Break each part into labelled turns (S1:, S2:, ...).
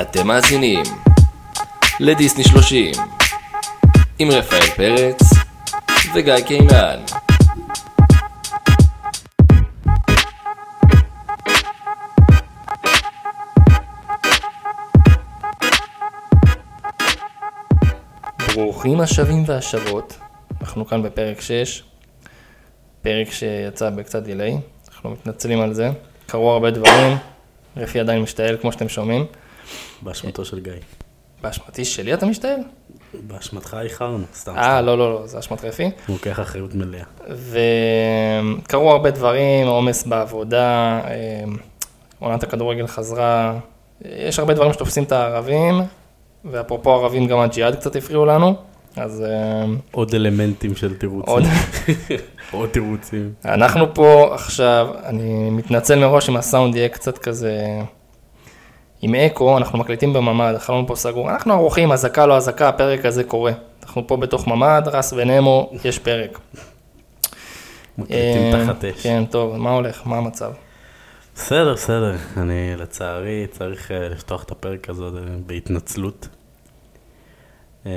S1: אתם מאזינים לדיסני 30 עם רפאל פרץ וגיא קינן. ברוכים השבים והשבות, אנחנו כאן בפרק 6, פרק שיצא בקצת דיליי, אנחנו מתנצלים על זה, קרו הרבה דברים, רפי עדיין משתעל כמו שאתם שומעים.
S2: באשמתו של גיא.
S1: באשמתי שלי אתה משתעל?
S2: באשמתך איחרנו, סתם.
S1: אה, לא, לא, לא, זה אשמת רפי.
S2: הוא לוקח אחריות מלאה.
S1: וקרו הרבה דברים, עומס בעבודה, אה, עונת הכדורגל חזרה, יש הרבה דברים שתופסים את הערבים, ואפרופו ערבים גם הג'יהאד קצת הפריעו לנו, אז אה,
S2: עוד אלמנטים של תירוצים.
S1: עוד,
S2: עוד תירוצים.
S1: אנחנו פה עכשיו, אני מתנצל מראש אם הסאונד יהיה קצת כזה... עם אקו, אנחנו מקליטים בממ"ד, החלון פה סגור, אנחנו ערוכים, אזעקה לא אזעקה, הפרק הזה קורה. אנחנו פה בתוך ממ"ד, רס ונמו, יש פרק.
S2: מוטטים
S1: אה,
S2: תחת אש.
S1: כן, טוב, מה הולך? מה המצב?
S2: בסדר, בסדר. אני לצערי צריך אה, לפתוח את הפרק הזה אה, בהתנצלות. אה,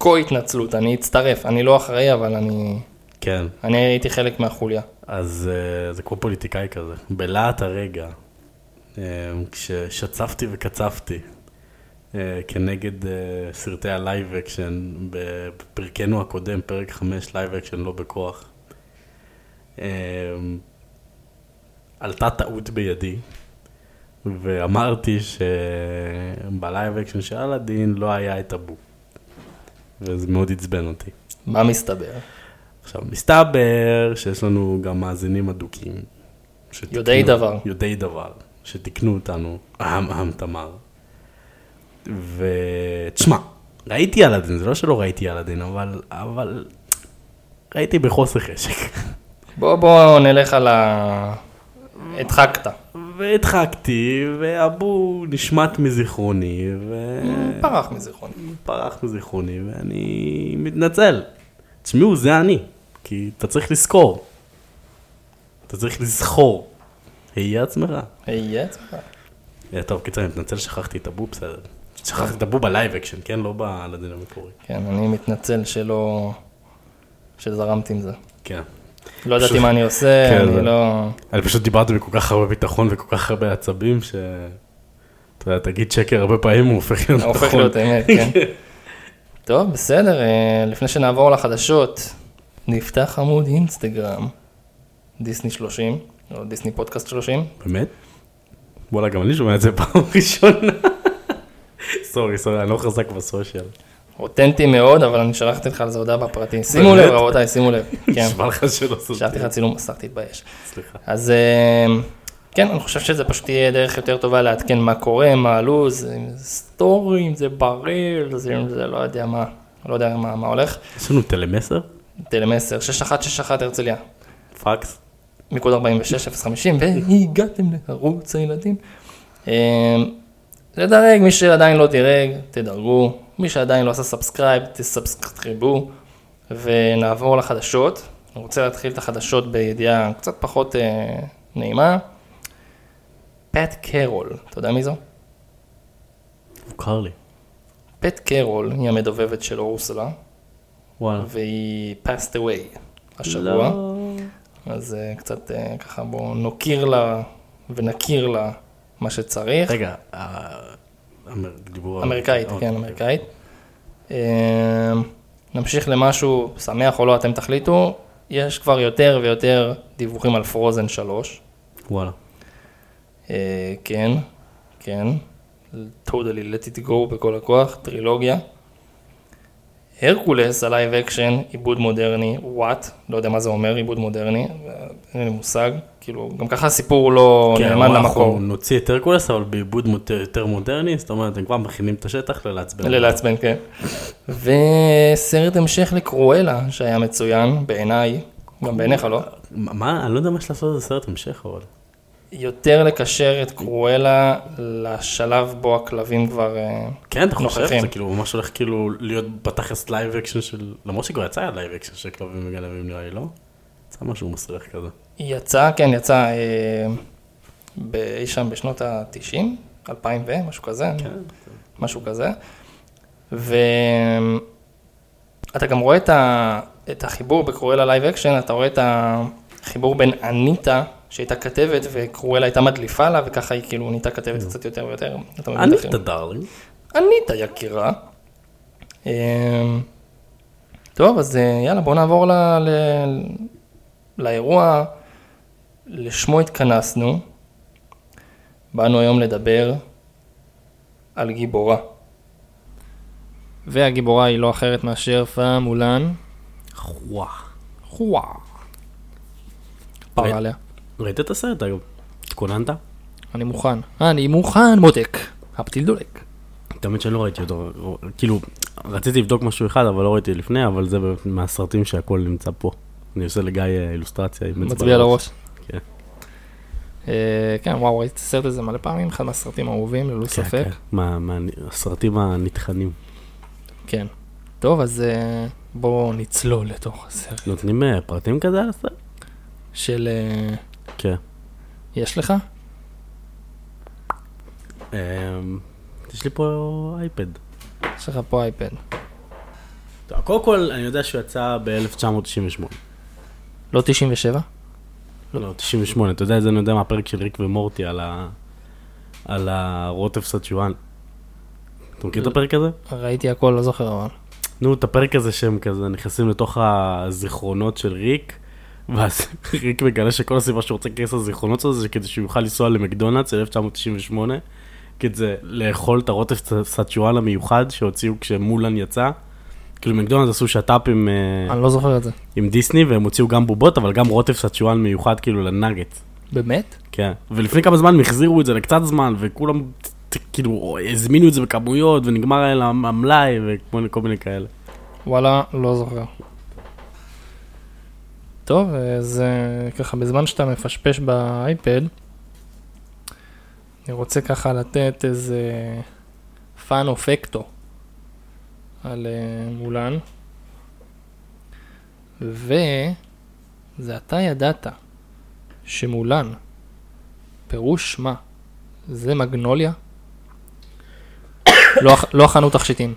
S1: כה התנצלות, אני אצטרף, אני לא אחראי, אבל אני,
S2: כן,
S1: אני הייתי חלק מהחוליה.
S2: אז אה, זה כמו פוליטיקאי כזה. בלהט הרגע, אה, כששצפתי וקצפתי אה, כנגד אה, סרטי הלייב אקשן בפרקנו הקודם, פרק 5 לייב אקשן לא בכוח, אה, עלתה טעות בידי, ואמרתי שבלייב אקשן של אלאדין לא היה את הבו. וזה מאוד עצבן אותי.
S1: מה מסתבר?
S2: עכשיו, מסתבר שיש לנו גם מאזינים אדוקים. שתיקנו-
S1: יודעי דבר.
S2: יודעי דבר, שתיקנו אותנו, אהם אהם תמר. ותשמע, ראיתי ילדין, זה לא שלא ראיתי ילדין, אבל, אבל ראיתי בחוסר חשק.
S1: בוא, בוא נלך על ה... הדחקת.
S2: והדחקתי, ואבו נשמט מזיכרוני,
S1: פרח מזיכרוני.
S2: ופרח מזיכרוני, ואני מתנצל. תשמעו, זה אני, כי אתה צריך לזכור. אתה צריך לזכור. היה עצמך.
S1: יהיה אצלך.
S2: אה, טוב, קיצר, אני מתנצל, שכחתי את הבו, בסדר. שכחתי את הבו בלייב אקשן, כן? לא בלדין המקורי.
S1: כן, אני מתנצל שלא... שזרמתי עם זה.
S2: כן.
S1: לא ידעתי
S2: פשוט-
S1: מה אני עושה,
S2: כן, זה-
S1: אני לא...
S2: אני פשוט דיברתי בכל כך הרבה ביטחון וכל כך הרבה עצבים, ש... אתה יודע, תגיד שקר הרבה פעמים, הוא הופך להיות
S1: הופך
S2: נכון.
S1: להיות אמת, כן. טוב, בסדר, אה, לפני שנעבור לחדשות, נפתח עמוד אינסטגרם, דיסני 30, או דיסני פודקאסט 30,
S2: באמת? וואלה, גם אני שומע את זה פעם ראשונה. סורי, סורי, אני לא חזק בסושיאל.
S1: אותנטי מאוד, אבל אני שלחתי לך על זה הודעה בפרטי. שימו לב, רבותיי, שימו לב. כן,
S2: נשבע לך שלא סוטי.
S1: שלחתי לך צילום מסך, תתבייש.
S2: סליחה.
S1: אז אה, כן, אני חושב שזה פשוט יהיה דרך יותר טובה לעדכן מה קורה, מה הלו"ז, אם זה סטורי, אם זה בריל, זה- אם זה לא יודע מה, לא יודע מה מה הולך.
S2: יש לנו טלמסר?
S1: טלמסר, 6161 הרצליה.
S2: פקס?
S1: מיקוד 46, 050, והגעתם לערוץ הילדים. אה, לדרג, מי שעדיין לא דירג, תדרגו, מי שעדיין לא עשה סאבסקרייב, תסאבסקריבו, ונעבור לחדשות. אני רוצה להתחיל את החדשות בידיעה קצת פחות אה, נעימה. פט קרול, אתה יודע מי זו?
S2: מוכר לי.
S1: פט קרול היא המדובבת של אורסולה,
S2: וואלה.
S1: והיא passed away השבוע.
S2: לא.
S1: אז אה, קצת אה, ככה בואו נוקיר לה ונכיר לה מה שצריך.
S2: רגע, ה- אמר- דיבור...
S1: אמריקאית,
S2: אוקיי.
S1: כן, אמריקאית. אה, נמשיך למשהו שמח או לא, אתם תחליטו. יש כבר יותר ויותר דיווחים על פרוזן 3.
S2: וואלה.
S1: אה, כן, כן. totally let it go בכל הכוח, טרילוגיה. הרקולס, הלייב אקשן, עיבוד מודרני, וואט, לא יודע מה זה אומר, עיבוד מודרני, אה, אין לי מושג, כאילו, גם ככה הסיפור לא
S2: כן,
S1: נאמן
S2: אבל
S1: למקור,
S2: אנחנו נוציא את הרקולס, אבל בעיבוד מות- יותר מודרני, זאת אומרת, הם כבר מכינים את השטח ללעצבן.
S1: ללעצבן, כן. וסרט המשך לקרואלה, שהיה מצוין, בעיניי, גם בעיניך לא,
S2: מה- מה, אני לא יודע מה יש לעשות לזה סרט המשך, אבל...
S1: יותר לקשר את קרואלה לשלב בו הכלבים כבר... אה,
S2: כן, אתה חושב?
S1: נוכחים.
S2: זה כאילו ממש הולך כאילו להיות בתכלס לייב אקשן של... למרות שכבר יצא לייב אקשן של כלבים וגנבים נראה לי, לא? יצא משהו מסריח
S1: לא
S2: כזה.
S1: יצא, כן, יצא אה, באי שם בשנות ה-90, 2000 ומשהו כזה,
S2: כן.
S1: משהו כזה. ואתה גם רואה את, ה... את החיבור בקרואלה לייב אקשן, אתה רואה את החיבור בין אניטה, שהייתה כתבת, וקרואלה הייתה מדליפה לה, וככה היא כאילו נהייתה כתבת קצת יותר ויותר. אתה מבין את
S2: אני
S1: החיבור?
S2: את הדארלינג.
S1: ענית יקירה. אמ, טוב, אז אה, יאללה, בואו נעבור ל... ל... לאירוע לשמו התכנסנו. באנו היום לדבר על גיבורה. והגיבורה היא לא אחרת מאשר פמולן.
S2: וואו.
S1: חוואה. פרה
S2: ראית-
S1: עליה.
S2: ראית את הסרט היום? התכוננת?
S1: אני מוכן. אה, אני מוכן, מותק. הפתילדולק.
S2: האמת שלא ראיתי אותו, כאילו, רציתי לבדוק משהו אחד, אבל לא ראיתי לפני, אבל זה באמת מהסרטים שהכל נמצא פה. אני עושה לגיא אה, אילוסטרציה עם
S1: מצביע על הראש.
S2: כן.
S1: אה, כן, וואו, ראיתי את הסרט הזה מלא פעמים, אחד מהסרטים האהובים, ללא
S2: כן,
S1: ספק.
S2: כן. מה- מה- הסרטים הנטחנים.
S1: כן. טוב, אז אה, בואו נצלול לתוך הסרט
S2: נותנים אה, פרטים כזה על הסרט?
S1: של... אה,
S2: כן.
S1: יש לך?
S2: אמ, יש לי פה אייפד.
S1: יש לך פה אייפד.
S2: טוב, קודם כל, אני יודע שהוא יצא ב-1998.
S1: לא 97?
S2: לא, 98, אתה יודע את זה, אני יודע מהפרק של ריק ומורטי על ה... על הרוטב סצ'ואן. אתה
S1: לא.
S2: מכיר את הפרק הזה?
S1: ראיתי הכל, לא זוכר אבל.
S2: נו, את הפרק הזה שהם כזה נכנסים לתוך הזיכרונות של ריק, ואז ריק מגלה שכל הסיבה שהוא רוצה להיכנס לזיכרונות שלו זה כדי שהוא יוכל לנסוע למקדונלדס 1998, כדי לאכול את הרוטף ס- סצ'ואל המיוחד שהוציאו כשמולן יצא. כאילו מקדונלדס עשו שת"פ עם, אה,
S1: אני לא זוכר את זה.
S2: עם דיסני והם הוציאו גם בובות, אבל גם רוטף סצ'ואל מיוחד כאילו לנאגט.
S1: באמת?
S2: כן, ולפני כמה זמן הם החזירו את זה לקצת זמן, וכולם ת- כאילו הזמינו את זה בכמויות, ונגמר להם המלאי, וכל מיני כאלה.
S1: וואלה, לא זוכר. טוב, אז אה, ככה, בזמן שאתה מפשפש באייפד, אני רוצה ככה לתת איזה פאן אופקטו על אה, מולן. וזה אתה ידעת שמולן, פירוש מה? זה מגנוליה? לא, הח- לא אכלנו תכשיטים.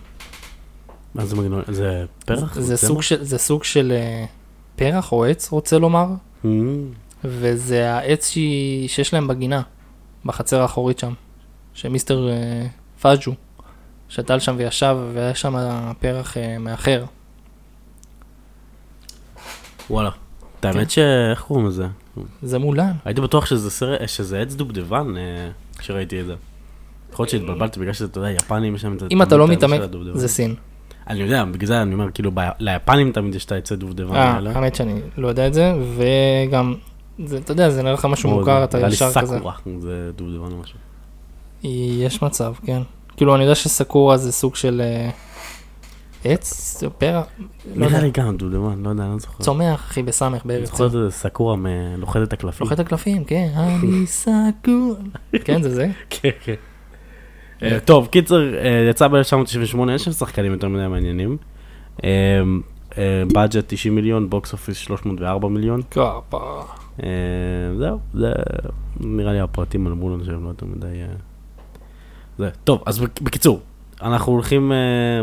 S2: מה זה מגנון? זה פרח?
S1: זה
S2: צמח?
S1: סוג של, זה סוג של אה, פרח או עץ, רוצה לומר,
S2: אה,
S1: Mm. וזה העץ שהיא- שיש להם בגינה, בחצר האחורית שם, שמיסטר אה, פאג'ו שתל שם וישב, והיה שם פרח אה, מאחר.
S2: וואלה. את
S1: כן.
S2: האמת ש... איך קוראים לזה?
S1: זה מולן.
S2: הייתי בטוח שזה סרט, שזה עץ דובדבן אה, כשראיתי את זה. יכול להיות שהתבלבלתי בגלל שזה, אתה יודע, יפנים יש להם את
S1: אם אתה
S2: תמיד
S1: לא
S2: את הנושא
S1: מתעמק,
S2: של הדובדבן.
S1: זה סין.
S2: אני יודע, בגלל זה אני אומר, כאילו, ב- ליפנים תמיד יש את העצי דובדבן
S1: אה,
S2: האלה.
S1: האמת שאני לא יודע את זה, וגם, זה- אתה יודע, זה נראה לך משהו
S2: או,
S1: מוכר,
S2: זה-
S1: אתה
S2: נראה לי
S1: ישר כזה.
S2: סאקורה, זה דובדבן או משהו.
S1: יש מצב, כן. כאילו, אני יודע שסקורה זה סוג של אה, עץ, זה פרח, לא יודע.
S2: נראה לי גם דובדבן, לא יודע, אני לא זוכר.
S1: צומח, אחי, בסמך,
S2: אני
S1: בארץ.
S2: זוכר את זה סקורה מלוכדת הקלפים.
S1: לוחת הקלפים, כן, אני סגור. כן, זה זה.
S2: כן, כן. אה, טוב, קיצר, אה, יצא ב-1998, אין שם שחקנים יותר מדי מעניינים. אה, אה, בדג'ט 90 מיליון, בוקס אופיס 304 מיליון.
S1: כפה.
S2: אה, זהו, זה נראה לי הפרטים על מולון שהם לא יותר מדי... אה, זה. טוב, אז בק- בקיצור, אנחנו הולכים, אה,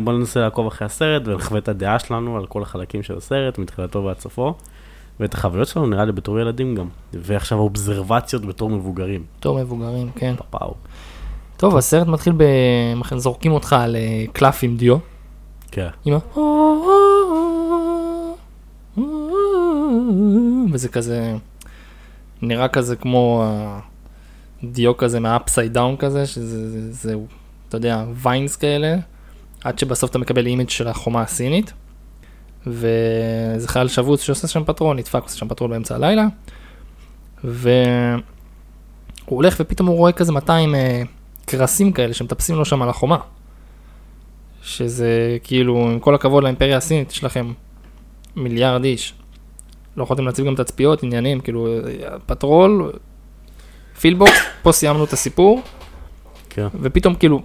S2: בוא ננסה לעקוב אחרי הסרט ונחווה את הדעה שלנו על כל החלקים של הסרט, מתחילתו ועד סופו, ואת החוויות שלנו נראה לי בתור ילדים גם, ועכשיו האובזרבציות בתור מבוגרים.
S1: טוב, מבוגרים, כן.
S2: פאפאו.
S1: טוב, הסרט מתחיל ב... הם זורקים אותך על אה, קלף עם דיו.
S2: כן.
S1: עם ה... וזה כזה... נראה כזה כמו הדיו כזה מהאפסייד דאון כזה, שזה, זה, זה, אתה יודע, ויינס כאלה, עד שבסוף אתה מקבל אימג' של החומה הסינית, וזה חייל שבוץ שעושה שם פטרול, נדפק, עושה שם פטרול באמצע הלילה, והוא הולך ופתאום הוא רואה כזה 200 אה, קרסים כאלה שמטפסים לו שם על החומה. שזה כאילו, עם כל הכבוד לאימפריה הסינית, יש לכם מיליארד איש. לא יכולתם להציב גם תצפיות, עניינים, כאילו, אה, פטרול, פילבוקס, פה סיימנו את הסיפור,
S2: כן.
S1: ופתאום כאילו,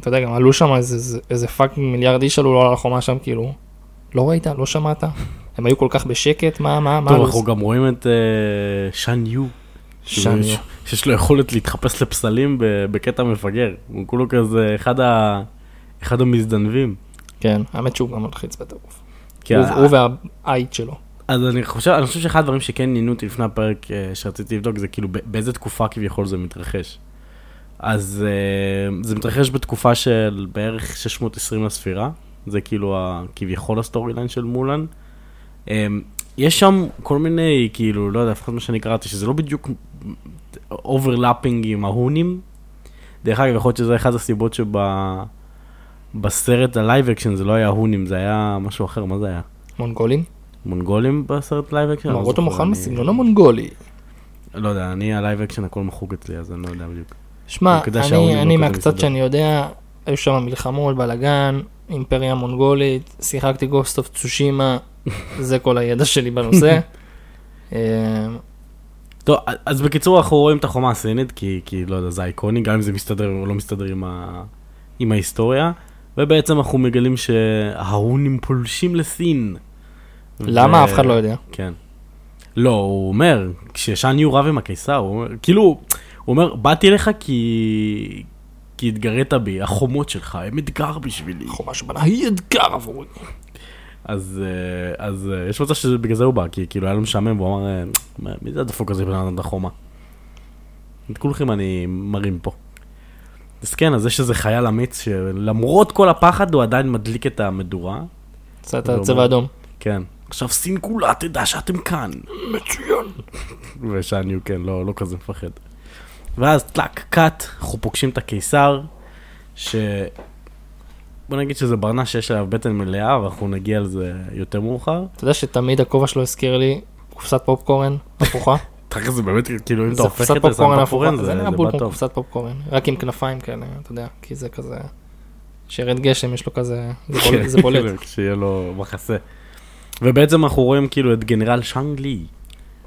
S1: אתה יודע, גם עלו שם איזה, איזה, איזה פאקינג מיליארד איש עלו לו על החומה שם, כאילו, לא ראית? לא שמעת? הם היו כל כך בשקט? מה, מה, מה?
S2: טוב,
S1: הלו"ז?
S2: אנחנו גם רואים את אה, שאן יו,
S1: שם
S2: שיש-
S1: יום.
S2: שיש לו יכולת להתחפש לפסלים ב- בקטע מפגר. הוא כולו כזה אחד ה- אחד המזדנבים.
S1: כן, האמת שהוא גם מלחיץ בטירוף.
S2: כי
S1: הוא-
S2: ה-
S1: הוא והאייט שלו.
S2: אז אני חושב, אני חושב שאחד הדברים שכן עניינו אותי לפני הפרק אה, שרציתי לבדוק זה כאילו ב- באיזה תקופה כביכול זה מתרחש. אז אה, זה מתרחש בתקופה של בערך 620 לספירה, זה כאילו ה- כביכול הסטורי ליין של מולן. אה, יש שם כל מיני, כאילו, לא יודע, לפחות מה שאני קראתי, שזה לא בדיוק אוברלאפינג עם ההונים. דרך אגב, יכול להיות שזה אחת הסיבות שבסרט הלייב אקשן זה לא היה ההונים, זה היה משהו אחר, מה זה היה?
S1: מונגולים?
S2: מונגולים בסרט לייב אקשן? אני לא
S1: מראות
S2: זוכר,
S1: המוחם
S2: אני-
S1: בסגנון המונגולי.
S2: לא יודע, אני הלייב אקשן הכל מחוג אצלי, אז אני לא יודע בדיוק.
S1: שמע,
S2: רק יודע
S1: אני-
S2: שההורים לא
S1: אני
S2: כזה
S1: מהקצת
S2: מסתדר.
S1: שאני יודע, היו שם מלחמות, בלאגן, אימפריה מונגולית, שיחקתי גוסט אוף צושימה, זה כל הידע שלי בנושא. אה,
S2: טוב, אז בקיצור אנחנו רואים את החומה הסינית, כי, כי לא יודע, זה איקוני, גם אם זה מסתדר או לא מסתדר עם, ה... עם ההיסטוריה, ובעצם אנחנו מגלים שההונים פולשים לסין.
S1: למה אף אחד לא יודע?
S2: כן. לא, הוא אומר, כששאן יו רב עם הקיסר, הוא אומר, כאילו, הוא אומר, באתי לך כי... כי התגרית בי, החומות שלך הם אתגר בשבילי.
S1: חומה שבנה היא אתגר עבורי.
S2: אז, אה, אז אה, יש מצב שבגלל זה הוא בא, כי כאילו היה לו משעמם, והוא אמר, אה, "מה- מי זה הדפוק הזה בן אדם החומה? את כולכם אני מרים פה. אז כן, אז יש איזה חייל אמיץ שלמרות כל הפחד הוא עדיין מדליק את המדורה.
S1: קצת
S2: לא,
S1: הצבע
S2: מה?
S1: האדום.
S2: כן. עכשיו סין כולה תדע שאתם כאן.
S1: מצוין.
S2: ושאני הוא כן, לא, לא כזה מפחד. ואז טלאק, קאט, אנחנו פוגשים את הקיסר, ש... בוא נגיד שזה ברנה שיש עליו בטן מלאה, ואנחנו נגיע לזה יותר מאוחר.
S1: אתה יודע שתמיד הכובע שלו הזכיר לי קופסת פופקורן הפוכה?
S2: תכל'ס זה באמת כאילו אם אתה
S1: זה
S2: הופך
S1: קופסת
S2: את זה שם
S1: פופקורן
S2: פפורן
S1: הפוכה.
S2: זה
S1: זה
S2: זה
S1: נראה
S2: בא
S1: בול כמו
S2: טוב.
S1: קופסת פופקורן, רק עם כנפיים כאלה, אתה יודע, כי זה כזה... שירד גשם יש לו כזה, זה בולט- זה בולט.
S2: כן, שיהיה לו מחסה. ובעצם אנחנו רואים כאילו את גנרל שאנג לי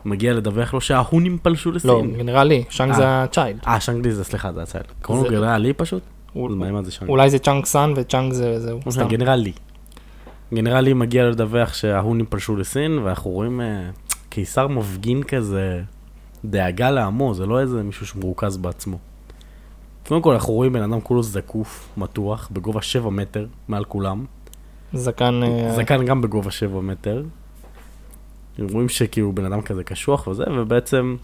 S2: מגיע לדווח לו שההונים פלשו
S1: לא,
S2: לסין.
S1: נראה לי, שאנג
S2: אה.
S1: זה הצ'יילד.
S2: אה, שאנג לי זה סליחה זה הצייל. קוראים לו
S1: זה-
S2: גנרל לי פשוט?
S1: הוא-
S2: אז מה אם זה שאנג?
S1: אולי זה צ'אנג סאן וצ'אנג זה זהו,
S2: לא משנה,
S1: סתם.
S2: גנרל לי. גנרל לי מגיע לדווח שההונים פלשו לסין ואנחנו רואים אה, קיסר מפגין כזה דאגה לעמו, זה לא איזה מישהו שמרוכז בעצמו. קודם כל אנחנו רואים בן אדם כולו זקוף, מתוח, בגובה 7 מטר מעל כולם.
S1: זקן, אה,
S2: זקן גם בגובה 7 מטר. הם רואים שכאילו בן אדם כזה קשוח וזה, ובעצם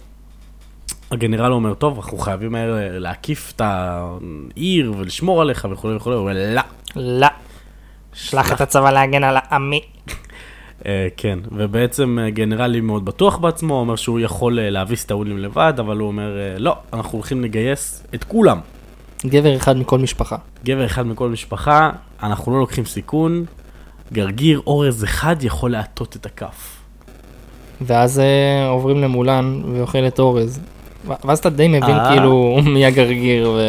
S2: הגנרל אומר, טוב, אנחנו חייבים מהר להקיף את העיר ולשמור עליך וכולי וכולי, הוא אומר, לא.
S1: לא, שלח את הצבא להגן על העמי.
S2: אה, כן, ובעצם אה, גנרלי מאוד בטוח בעצמו, אומר שהוא יכול אה, להביס את ההולים לבד, אבל הוא אומר, אה, לא, אנחנו הולכים לגייס את כולם.
S1: גבר אחד מכל משפחה.
S2: גבר אחד מכל משפחה, אנחנו לא לוקחים סיכון, גרגיר אורז אחד יכול להטות את הכף.
S1: ואז אה, עוברים למולן ואוכלת אורז. ו- ואז אתה די מבין
S2: אה.
S1: כאילו מי הגרגיר ו...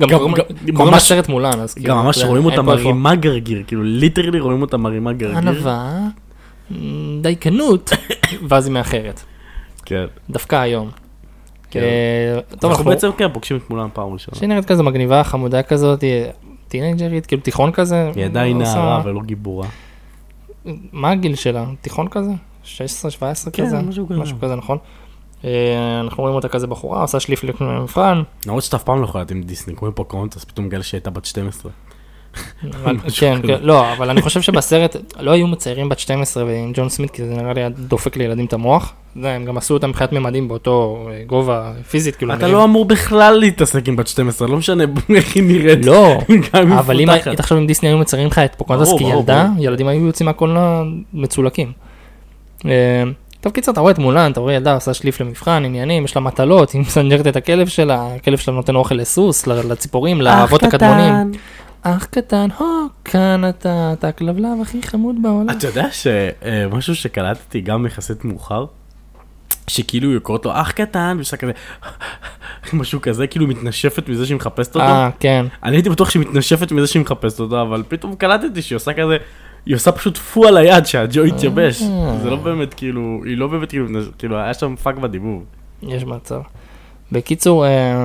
S1: גם
S2: גם-
S1: קוראים-
S2: גם-
S1: קוראים
S2: ממש-
S1: לסרט מולן, אז כאילו...
S2: גם ממש
S1: אתה יודע,
S2: רואים
S1: אין
S2: אותה
S1: פה איפה.
S2: מרימה גרגיר, כאילו ליטרלי רואים אותה מרימה גרגיר.
S1: ענווה, אמ, דייקנות, ואז היא מאחרת.
S2: כן.
S1: דווקא היום.
S2: כן.
S1: אה,
S2: טוב,
S1: טוב,
S2: אנחנו בעצם כן פוגשים את כולם פעם ראשונה.
S1: שהיא נראית כזה מגניבה, חמודה כזאת, היא טינג'רית, כאילו תיכון כזה.
S2: היא עדיין
S1: עושה- כן,
S2: נערה ולא גיבורה.
S1: מה הגיל שלה? תיכון כזה? 16-17
S2: כן,
S1: כזה?
S2: משהו כזה.
S1: משהו כזה, נכון? אה, אנחנו רואים אותה כזה בחורה, עושה שליפליק ממבחן.
S2: למרות שאתה אף פעם לא יכול לדעת עם דיסני, כמו עם פוקהונטס, פתאום גל שהייתה בת 12. משהו
S1: כן,
S2: כזה.
S1: כן, לא, אבל אני חושב שבסרט לא היו מציירים בת 12 עם ג'ון סמית, כי זה נראה לי היה דופק לילדים את המוח. אתה יודע, הם גם עשו אותה מבחינת ממדים באותו אה, גובה פיזית, כאילו.
S2: אתה
S1: נראים-
S2: לא אמור בכלל להתעסק עם בת 12, לא משנה איך היא נראית.
S1: לא,
S2: גם היא
S1: אבל אם
S2: מפותחת.
S1: היית עכשיו עם דיסני היו מציירים לך את פוקונטס
S2: ברור, ברור,
S1: כילדה, ילדים היו יוצאים מהקולנוע מצולקים. אה, טוב קיצר אתה רואה את מולן, אתה רואה ילדה עושה שליף למבחן, עניינים, יש לה מטלות, היא מסנג'רת את הכלב שלה, הכלב שלה נותן אוכל לסוס, ל- לציפורים, לאבות הקדמונים. אח קטן, הו, כאן אתה, אתה הכלבלב הכי חמוד בעולם.
S2: אתה יודע שמשהו שקלטתי גם יחסית מאוחר, שכאילו היא קוראת לו אח קטן, ועושה כזה, משהו כזה, כאילו מתנשפת מזה שהיא מחפשת אותו.
S1: אה, כן,
S2: אני הייתי בטוח שהיא מתנשפת מזה שהיא מחפשת אותו, אבל פתאום קלטתי שהיא עושה כזה, היא עושה פשוט פו על היד שהג'וינט יבש.
S1: אה.
S2: זה לא באמת כאילו, היא לא באמת כאילו, מתנש- כאילו היה שם פאק בדיבוב.
S1: יש מצב. בקיצור, אה,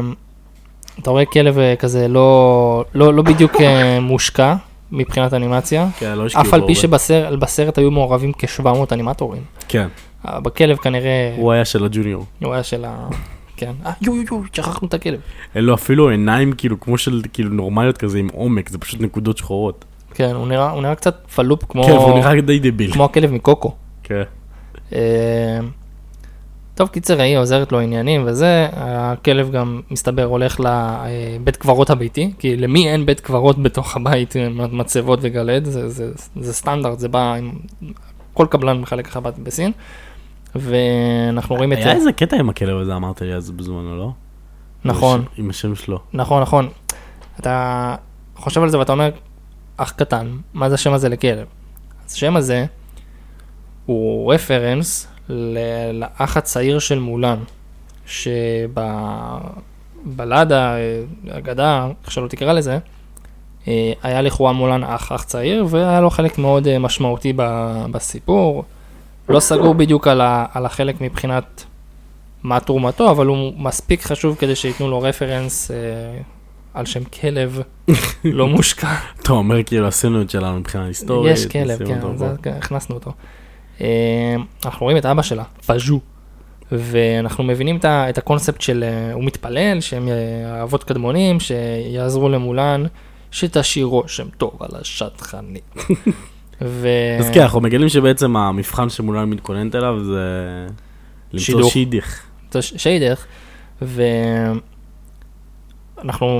S1: אתה רואה כלב אה, כזה לא, לא, לא בדיוק אה, מושקע מבחינת אנימציה,
S2: כן, לא השקיעו
S1: אף על
S2: בו
S1: פי
S2: הרבה.
S1: שבסרט בסרט היו מעורבים כ-700 אנימטורים.
S2: כן,
S1: אה, בכלב כנראה
S2: הוא היה של הג'וניור.
S1: הוא היה של ה... כן. אה, יו יו יו, שכחנו את הכלב.
S2: אין לו אפילו עיניים כאילו כמו של כאילו נורמליות כזה עם עומק, זה פשוט נקודות שחורות.
S1: כן, הוא נראה, הוא נראה קצת פלופ כמו,
S2: כן, והוא נראה די דביל.
S1: כמו הכלב מקוקו.
S2: כן.
S1: אה, טוב, קיצר, היא עוזרת לו עניינים וזה, הכלב גם מסתבר הולך לבית קברות הביתי, כי למי אין בית קברות בתוך הבית, מצבות וגלד, זה, זה, זה סטנדרט, זה בא עם... כל קבלן מחלק חב"ד בסין, ואנחנו רואים את
S2: היה
S1: זה,
S2: איזה קטע עם הכלב הזה אמרת לי אז בזמנו, לא?
S1: נכון,
S2: עם הש- עם השם שלו.
S1: נכון, נכון. אתה חושב על זה ואתה אומר, אח קטן, מה זה השם הזה לכלב? אז השם הזה הוא רפרנס ל- לאח הצעיר של מולן, שבבלדה, אה, אגדה, איך שלא תקרא לזה, אה, היה לכאורה מולן אח, אח צעיר, והיה לו חלק מאוד אה, משמעותי ב- בסיפור. לא סגור בדיוק על, ה- על החלק מבחינת מה תרומתו, אבל הוא מספיק חשוב כדי שייתנו לו רפרנס אה, על שם כלב לא מושקע.
S2: אתה אומר כאילו עשינו את שלנו מבחינה היסטורית.
S1: יש כלב,
S2: נשים
S1: כן,
S2: אותו
S1: זה,
S2: פה.
S1: כן, הכנסנו אותו. אה, אנחנו רואים את אבא שלה, פז'ו, ואנחנו מבינים את ה- את הקונספט של, אה, הוא מתפלל שהם אה, אבות קדמונים, שיעזרו למולן, שתשאיר רושם טוב על השטחנית. ו...
S2: אז כן, אנחנו מגלים שבעצם המבחן שמולן מתכוננת אליו זה... למצוא
S1: שידוך. כן.
S2: שידיך.
S1: זה ש- שיידך, ואנחנו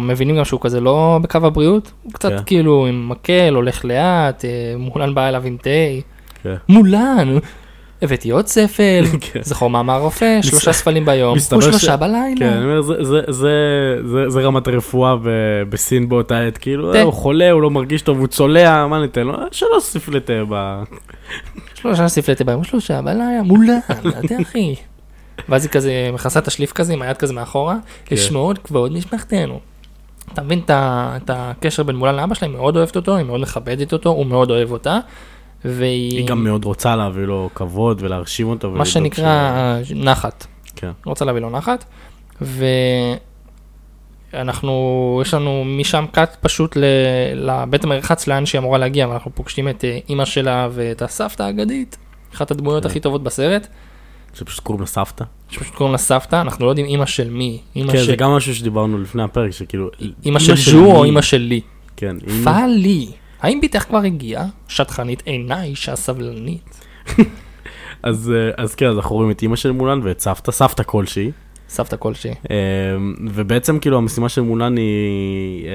S1: מבינים גם שהוא כזה לא בקו הבריאות, הוא קצת
S2: כן.
S1: כאילו עם מקל, הולך לאט, אה, מולן בא אליו עם תה,
S2: כן.
S1: מולן, הבאתי עוד ספל,
S2: כן.
S1: זכור מאמר רופא, שלושה ספלים ביום,
S2: מסתבר
S1: הוא
S2: ש-
S1: שלושה
S2: כן, אני
S1: בלילה.
S2: אומר, זה- זה- זה- זה- זה רמת הרפואה ב- בסין באותה עת, כאילו,
S1: תה.
S2: אה, הוא חולה, הוא לא מרגיש טוב, הוא צולע, מה ניתן לו? אה, שלוש ספלטה ב...
S1: שלושה ספלטי ביום, שלושה בלילה, מולן, אתה אחי. ואז היא כזה מכסה את השליף כזה עם היד כזה מאחורה,
S2: כן.
S1: לשמור את כבוד משפחתנו. אתה מבין את ה- את הקשר בין מולן לאבא שלה, היא מאוד אוהבת אותו, היא מאוד מכבדת אותו, הוא מאוד אוהב אותה, והיא,
S2: היא גם מאוד רוצה להביא לו כבוד ולהרשים אותו.
S1: מה
S2: ולדאוג
S1: שנקרא, אה, נחת. לא
S2: ש- כן.
S1: רוצה להביא לו נחת, ואנחנו, יש לנו משם קאט פשוט ל... לבית המרחץ לאן שהיא אמורה להגיע, ואנחנו פוגשים את אה, אימא שלה ואת הסבתא האגדית, אחת הדמויות
S2: כן.
S1: הכי טובות בסרט,
S2: שפשוט קוראים לה סבתא.
S1: שפשוט קוראים לה סבתא, אנחנו לא יודעים אימא של מי, אימא
S2: כן,
S1: של...
S2: זה גם משהו שדיברנו לפני הפרק, שכאילו...
S1: אימא של ז'ו או
S2: מי?
S1: אימא של לי?
S2: כן, אימא...
S1: פאלי. האם בתך כבר הגיעה? שטחנית אינה אישה סבלנית.
S2: אז אה, אז כן, אז אנחנו רואים את אימא של מולן ואת סבתא, סבתא כלשהי.
S1: סבתא כלשהי.
S2: אמ, ובעצם כאילו המשימה של מולן היא,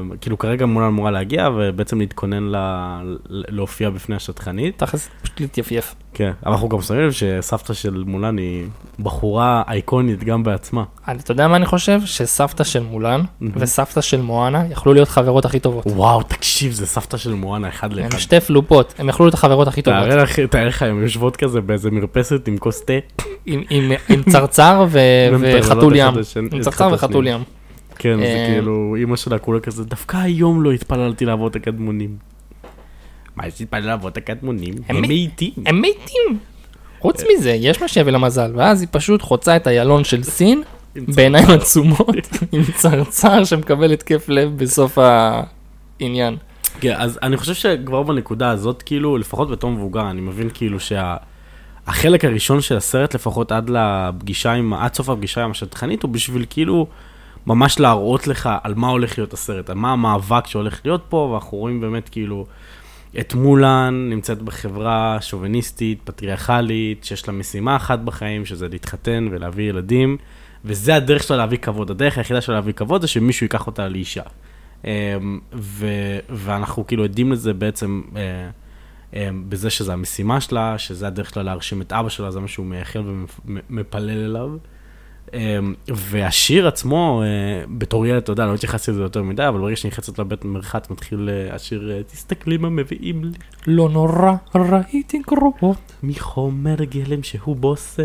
S2: אמ, כאילו כרגע מולן אמורה להגיע ובעצם להתכונן ל- ל- להופיע בפני השטחנית.
S1: תכלס, פשוט להתייפייף.
S2: כן, אבל אנחנו גם שמים לב שסבתא של מולן היא בחורה אייקונית גם בעצמה.
S1: אני- אתה יודע מה אני חושב? שסבתא של מולן וסבתא של מואנה יכלו להיות חברות הכי טובות.
S2: וואו, תקשיב, זה סבתא של מואנה אחד
S1: הם
S2: לאחד.
S1: שתי פלופות, הם יכלו להיות החברות הכי טובות.
S2: תאר לך- תאר לך, הן יושבות כזה באיזה מרפסת עם כוס תה.
S1: עם- עם עם צרצר ו-
S2: ומטרללות
S1: וחתול ים.
S2: אחד לשני-
S1: עם
S2: אחד
S1: צרצר
S2: לשני.
S1: וחתול ים.
S2: כן, זה
S1: אה.
S2: כאילו, אימא שלה כולה כזה, דווקא היום לא התפללתי לאבות הקדמונים. מה יש להתפלל לאבות הקדמונים?
S1: הם
S2: הם
S1: מ-
S2: מתים.
S1: הם מתים. חוץ מזה, יש מה שיביא למזל, ואז היא פשוט חוצה את איילון של סין,
S2: עם
S1: בעיניים עצומות, עם צרצר שמקבל התקף לב בסוף העניין.
S2: כן, אז אני חושב שכבר בנקודה הזאת, כאילו, לפחות בתור מבוגר, אני מבין כאילו שה... החלק הראשון של הסרט, לפחות עד לפגישה עם, עד סוף הפגישה עם השטחנית, הוא בשביל כאילו ממש להראות לך על מה הולך להיות הסרט, על מה המאבק שהולך להיות פה, ואנחנו רואים באמת כאילו את מולן נמצאת בחברה שוביניסטית, פטריארכלית, שיש לה משימה אחת בחיים, שזה להתחתן ולהביא ילדים, וזה הדרך שלה להביא כבוד. הדרך היחידה שלה להביא כבוד זה שמישהו ייקח אותה לאישה. אמ, ו, ואנחנו כאילו עדים לזה בעצם אה, אמ, בזה שזו המשימה שלה, שזה הדרך שלה להרשים את אבא שלה, זה מה שהוא מייחל ומפלל אליו. אמ, והשיר עצמו, אה, בתור ילד, אתה יודע, לא התייחסתי לזה יותר מדי, אבל ברגע שנכנסת לבית מרחץ מתחיל אה, השיר, אה, תסתכלי מה מביאים לי,
S1: לא נורא, ראיתי קרובות.
S2: מחומר גלם שהוא בושם.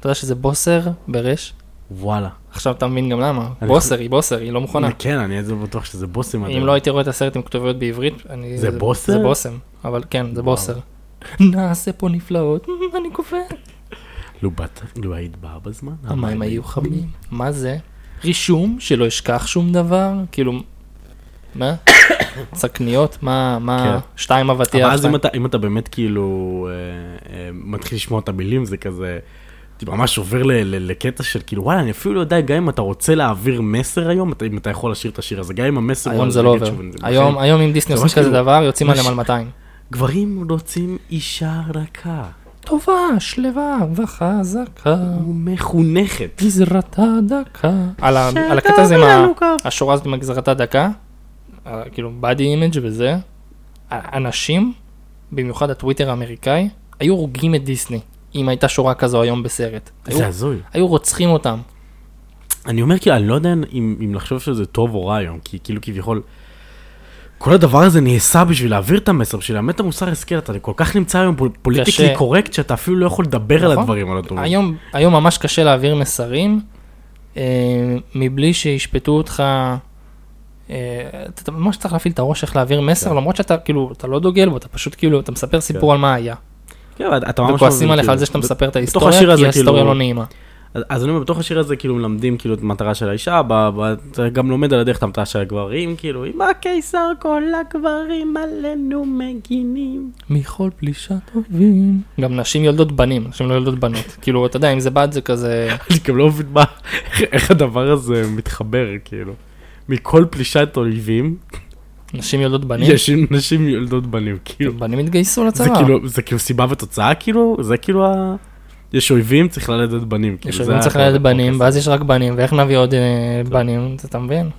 S1: אתה יודע שזה בוסר ברש?
S2: וואלה.
S1: עכשיו אתה מבין גם למה.
S2: אני
S1: בוסר היא בוסר, היא לא מוכנה.
S2: כן, אני הייתי בטוח שזה בושם.
S1: אם לא הייתי רואה את הסרט עם כתוביות בעברית, אני...
S2: זה בוסר?
S1: זה בושם, אבל כן, זה בוסר. נעשה פה נפלאות, "מ, אני קובע.
S2: לו באת, לו היית באה בזמן.
S1: המים היו חמים, מה זה? רישום שלא אשכח שום דבר, כאילו, מה? צקניות? מה, מה,
S2: כן.
S1: שתיים אבטיח?
S2: אבל אז
S1: שתיים-
S2: אם אתה, אם אתה באמת כאילו אה, אה, מתחיל לשמוע את המילים, זה כזה, ממש עובר ל- ל- לקטע של כאילו וואלה אני אפילו לא יודע גם אם אתה רוצה להעביר מסר היום אתה, אם אתה יכול לשיר את השיר הזה גם אם המסר הוא
S1: היום
S2: על
S1: זה לא
S2: נגד
S1: עובר.
S2: שוביניזם.
S1: היום,
S2: לכן,
S1: היום אם דיסני
S2: ממש
S1: עושים כזה
S2: כאילו,
S1: דבר, יוצאים
S2: ממש-
S1: עליהם על 200.
S2: גברים רוצים אישה רכה
S1: טובה, שלווה וחזקה,
S2: ומחונכת.
S1: גזרתה דקה. על ה- על הקטע הזה, עם ה- השורה הזאת עם הגזרתה דקה, ה- כאילו body image וזה, ה- אנשים, במיוחד הטוויטר האמריקאי, היו הורגים את דיסני, אם הייתה שורה כזו היום בסרט. היו-
S2: זה הזוי.
S1: היו רוצחים אותם.
S2: אני אומר כאילו, אני לא יודע אם, אם לחשוב שזה טוב או רע היום, כי כאילו כביכול, כל הדבר הזה נעשה בשביל להעביר את המסר, בשביל לאמת את המוסר השכל, אתה כל כך נמצא היום פול- פוליטיקלי
S1: קשה.
S2: קורקט, שאתה אפילו לא יכול לדבר על
S1: נכון.
S2: הדברים הלא טובים.
S1: היום, היום ממש קשה להעביר מסרים אה, מבלי שישפטו אותך. אה, אתה אתה ממש צריך להפעיל את הראש איך להעביר מסר,
S2: כן.
S1: למרות שאתה כאילו, אתה לא דוגל בו, אתה פשוט כאילו, אתה מספר סיפור על מה היה.
S2: כן, אבל אתה ממש לא
S1: וכועסים
S2: מבין,
S1: עליך
S2: כאילו,
S1: על זה שאתה
S2: ב-
S1: מספר את
S2: בתוך
S1: ההיסטוריה,
S2: השיר הזה,
S1: כי ההיסטוריה
S2: כאילו-
S1: לא נעימה.
S2: אז- אז אני אומר, בתוך השיר הזה כאילו מלמדים כאילו את המטרה של האישה, ב- ב- אתה גם לומד על הדרך את המטרה של הגברים, כאילו, אם הקיסר כל הגברים עלינו מגינים.
S1: מכל פלישת אויבים. גם נשים יולדות בנים, נשים לא יולדות בנות. כאילו, אתה יודע, אם זה בת זה כזה...
S2: אני גם לא מבין מה, איך- איך הדבר הזה מתחבר, כאילו. מכל פלישת אויבים,
S1: נשים יולדות בנים?
S2: יש נשים יולדות בנים, כאילו.
S1: בנים התגייסו
S2: זה
S1: לצבא.
S2: כאילו, זה כאילו סיבה ותוצאה, כאילו? זה כאילו ה... יש אויבים, צריך ללדת בנים. כאילו,
S1: יש
S2: זה
S1: אוהבים צריך
S2: ה-
S1: לילד בנים, ואז יש רק בנים, ואיך נביא עוד אה, בנים, אתה מבין?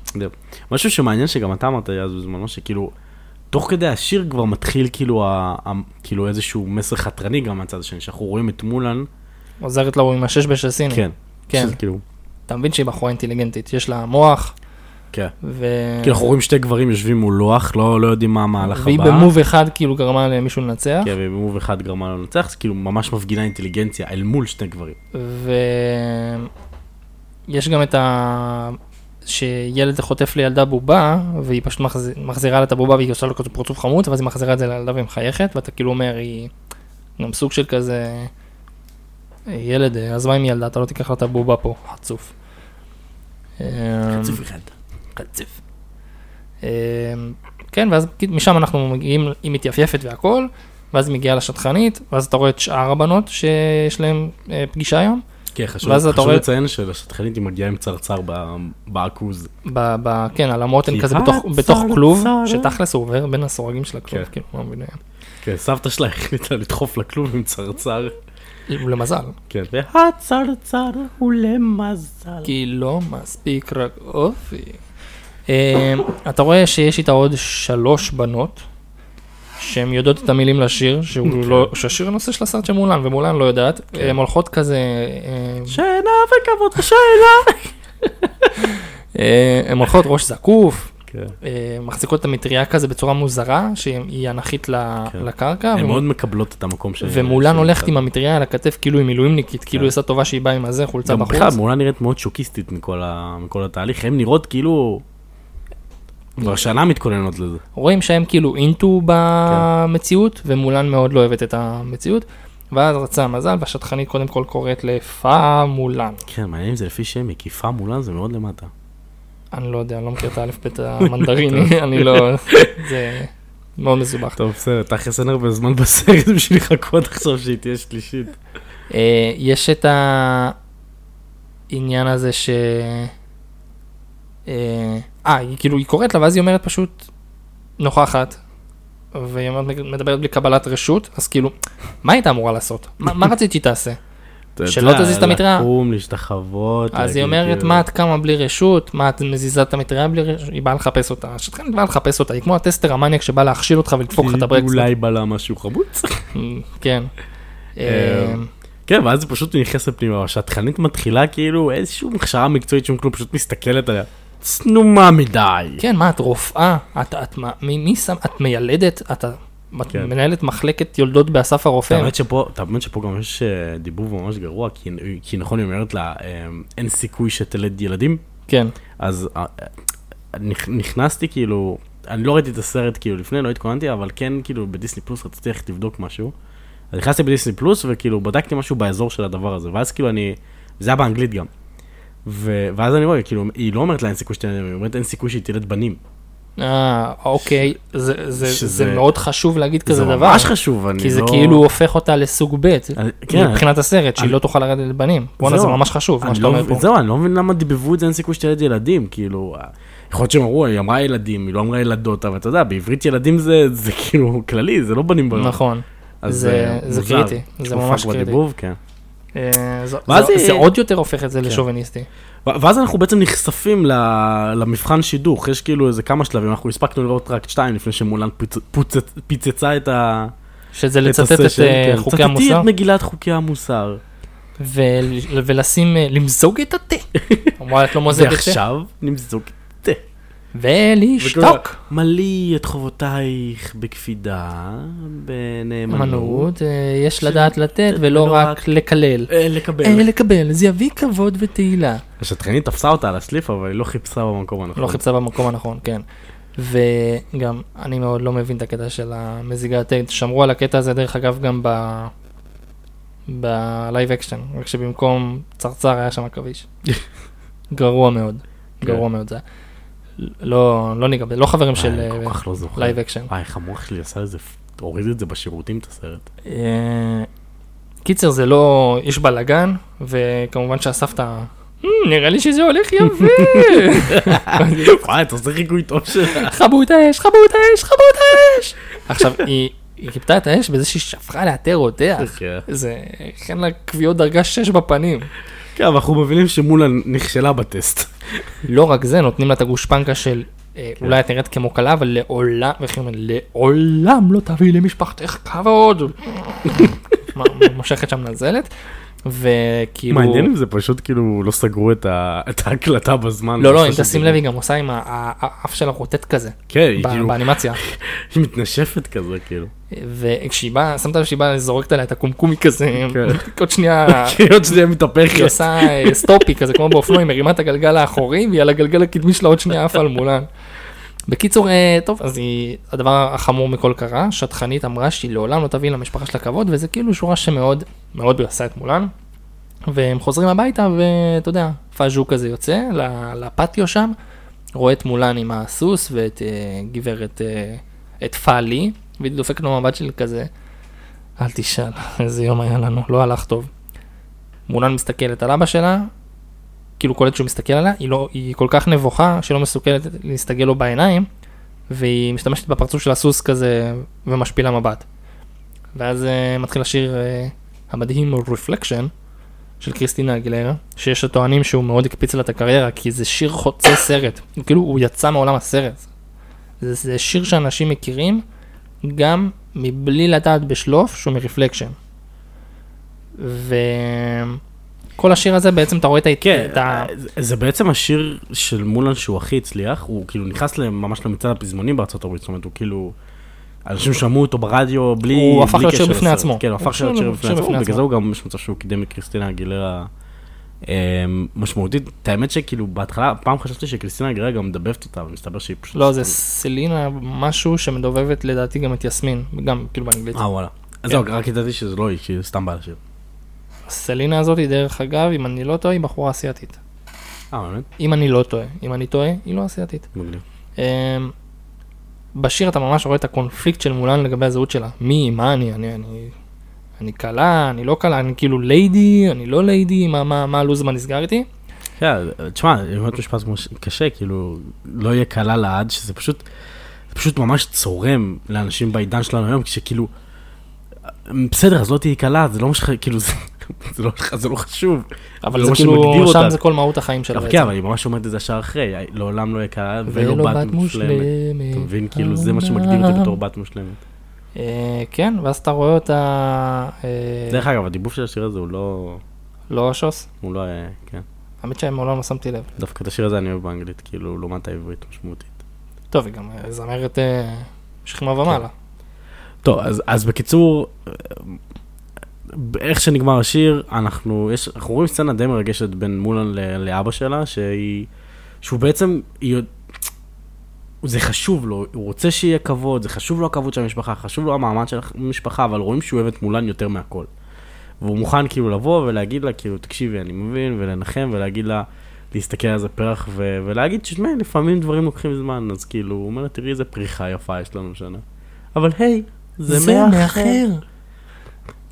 S2: משהו שמעניין שגם אתה אמרת לי אז בזמנו, שכאילו, תוך כדי השיר כבר מתחיל כאילו, ה... ה... כאילו איזשהו מסר חתרני גם מהצד השני, שאנחנו רואים את מולן,
S1: עוזרת לו עם השש בשש הנה.
S2: כן,
S1: כן.
S2: שזה כאילו,
S1: אתה מבין שהיא בחורה אינטליגנטית, יש לה מוח,
S2: כן.
S1: ו...
S2: כאילו אנחנו רואים שתי גברים יושבים מול לוח, לא, לא יודעים מה המהלך הבא.
S1: והיא במוב אחד כאילו גרמה למישהו לנצח,
S2: כן, ובמוב אחד גרמה לו לנצח, זה כאילו ממש מפגינה אינטליגנציה אל מול שני גברים.
S1: ויש גם את ה... שילד חוטף לילדה בובה, והיא פשוט מחז... מחזירה לה את הבובה והיא עושה לו כזה פרצוף חמוד, ואז היא מחזירה את זה לילדה והיא מחייכת, ואתה כאילו אומר, היא גם סוג של כזה... "היי, ילד, אה, אז מה עם ילדה? אתה לא תיקח לה את הבובה פה, חצוף. אה,
S2: חצוף אחד. חצוף.
S1: אמ, כן, ואז כאילו, משם אנחנו מגיעים, היא מתייפייפת והכל, ואז היא מגיעה לשטחנית, ואז אתה רואה את שאר הבנות שיש להן אה, פגישה היום,
S2: כן, חשוב
S1: ואז אתה
S2: חשוב
S1: רואה-
S2: לציין שלשטחנית היא מגיעה עם צרצר ב- בעכוז.
S1: ב, ב, כן, על המותן
S2: כי
S1: כזה בתוך,
S2: הצרה,
S1: בתוך כלוב,
S2: צרה.
S1: שתכלס הוא עובר בין הסורגים של הכלוב,
S2: כן.
S1: כאילו, לא מבין,
S2: כן, סבתא שלה החליטה לדחוף לכלוב עם צרצר.
S1: למזל,
S2: כן, והצרצר הוא למזל.
S1: כי לא מספיק רק אופי. אמ, אתה רואה שיש איתה עוד שלוש בנות, שהן יודעות את המילים לשיר,
S2: אוקיי.
S1: שהוא לא, שהשיר הנושא של הסרט של מולן, ומולן לא יודעת, הן הולכות כזה... אמ,
S2: שינה וכבוד השינה.
S1: אה, הן הולכות ראש זקוף,
S2: כן.
S1: אה, מחזיקות את המטריה כזה בצורה מוזרה, שהיא אנכית ל-
S2: כן. אה,
S1: לקרקע,
S2: הן
S1: ומ-
S2: מאוד מקבלות את המקום ש...
S1: אה, ומולן
S2: ש-
S1: הולכת עם המטריה על הכתף כאילו היא מילואימניקית, כאילו היא עושה טובה שהיא באה עם הזה, חולצה
S2: כן. גם
S1: בחוץ.
S2: בכלל, מולן נראית מאוד שוקיסטית מכל ה- מכל התהליך, הן נראות כאילו... כבר שנה מתכוננות לזה.
S1: רואים שהם כאילו אינטו במציאות, ומולן מאוד לא אוהבת את המציאות. ואז רצה המזל, והשטחנית קודם כל קוראת לפא מולן.
S2: כן, מעניין אם זה לפי שם מקיפה מולן זה מאוד למטה.
S1: אני לא יודע, אני לא מכיר את האלף בית המנדריני, אני לא... זה מאוד מסובך.
S2: טוב, בסדר, תכלס אין הרבה זמן בסרט בשביל לחכות עכשיו שהיא תהיה שלישית.
S1: אה, יש את העניין הזה ש... אה, אה, היא כאילו, היא קוראת לה ואז היא אומרת פשוט נוכחת, והיא אומרת- מדברת בלי קבלת רשות, אז כאילו, מה הייתה אמורה לעשות? מה מה רצית שהיא תעשה? שלא תזיז את המטריה.
S2: לקום, להשתחוות.
S1: אז
S2: להגיד
S1: היא אומרת,
S2: כאילו-
S1: מה את קמה בלי רשות? מה את מזיזה את המטריה בלי רשות? היא באה לחפש אותה. השטחנית באה לחפש אותה, היא כמו הטסטר המניאק שבא להכשיל אותך ולדפוק לך את הברקס.
S2: אולי בא לה משהו חמוץ.
S1: כן.
S2: אה,
S1: אה,
S2: כן, ואז זה פשוט נכנס לפנימה, אבל שהתכנית מתחילה כאילו איזושהי הכשרה מקצועית שום כלום, פשוט מסתכלת עליה. צנומה מדי.
S1: כן, מה, את רופאה? את, את, מה- מי, מי שם, את מיילדת? את, ה- את
S2: כן.
S1: מנהלת מחלקת יולדות באסף הרופא?
S2: האמת שפה, אתה באמת שפה גם יש אה, דיבוב ממש גרוע, כי, כי נכון, היא אומרת לה, אה, אין סיכוי שתלד ילדים,
S1: כן,
S2: אז אה, אה, נכ- נכנסתי כאילו, אני לא ראיתי את הסרט כאילו לפני, לא התכוננתי, אבל כן כאילו בדיסני פלוס רציתי ללכת לבדוק משהו. אז נכנסתי בדיסני פלוס וכאילו בדקתי משהו באזור של הדבר הזה, ואז כאילו אני, זה היה באנגלית גם. ו... ואז אני רואה, כאילו, היא לא אומרת לה אין סיכוי שתלד בנים, היא אומרת אין סיכוי שהיא תלד בנים.
S1: אה, אוקיי, זה- זה- זה
S2: שזה-
S1: מאוד חשוב להגיד
S2: זה
S1: כזה דבר,
S2: ממש חשוב, אני לא...
S1: כי זה כאילו הופך אותה לסוג ב'
S2: אני- כן,
S1: מבחינת הסרט, שהיא
S2: אני-
S1: לא תוכל לרדת לבנים. בואנה, זה
S2: זהו.
S1: ממש חשוב, מה
S2: אני
S1: שאתה
S2: לא
S1: אומר
S2: מבין-
S1: פה.
S2: זהו, אני לא מבין למה דיבבו את זה, אין סיכוי שתלד ילדים, כאילו... אה, יכול להיות שהם אמרו, היא אמרה ילדים, היא לא אמרה ילדות, אבל אתה יודע, בעברית ילדים זה זה כאילו כללי, זה לא בנים בנות.
S1: נכון,
S2: אז
S1: זה-
S2: אה,
S1: זה
S2: מוזר.
S1: קריטי,
S2: יש
S1: זה
S2: פה
S1: ממש
S2: פאק
S1: קריטי.
S2: בדיבוב, כן.
S1: אה, זו-
S2: ואז
S1: זו-
S2: היא-
S1: זה עוד יותר הופך את זה
S2: כן.
S1: לשוביניסטי.
S2: ו- ואז אנחנו בעצם נחשפים ל- למבחן שידוך, יש כאילו איזה כמה שלבים, אנחנו הספקנו לראות רק שתיים לפני שמולן פוצ- פוצ- פיצצה את ה...
S1: שזה לצטט את
S2: הסשן,
S1: אה,
S2: כן.
S1: חוקי
S2: צטטי
S1: המוסר,
S2: את מגילת חוקי המוסר.
S1: ול- ולשים, אה, למזוג את התה. אמרה, את לא מוזגת את זה?
S2: ועכשיו נמזוג תה.
S1: ולשתוק.
S2: מלאי את חובותייך בקפידה, בנאמנות.
S1: אמנות, אה, יש
S2: ש-
S1: לדעת לתת ולא
S2: ולא
S1: רק
S2: לא רק-
S1: לקלל.
S2: אה, לקבל.
S1: אה, לקבל, זה יביא כבוד ותהילה.
S2: השטחנית תפסה אותה על הסליף, אבל היא לא חיפשה במקום הנכון.
S1: לא חיפשה במקום הנכון, כן. וגם, אני מאוד לא מבין את הקטע של המזיגה הטקט. שמרו על הקטע הזה, דרך אגב, גם ב... בלייב אקשן, רק שבמקום צרצר היה שם עכביש. גרוע מאוד,
S2: כן.
S1: גרוע מאוד זה. היה. לא, לא ניגבל, לא חברים של
S2: אה, כל כך לא זוכר.
S1: לייב אקשן.
S2: וואי, איך המוח שלי עשה את זה, הוריד את זה בשירותים, את הסרט.
S1: אה, קיצר זה לא, יש בלאגן, וכמובן שהסבתא, "מ, נראה לי שזה הולך יפה,
S2: וואי, אתה עושה חיקוי טוב שלה.
S1: כבו את האש, כבו את האש, כבו את האש. עכשיו, היא היא כיבתה את האש בזה שהיא שפכה לאתר רותח.
S2: כן.
S1: זה, הכן לה כוויות דרגה 6 בפנים.
S2: כן, אבל אנחנו מבינים שמולה נכשלה בטסט.
S1: לא רק זה, נותנים לה את הגושפנקה של... אה,
S2: כן.
S1: אולי את נראית כמו כלה, אבל לעולם, איך היא אומרת, לעולם לא תביאי למשפחתך כבוד. מה, מושכת שם נזלת, וכאילו...
S2: מעניין אם זה פשוט כאילו לא סגרו את ה- את ההקלטה בזמן.
S1: לא, לא,
S2: אני
S1: אם
S2: חושב
S1: תשים
S2: שזה-
S1: לב, היא גם עושה עם ה- ה- האף שלה רוטט כזה,
S2: כן, היא
S1: ב- אה.
S2: כאילו,
S1: באנימציה.
S2: היא מתנשפת כזה, כאילו.
S1: וכשהיא באה, שמת לב שהיא באה, זורקת עליה את הקומקומי כזה,
S2: כן.
S1: עוד שנייה,
S2: היא עוד שנייה
S1: היא
S2: מתהפכת.
S1: עושה אה, סטופי כזה, כמו באופנוע, היא מרימה את הגלגל האחורי, והיא על הגלגל הקדמי שלה עוד שנייה עפה על מולן. בקיצור, אה, טוב, אז היא, הדבר החמור מכל קרה, שטחנית אמרה שהיא לעולם לא תביא למשפחה שלה כבוד, וזה כאילו שורה שמאוד, מאוד בירסה את מולן. והם חוזרים הביתה, ואתה יודע, פאז'ו כזה יוצא ל- לפטיו שם, רואה את מולן עם הסוס ואת אה, גברת, אה, את פאלי, והיא דופקת לו מבט של כזה, אל תשאל, איזה יום היה לנו, לא הלך טוב. מולן מסתכלת על אבא שלה, כאילו קולט שהוא מסתכל עליה, היא, לא, היא כל כך נבוכה שלא מסוגלת להסתגל לו בעיניים, והיא משתמשת בפרצוף של הסוס כזה ומשפילה מבט. ואז uh, מתחיל השיר uh, המדהים Reflection של קריסטינה אגילרה, שיש הטוענים שהוא מאוד הקפיץ לה את הקריירה, כי זה שיר חוצה סרט, כאילו הוא יצא מעולם הסרט. זה, זה שיר שאנשים מכירים גם מבלי לדעת בשלוף שהוא מרפלקשן. וכל השיר הזה בעצם אתה רואה את ה...
S2: כן,
S1: את ה...
S2: זה- זה בעצם השיר של מולן שהוא הכי הצליח, הוא כאילו נכנס ממש למצעד הפזמונים בארצות הברית, זאת אומרת, הוא כאילו... אנשים שמעו אותו ברדיו בלי...
S1: הוא הפך
S2: בלי
S1: להיות שיר
S2: קשר
S1: בפני
S2: לסרט.
S1: עצמו.
S2: כן, הוא
S1: הוא
S2: הפך להיות שיר בפני עצמו,
S1: עצמו.
S2: בגלל זה הוא גם, יש מצב שהוא קידם את קריסטינה אגילרה אה, משמעותית. את האמת שכאילו בהתחלה, פעם חשבתי שקריסטינה אגילרה גם מדבבת אותה, אבל מסתבר שהיא פשוט...
S1: לא, זה סלינה משהו שמדובבת לדעתי גם את יסמין, גם כאילו באנגלית.
S2: אה, וואלה. אז
S1: כן.
S2: זהו, רק ידעתי שזה לא היא, שהיא סתם באה לשיר.
S1: סלינה הזאת, היא, דרך אגב, אם אני לא טועה, היא בחורה אסיאתית.
S2: אה, באמת?
S1: אם אני לא טועה, אם אני טועה, היא לא אסיאתית.
S2: מגניב.
S1: אמ, בשיר אתה ממש רואה את הקונפליקט של מולן לגבי הזהות שלה. מי, מה אני, אני, אני, אני קלה, אני לא קלה, אני כאילו ליידי, אני לא ליידי, מה, מה, מה הלו"ז מה נסגר איתי?
S2: כן, תשמע, באמת משפט כמו ש- קשה, כאילו, לא יהיה קלה לעד, שזה פשוט, זה פשוט ממש צורם לאנשים בעידן שלנו היום, כשכאילו, בסדר, אז לא תהיי קלה, זה לא מה שח... כאילו, זה, זה, לא, זה לא חשוב.
S1: אבל
S2: זה
S1: זה
S2: מה
S1: כאילו,
S2: שמגדיר
S1: שם
S2: אותה.
S1: זה כל מהות החיים שלה
S2: אבל כן,
S1: בעצם.
S2: אבל היא ממש אומרת את זה השער אחרי, לעולם לא יהיה קלה
S1: ולא בת
S2: מושלמת.
S1: מושלמת.
S2: אתה מבין? כאילו, זה מה שמגדיר אותה בתור בת מושלמת.
S1: אה, כן, ואז אתה רואה אותה... אה,
S2: דרך אגב, הדיבוב של השיר הזה הוא לא...
S1: לא שוס?
S2: הוא לא... אה, כן.
S1: האמת שמעולם לא שמתי לב.
S2: דווקא את השיר הזה אני אוהב באנגלית, כאילו, לעומת העברית משמעותית.
S1: טוב, היא גם אה, זמרת אה,
S2: כן.
S1: שכמה ומעלה.
S2: טוב, אז, אז בקיצור, איך שנגמר השיר, אנחנו, יש, אנחנו רואים סצנה די מרגשת בין מולן ל, לאבא שלה, שהיא, שהוא בעצם, היא, יודע- זה חשוב לו, הוא רוצה שיהיה כבוד, זה חשוב לו הכבוד של המשפחה, חשוב לו המעמד של המשפחה, אבל רואים שהוא אוהב את מולן יותר מהכל. והוא מוכן כאילו לבוא ולהגיד לה, כאילו, תקשיבי, אני מבין, ולנחם, ולהגיד לה, להסתכל על זה פרח ו- ולהגיד ששמע, לפעמים דברים לוקחים זמן, אז כאילו, הוא אומר, תראי איזה פריחה יפה יש לנו שנה. אבל היי, זה מאה אחר. אה,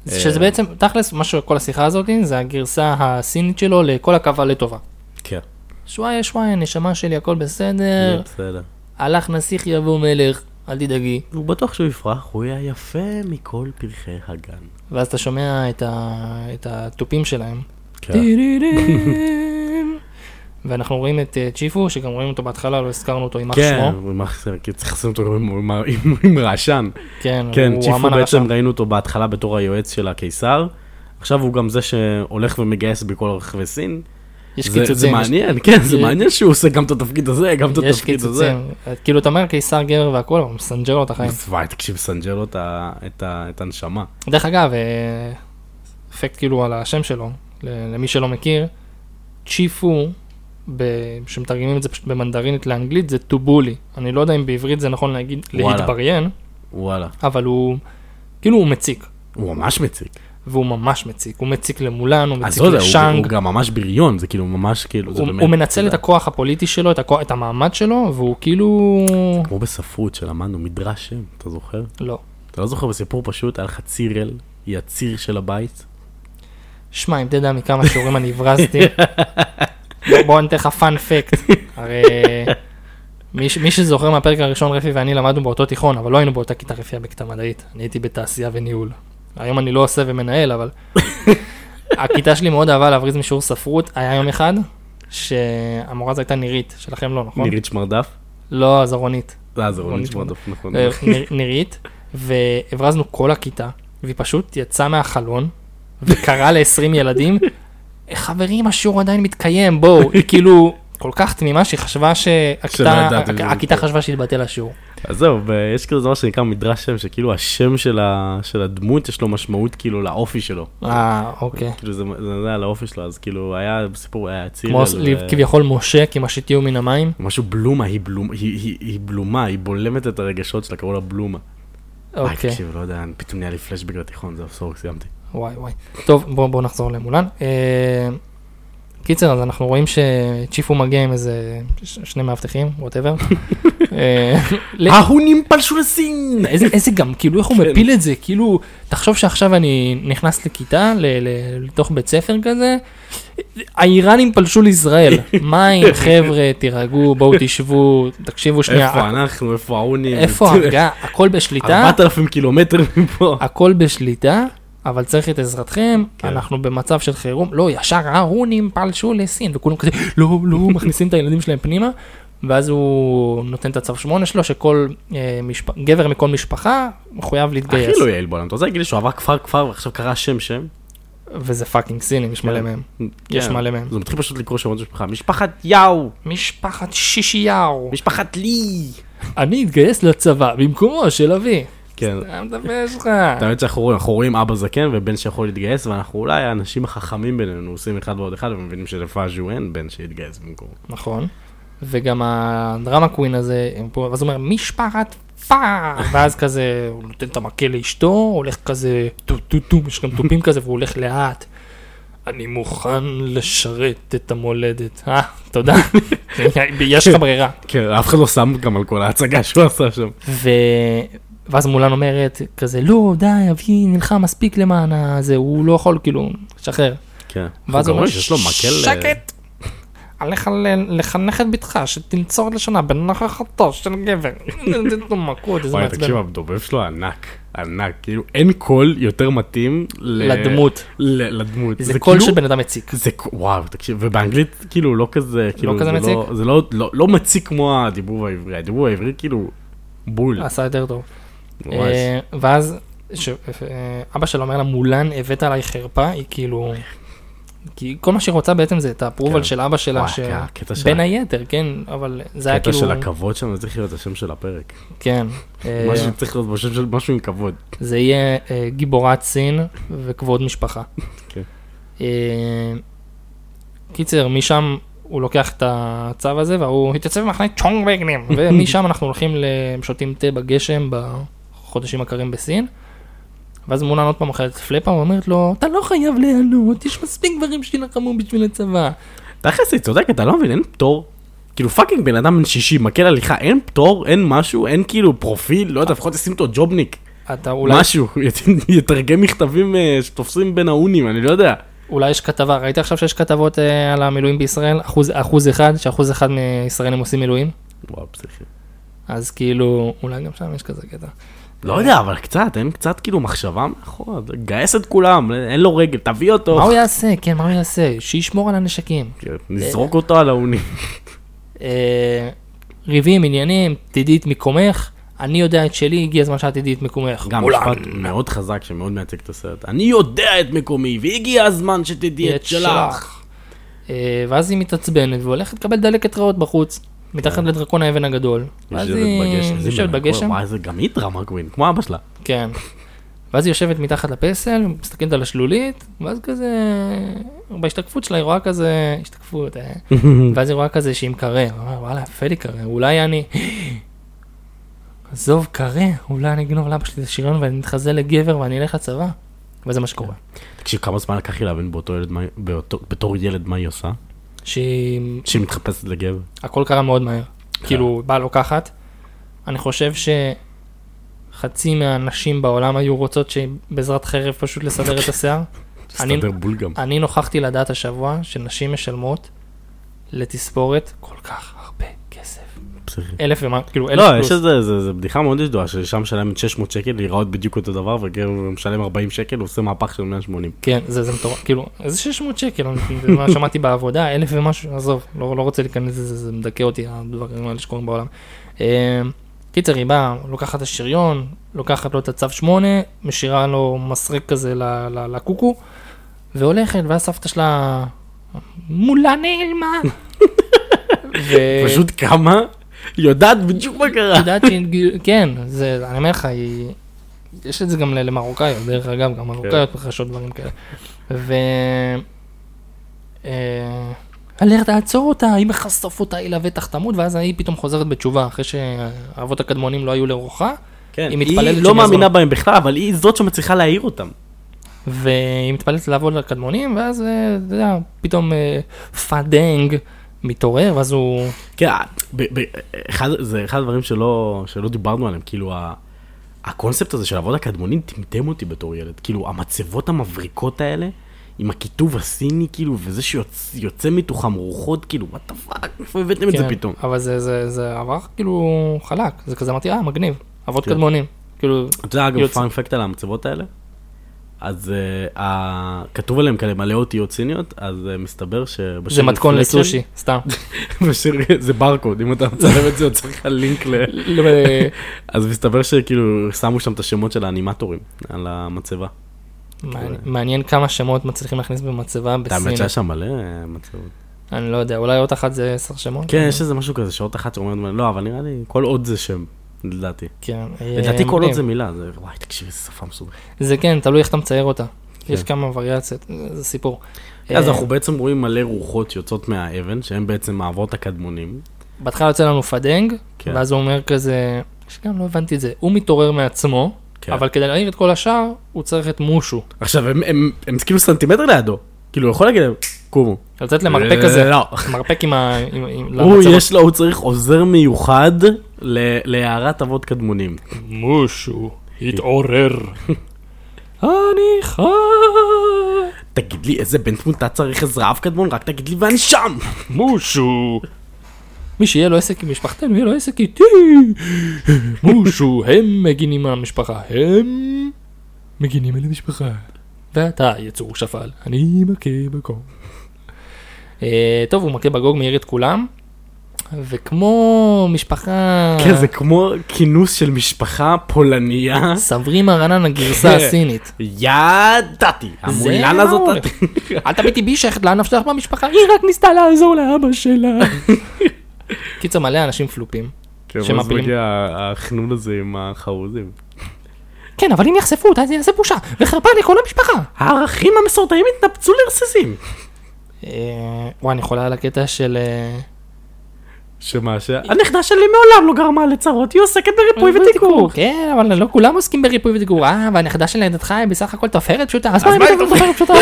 S1: זה שזה בעצם, תכלס, מה שכל השיחה הזאת, זה הגרסה הסינית שלו לכל הכבה לטובה.
S3: כן.
S1: שוואיה שוואיה, נשמה שלי, הכל בסדר,
S3: בסדר.
S1: הלך נסיך יבוא מלך, אל תדאגי.
S2: הוא בטוח שהוא יפרח, הוא יהיה יפה מכל פרחי הגן.
S1: ואז אתה שומע את, ה... את התופים שלהם.
S3: כן.
S1: אה. טירירים. ואנחנו רואים את אה, צ'יפו, שגם רואים אותו בהתחלה, לא הזכרנו אותו עם אח
S2: כן,
S1: שמו.
S2: הוא מחסר, כי צריך לשים אותו עם- עם- עם- עם רעשן.
S1: כן,
S2: כן,
S1: הוא
S2: צ'יפו
S1: האמן הרשע.
S2: בעצם ראינו אותו בהתחלה בתור היועץ של הקיסר. עכשיו הוא גם זה שהולך ומגייס בכל רחבי סין.
S1: יש
S2: זה-
S1: קיצוצים.
S2: זה
S1: יש-
S2: מעניין, כן, זה
S1: יש-
S2: מעניין שהוא עושה גם את התפקיד הזה, גם את
S1: יש
S2: התפקיד הזה.
S1: קיצוצים. כן. כאילו, אתה אומר קיסר גבר והכל, אבל הוא מסנג'ר לו את החיים.
S2: וואי, תקשיב, סנג'ר לו את ה- את ה- את הנשמה.
S1: דרך אגב, אה, אפקט כאילו על השם שלו, ל- למי שלא מכיר, צ'יפו, ב- שמתרגמים את זה פשוט במנדרינית לאנגלית, זה טובולי. אני לא יודע אם בעברית זה נכון להגיד
S2: וואלה.
S1: להתבריין,
S2: וואלה,
S1: אבל הוא, כאילו הוא מציק,
S2: הוא ממש מציק.
S1: והוא ממש מציק. הוא מציק למולן, הוא
S2: אז
S1: מציק
S2: לא יודע, הוא-
S1: לשאנג,
S2: הוא גם ממש בריון, זה כאילו ממש כאילו, זה
S1: הוא,
S2: באמת,
S1: הוא מנצל את
S2: יודע,
S1: הכוח הפוליטי שלו, את, הכוח, את המעמד שלו, והוא כאילו...
S2: כמו בספרות שלמדנו מדרש שם, אתה זוכר?
S1: לא.
S2: אתה לא זוכר בסיפור פשוט, היה לך צירל, היא הציר של הבית.
S1: שמע, אם תדע מכמה שיעורים אני הברזתי, בוא אני אתן לך פאנ פקט. הרי מי, ש- מי שזוכר מהפרק הראשון, רפי ואני למדנו באותו תיכון, אבל לא היינו באותה כיתה רפי בכיתה מדעית, אני הייתי בתעשייה וניהול. היום אני לא עושה ומנהל, אבל... הכיתה שלי מאוד אהבה להבריז משיעור ספרות, היה יום אחד, שהמורה הזו הייתה נירית, שלכם לא, נכון?
S2: נירית שמרדף.
S1: לא, אז רונית.
S2: אה, זה
S1: רונית
S2: רונית שמרדף, נכון.
S1: אה, ניר- נירית, והברזנו כל הכיתה, והיא פשוט יצאה מהחלון, וקראה ל-20 ילדים, "אה, חברים, השיעור עדיין מתקיים, בואו, היא כאילו כל כך תמימה שהיא חשבה
S2: שלא
S1: שהכיתה,
S2: ידעתם
S1: הכ-
S2: שזה
S1: הכיתה חשבה שהתבטל השיעור.
S2: אז זהו, ויש כזה דבר שנקרא מדרש שם, שכאילו השם של ה- של הדמות, יש לו משמעות כאילו לאופי שלו.
S1: אה, אוקיי.
S2: כאילו זה זה היה לאופי שלו, אז כאילו היה סיפור, היה צירל.
S1: כמו
S2: ו-
S1: ל- כביכול משה, כי מה שתהיו מן המים.
S2: משהו בלומה, היא בלומה, היא- היא היא בלומה, היא בולמת את הרגשות שלה, קראו לה בלומה. אה,
S1: אוקיי,
S2: תקשיב, לא יודע, אני- פתאום נהיה לי פלשבק לתיכון, זהו, סורי, סיימתי.
S1: וואי וואי. טוב, בואו נחזור למולן. אה, קיצר, אז אנחנו רואים שצ'יפו מגיע עם איזה ש- שני מאבטחים, אה, ווטאבר.
S2: ההונים פלשו לסין!
S1: איזה, איזה גם, כאילו איך הוא
S2: כן.
S1: מפיל את זה, כאילו, תחשוב שעכשיו אני נכנס לכיתה, ל, ל, לתוך בית ספר כזה, האיראנים פלשו לישראל, מים חבר'ה, תירגעו, בואו תשבו, תקשיבו
S2: איפה
S1: שנייה,
S2: אנחנו, אה, איפה ההונים?
S1: איפה ההרגעה, הכל בשליטה,
S2: 4,000 קילומטר מפה.
S1: הכל בשליטה, אבל צריך את עזרתכם,
S2: כן.
S1: אנחנו במצב של חירום, לא, ישר ההונים פלשו לסין, וכולם כזה, לא, לא, מכניסים את הילדים שלהם פנימה. ואז הוא נותן את הצו 8 שלו, שכל אה, משפ... גבר מכל משפחה מחויב להתגייס.
S2: הכי לא יעיל בעולם, אתה רוצה להגיד לי שהוא עבר כפר כפר ועכשיו קרא שם שם?
S1: וזה פאקינג סינים, יש מלא
S2: כן.
S1: מהם. יש
S2: כן.
S1: מלא מהם.
S2: זה מתחיל פשוט לקרוא שמות של משפחה, משפחת יאו,
S1: משפחת שישיהו.
S2: משפחת לי.
S1: אני אתגייס לצבא במקומו של אבי.
S2: כן,
S1: אתה מדבר שלך.
S2: האמת שאנחנו רואים- אנחנו רואים אבא זקן ובן שיכול להתגייס, ואנחנו אולי האנשים החכמים בינינו עושים אחד ועוד אחד ומבינים שלפאז'ו אין בן שיתגייס במקום.
S1: נכון. וגם הדרמה קווין הזה, הם פה, ואז הוא אומר, משפחת פאר. ואז כזה, הוא נותן את המקל לאשתו, הולך כזה, טו טו טו, יש גם תופים כזה, והוא הולך לאט. אני מוכן לשרת את המולדת. אה, תודה. יש לך ברירה.
S2: כן, אף אחד לא שם גם על כל ההצגה שהוא עשה שם.
S1: ו... ואז מולן אומרת כזה לא די אבי נלחם מספיק למען הזה הוא לא יכול כאילו שחרר.
S2: כן.
S1: ואז הוא אומר
S2: יש לו מקל... אה,
S1: שקט. עליך ל- לחנך את בתך שתנצור לשנה בנוכחתו של גבר. זה מכות, איזה
S2: וואי,
S1: מעצבן.
S2: תקשיב, הדובב שלו ענק, ענק, כאילו אין קול יותר מתאים ל-
S1: לדמות.
S2: ל- לדמות.
S1: זה קול
S2: כאילו-
S1: של בן אדם מציק.
S2: זה ק- וואו תקשיב ובאנגלית כאילו לא כזה כאילו
S1: כזה
S2: זה
S1: מציק?
S2: לא, זה לא, לא, לא מציק כמו הדיבור העברי הדיבור העברי כאילו בול.
S1: עשה יותר טוב.
S2: ממש.
S1: אה, ואז ש- אה, אבא שלה אומר לה מולן הבאת עליי חרפה היא כאילו. כי כל מה שהיא רוצה בעצם זה את האפרובל
S2: כן.
S1: של אבא שלה,
S2: וואי,
S1: ש-
S2: כן, הקטע של
S1: בין
S2: ה-
S1: היתר, כן, אבל זה היה
S2: קטע
S1: כאילו...
S2: של הכבוד שם זה צריך להיות השם של הפרק
S1: כן. אה,
S2: משהו צריך להיות בשם של משהו עם כבוד.
S1: זה יהיה אה, גיבורת סין וכבוד משפחה.
S2: כן.
S1: אה, קיצר, משם הוא לוקח את הצו הזה והוא התייצב במחנה צ'ונג וגנים, ומשם אנחנו הולכים, ל- הם שותים תה בגשם בחודשים הקרים בסין, ואז מולן עוד פעם אחרת פלפה, ואומרת לו, אתה לא חייב להיענות, יש מספיק דברים שתילחמו בשביל הצבא.
S2: תכלס היא צודקת, אתה לא מבין, אין פטור. כאילו פאקינג בן אדם בן 60, מקל הליכה, אין פטור, אין משהו, אין כאילו פרופיל, לא יודע, לפחות תשים אותו ג'ובניק.
S1: אתה אולי,
S2: משהו, יתרגם מכתבים אה, שתופסים בין האונים, אני לא יודע.
S1: אולי יש כתבה, ראית עכשיו שיש כתבות אה, על המילואים בישראל? אחוז, אחוז אחד, שאחוז אחד מישראלים עושים מילואים?
S2: וואו, פסיכי.
S1: אז כאילו, אולי גם שם יש כזה קטע.
S2: לא יודע, אבל קצת, אין קצת כאילו מחשבה מאחורה, גייס את כולם, אין לו רגל, תביא אותו.
S1: מה הוא יעשה? כן, מה הוא יעשה? שישמור על הנשקים.
S2: כן, נזרוק אותו על האונים.
S1: אה, ריבים, עניינים, תדעי את מקומך, אני יודע את שלי, הגיע הזמן שאת תדעי את מקומך.
S2: גם
S1: מולן.
S2: משפט מאוד חזק שמאוד מייצג את הסרט. אני יודע את מקומי, והגיע הזמן שתדעי את שלך.
S1: אה, ואז היא מתעצבנת והולכת לקבל דלקת ריאות בחוץ,
S2: כן.
S1: מתחת לדרקון האבן הגדול. ואז היא
S2: איזה
S1: יושבת
S2: בן אדם.
S1: בגשם,
S2: וואי, זה גם היא דרמה קווין, כמו אבא שלה.
S1: כן. ואז היא יושבת מתחת לפסל, מסתכלת על השלולית, ואז כזה, בהשתקפות שלה היא רואה כזה, השתקפות, אה. ואז היא רואה כזה שהיא עם קרה, ואומרת, וואלה, יפה לי קרה, אולי אני... עזוב, קרה, אולי אני אגנוב לאבא שלי את השריון ואני אתחזה לגבר ואני אלך לצבא. וזה מה שקורה.
S2: כן. תקשיב, כמה זמן לקח לי להבין באותו ילד, מה- באותו- בתור ילד מה היא עושה?
S1: שהיא
S2: שהיא מתחפשת לגבר.
S1: הכל קרה מאוד מהר.
S2: כן.
S1: כאילו, באה לוקחת. אני חושב שחצי מהנשים בעולם היו רוצות שבעזרת חרב פשוט לסדר את השיער. אני-
S2: תסתדר בול גם.
S1: אני נוכחתי לדעת השבוע שנשים משלמות לתספורת כל כך הרבה כסף.
S2: פסיכי.
S1: אלף ומה, כאילו אלף
S2: לא,
S1: פלוס.
S2: יש איזה זה- זה בדיחה מאוד ידועה, שאישה משלמת 600 שקל להיראות בדיוק אותו דבר, וגם משלם 40 שקל, הוא עושה מהפך של 180.
S1: כן, זה, זה מטורף, כאילו, איזה 600 שקל, אני- זה מה שמעתי בעבודה, אלף ומשהו, עזוב, לא, לא רוצה להיכנס לזה, זה מדכא אותי, הדברים האלה שקורים בעולם. אה, קיצר, היא באה, לוקחת את השריון, לוקחת לו את הצו 8, משאירה לו מסרק כזה ל- ל- לקוקו, והולכת, ואז סבתא שלה, מולה נעלמה. ו-
S2: פשוט כמה, היא יודעת בדיוק מה קרה.
S1: את אה. יודעת שהיא, כן, זה, אני אומר לך, היא, יש את זה גם ל- למרוקאיות, דרך אגב, גם
S2: כן.
S1: מרוקאיות מחשות דברים כאלה. ו... אה, אלר תעצור אותה, אם יחשוף אותה היא לבטח תמות, ואז היא פתאום חוזרת בתשובה, אחרי שהאבות הקדמונים לא היו לרוחה,
S2: כן,
S1: היא
S2: היא
S1: מתפללת שהם
S2: לא
S1: יעזרו
S2: מאמינה
S1: לה.
S2: בהם בכלל, אבל היא זאת שמצליחה להעיר אותם.
S1: והיא מתפללת לעבוד לקדמונים, ואז, אה, אתה יודע, פתאום אה, פאדנג מתעורר, ואז הוא...
S2: כן, ב- ב- אחד- זה אחד הדברים שלא שלא דיברנו עליהם, כאילו ה- הקונספט הזה של עבוד הקדמונים טמטם אותי בתור ילד, כאילו המצבות המבריקות האלה, עם הכיתוב הסיני כאילו, וזה שיוצא מתוכם רוחות, כאילו, וואט דה פאק, איפה הבאתם את זה
S1: כן,
S2: פתאום?
S1: אבל זה, זה, זה עבר כאילו חלק, זה כזה אמרתי, אה, מגניב,
S2: כן.
S1: אבות קדמונים. כאילו,
S2: אתה יודע, אגב,
S1: יוצא-
S2: פאנפקט על המצבות האלה? אז uh, ה... כתוב עליהם כאלה מלא אותיות סיניות, אז uh, מסתבר שבשיר...
S1: זה מתכון
S2: Reflection-
S1: לסושי, סתם.
S2: בשיר זה ברקוד, אם אתה מצלם את זה, יוצא לך לינק ל...
S1: ל-
S2: אז מסתבר שכאילו שמו שם את השמות של האנימטורים על המצבה.
S1: מעניין-
S2: אוקיי.
S1: מעניין כמה שמות מצליחים להכניס במצבה בסין.
S2: האמת שהיה שם מלא אה, מצבות.
S1: אני לא יודע, אולי עוד אחת זה 10 שמות?
S2: כן, יש איזה משהו כזה, שעות אחת שאומרת, לא, אבל נראה לי, כל עוד זה שם, לדעתי.
S1: כן. אה,
S2: לדעתי כל עוד
S1: מגניב.
S2: זה מילה, זה, וואי, תקשיב, איזה שפה מסובכת.
S1: זה כן, תלוי איך אתה מצייר אותה. יש כמה וריאציות, זה- זה סיפור.
S2: כן. אז
S1: אה,
S2: אנחנו בעצם רואים מלא רוחות יוצאות מהאבן, שהן בעצם האבות הקדמונים.
S1: בהתחלה יוצא לנו פדנג,
S2: כן.
S1: ואז הוא אומר כזה, שגם לא הבנתי את זה, הוא מתעורר מעצמו,
S2: כן.
S1: אבל כדי להעיר את כל השאר, הוא צריך את מושו.
S2: עכשיו, הם, הם, הם כאילו סנטימטר לידו. כאילו, הוא יכול להגיד להם, קומו.
S1: לצאת למרפק כזה,
S2: לא.
S1: מרפק עם ה... עם- עם-
S2: הוא,
S1: למצב-
S2: יש לו, הוא צריך עוזר מיוחד ל- להערת אבות קדמונים.
S1: מושו, התעורר. אני חי.
S2: תגיד לי, איזה בן תמותה צריך עזרה אב קדמון? רק תגיד לי ואני שם!
S1: אה. מושו. מי שיהיה לו עסק עם משפחתנו, יהיה לו עסק איתי. מושו, הם מגינים על המשפחה, הם מגינים על המשפחה. ואתה יצור שפל, אני מכה בגוג. אה, טוב, הוא מכה בגוג, מעיר את כולם. וכמו משפחה...
S2: כן, זה כמו כינוס של משפחה פולניה.
S1: סברים הרנן הגרסה הסינית.
S2: ידעתי, המולן
S1: זהו.
S2: הזאת.
S1: אל תביטי בי שייכת לענף שלך במשפחה, היא רק ניסתה לעזור לאבא שלה. קיצר מלא אנשים פלופים.
S2: כן,
S1: שמפילים.
S2: ואז מגיע החנון הזה עם החרוזים.
S1: כן, אבל אם יחשפו אותה, זה יעשה בושה, וחרפה לכל המשפחה.
S2: הערכים המסורתיים התנפצו לרסיסים.
S1: אה, וואי, אני חולה על הקטע של... אה,
S2: שמה ש... הנכדה שלי מעולם לא גרמה לצרות, היא עוסקת בריפוי ותיקור.
S1: כן, אבל לא כולם עוסקים בריפוי ותיקור. אה, והנכדה של ילדתך היא בסך הכל תופרת פשוטה. אז
S3: אז
S1: מה אם
S3: מה
S1: היא
S3: היא
S1: תופרת פשוטה?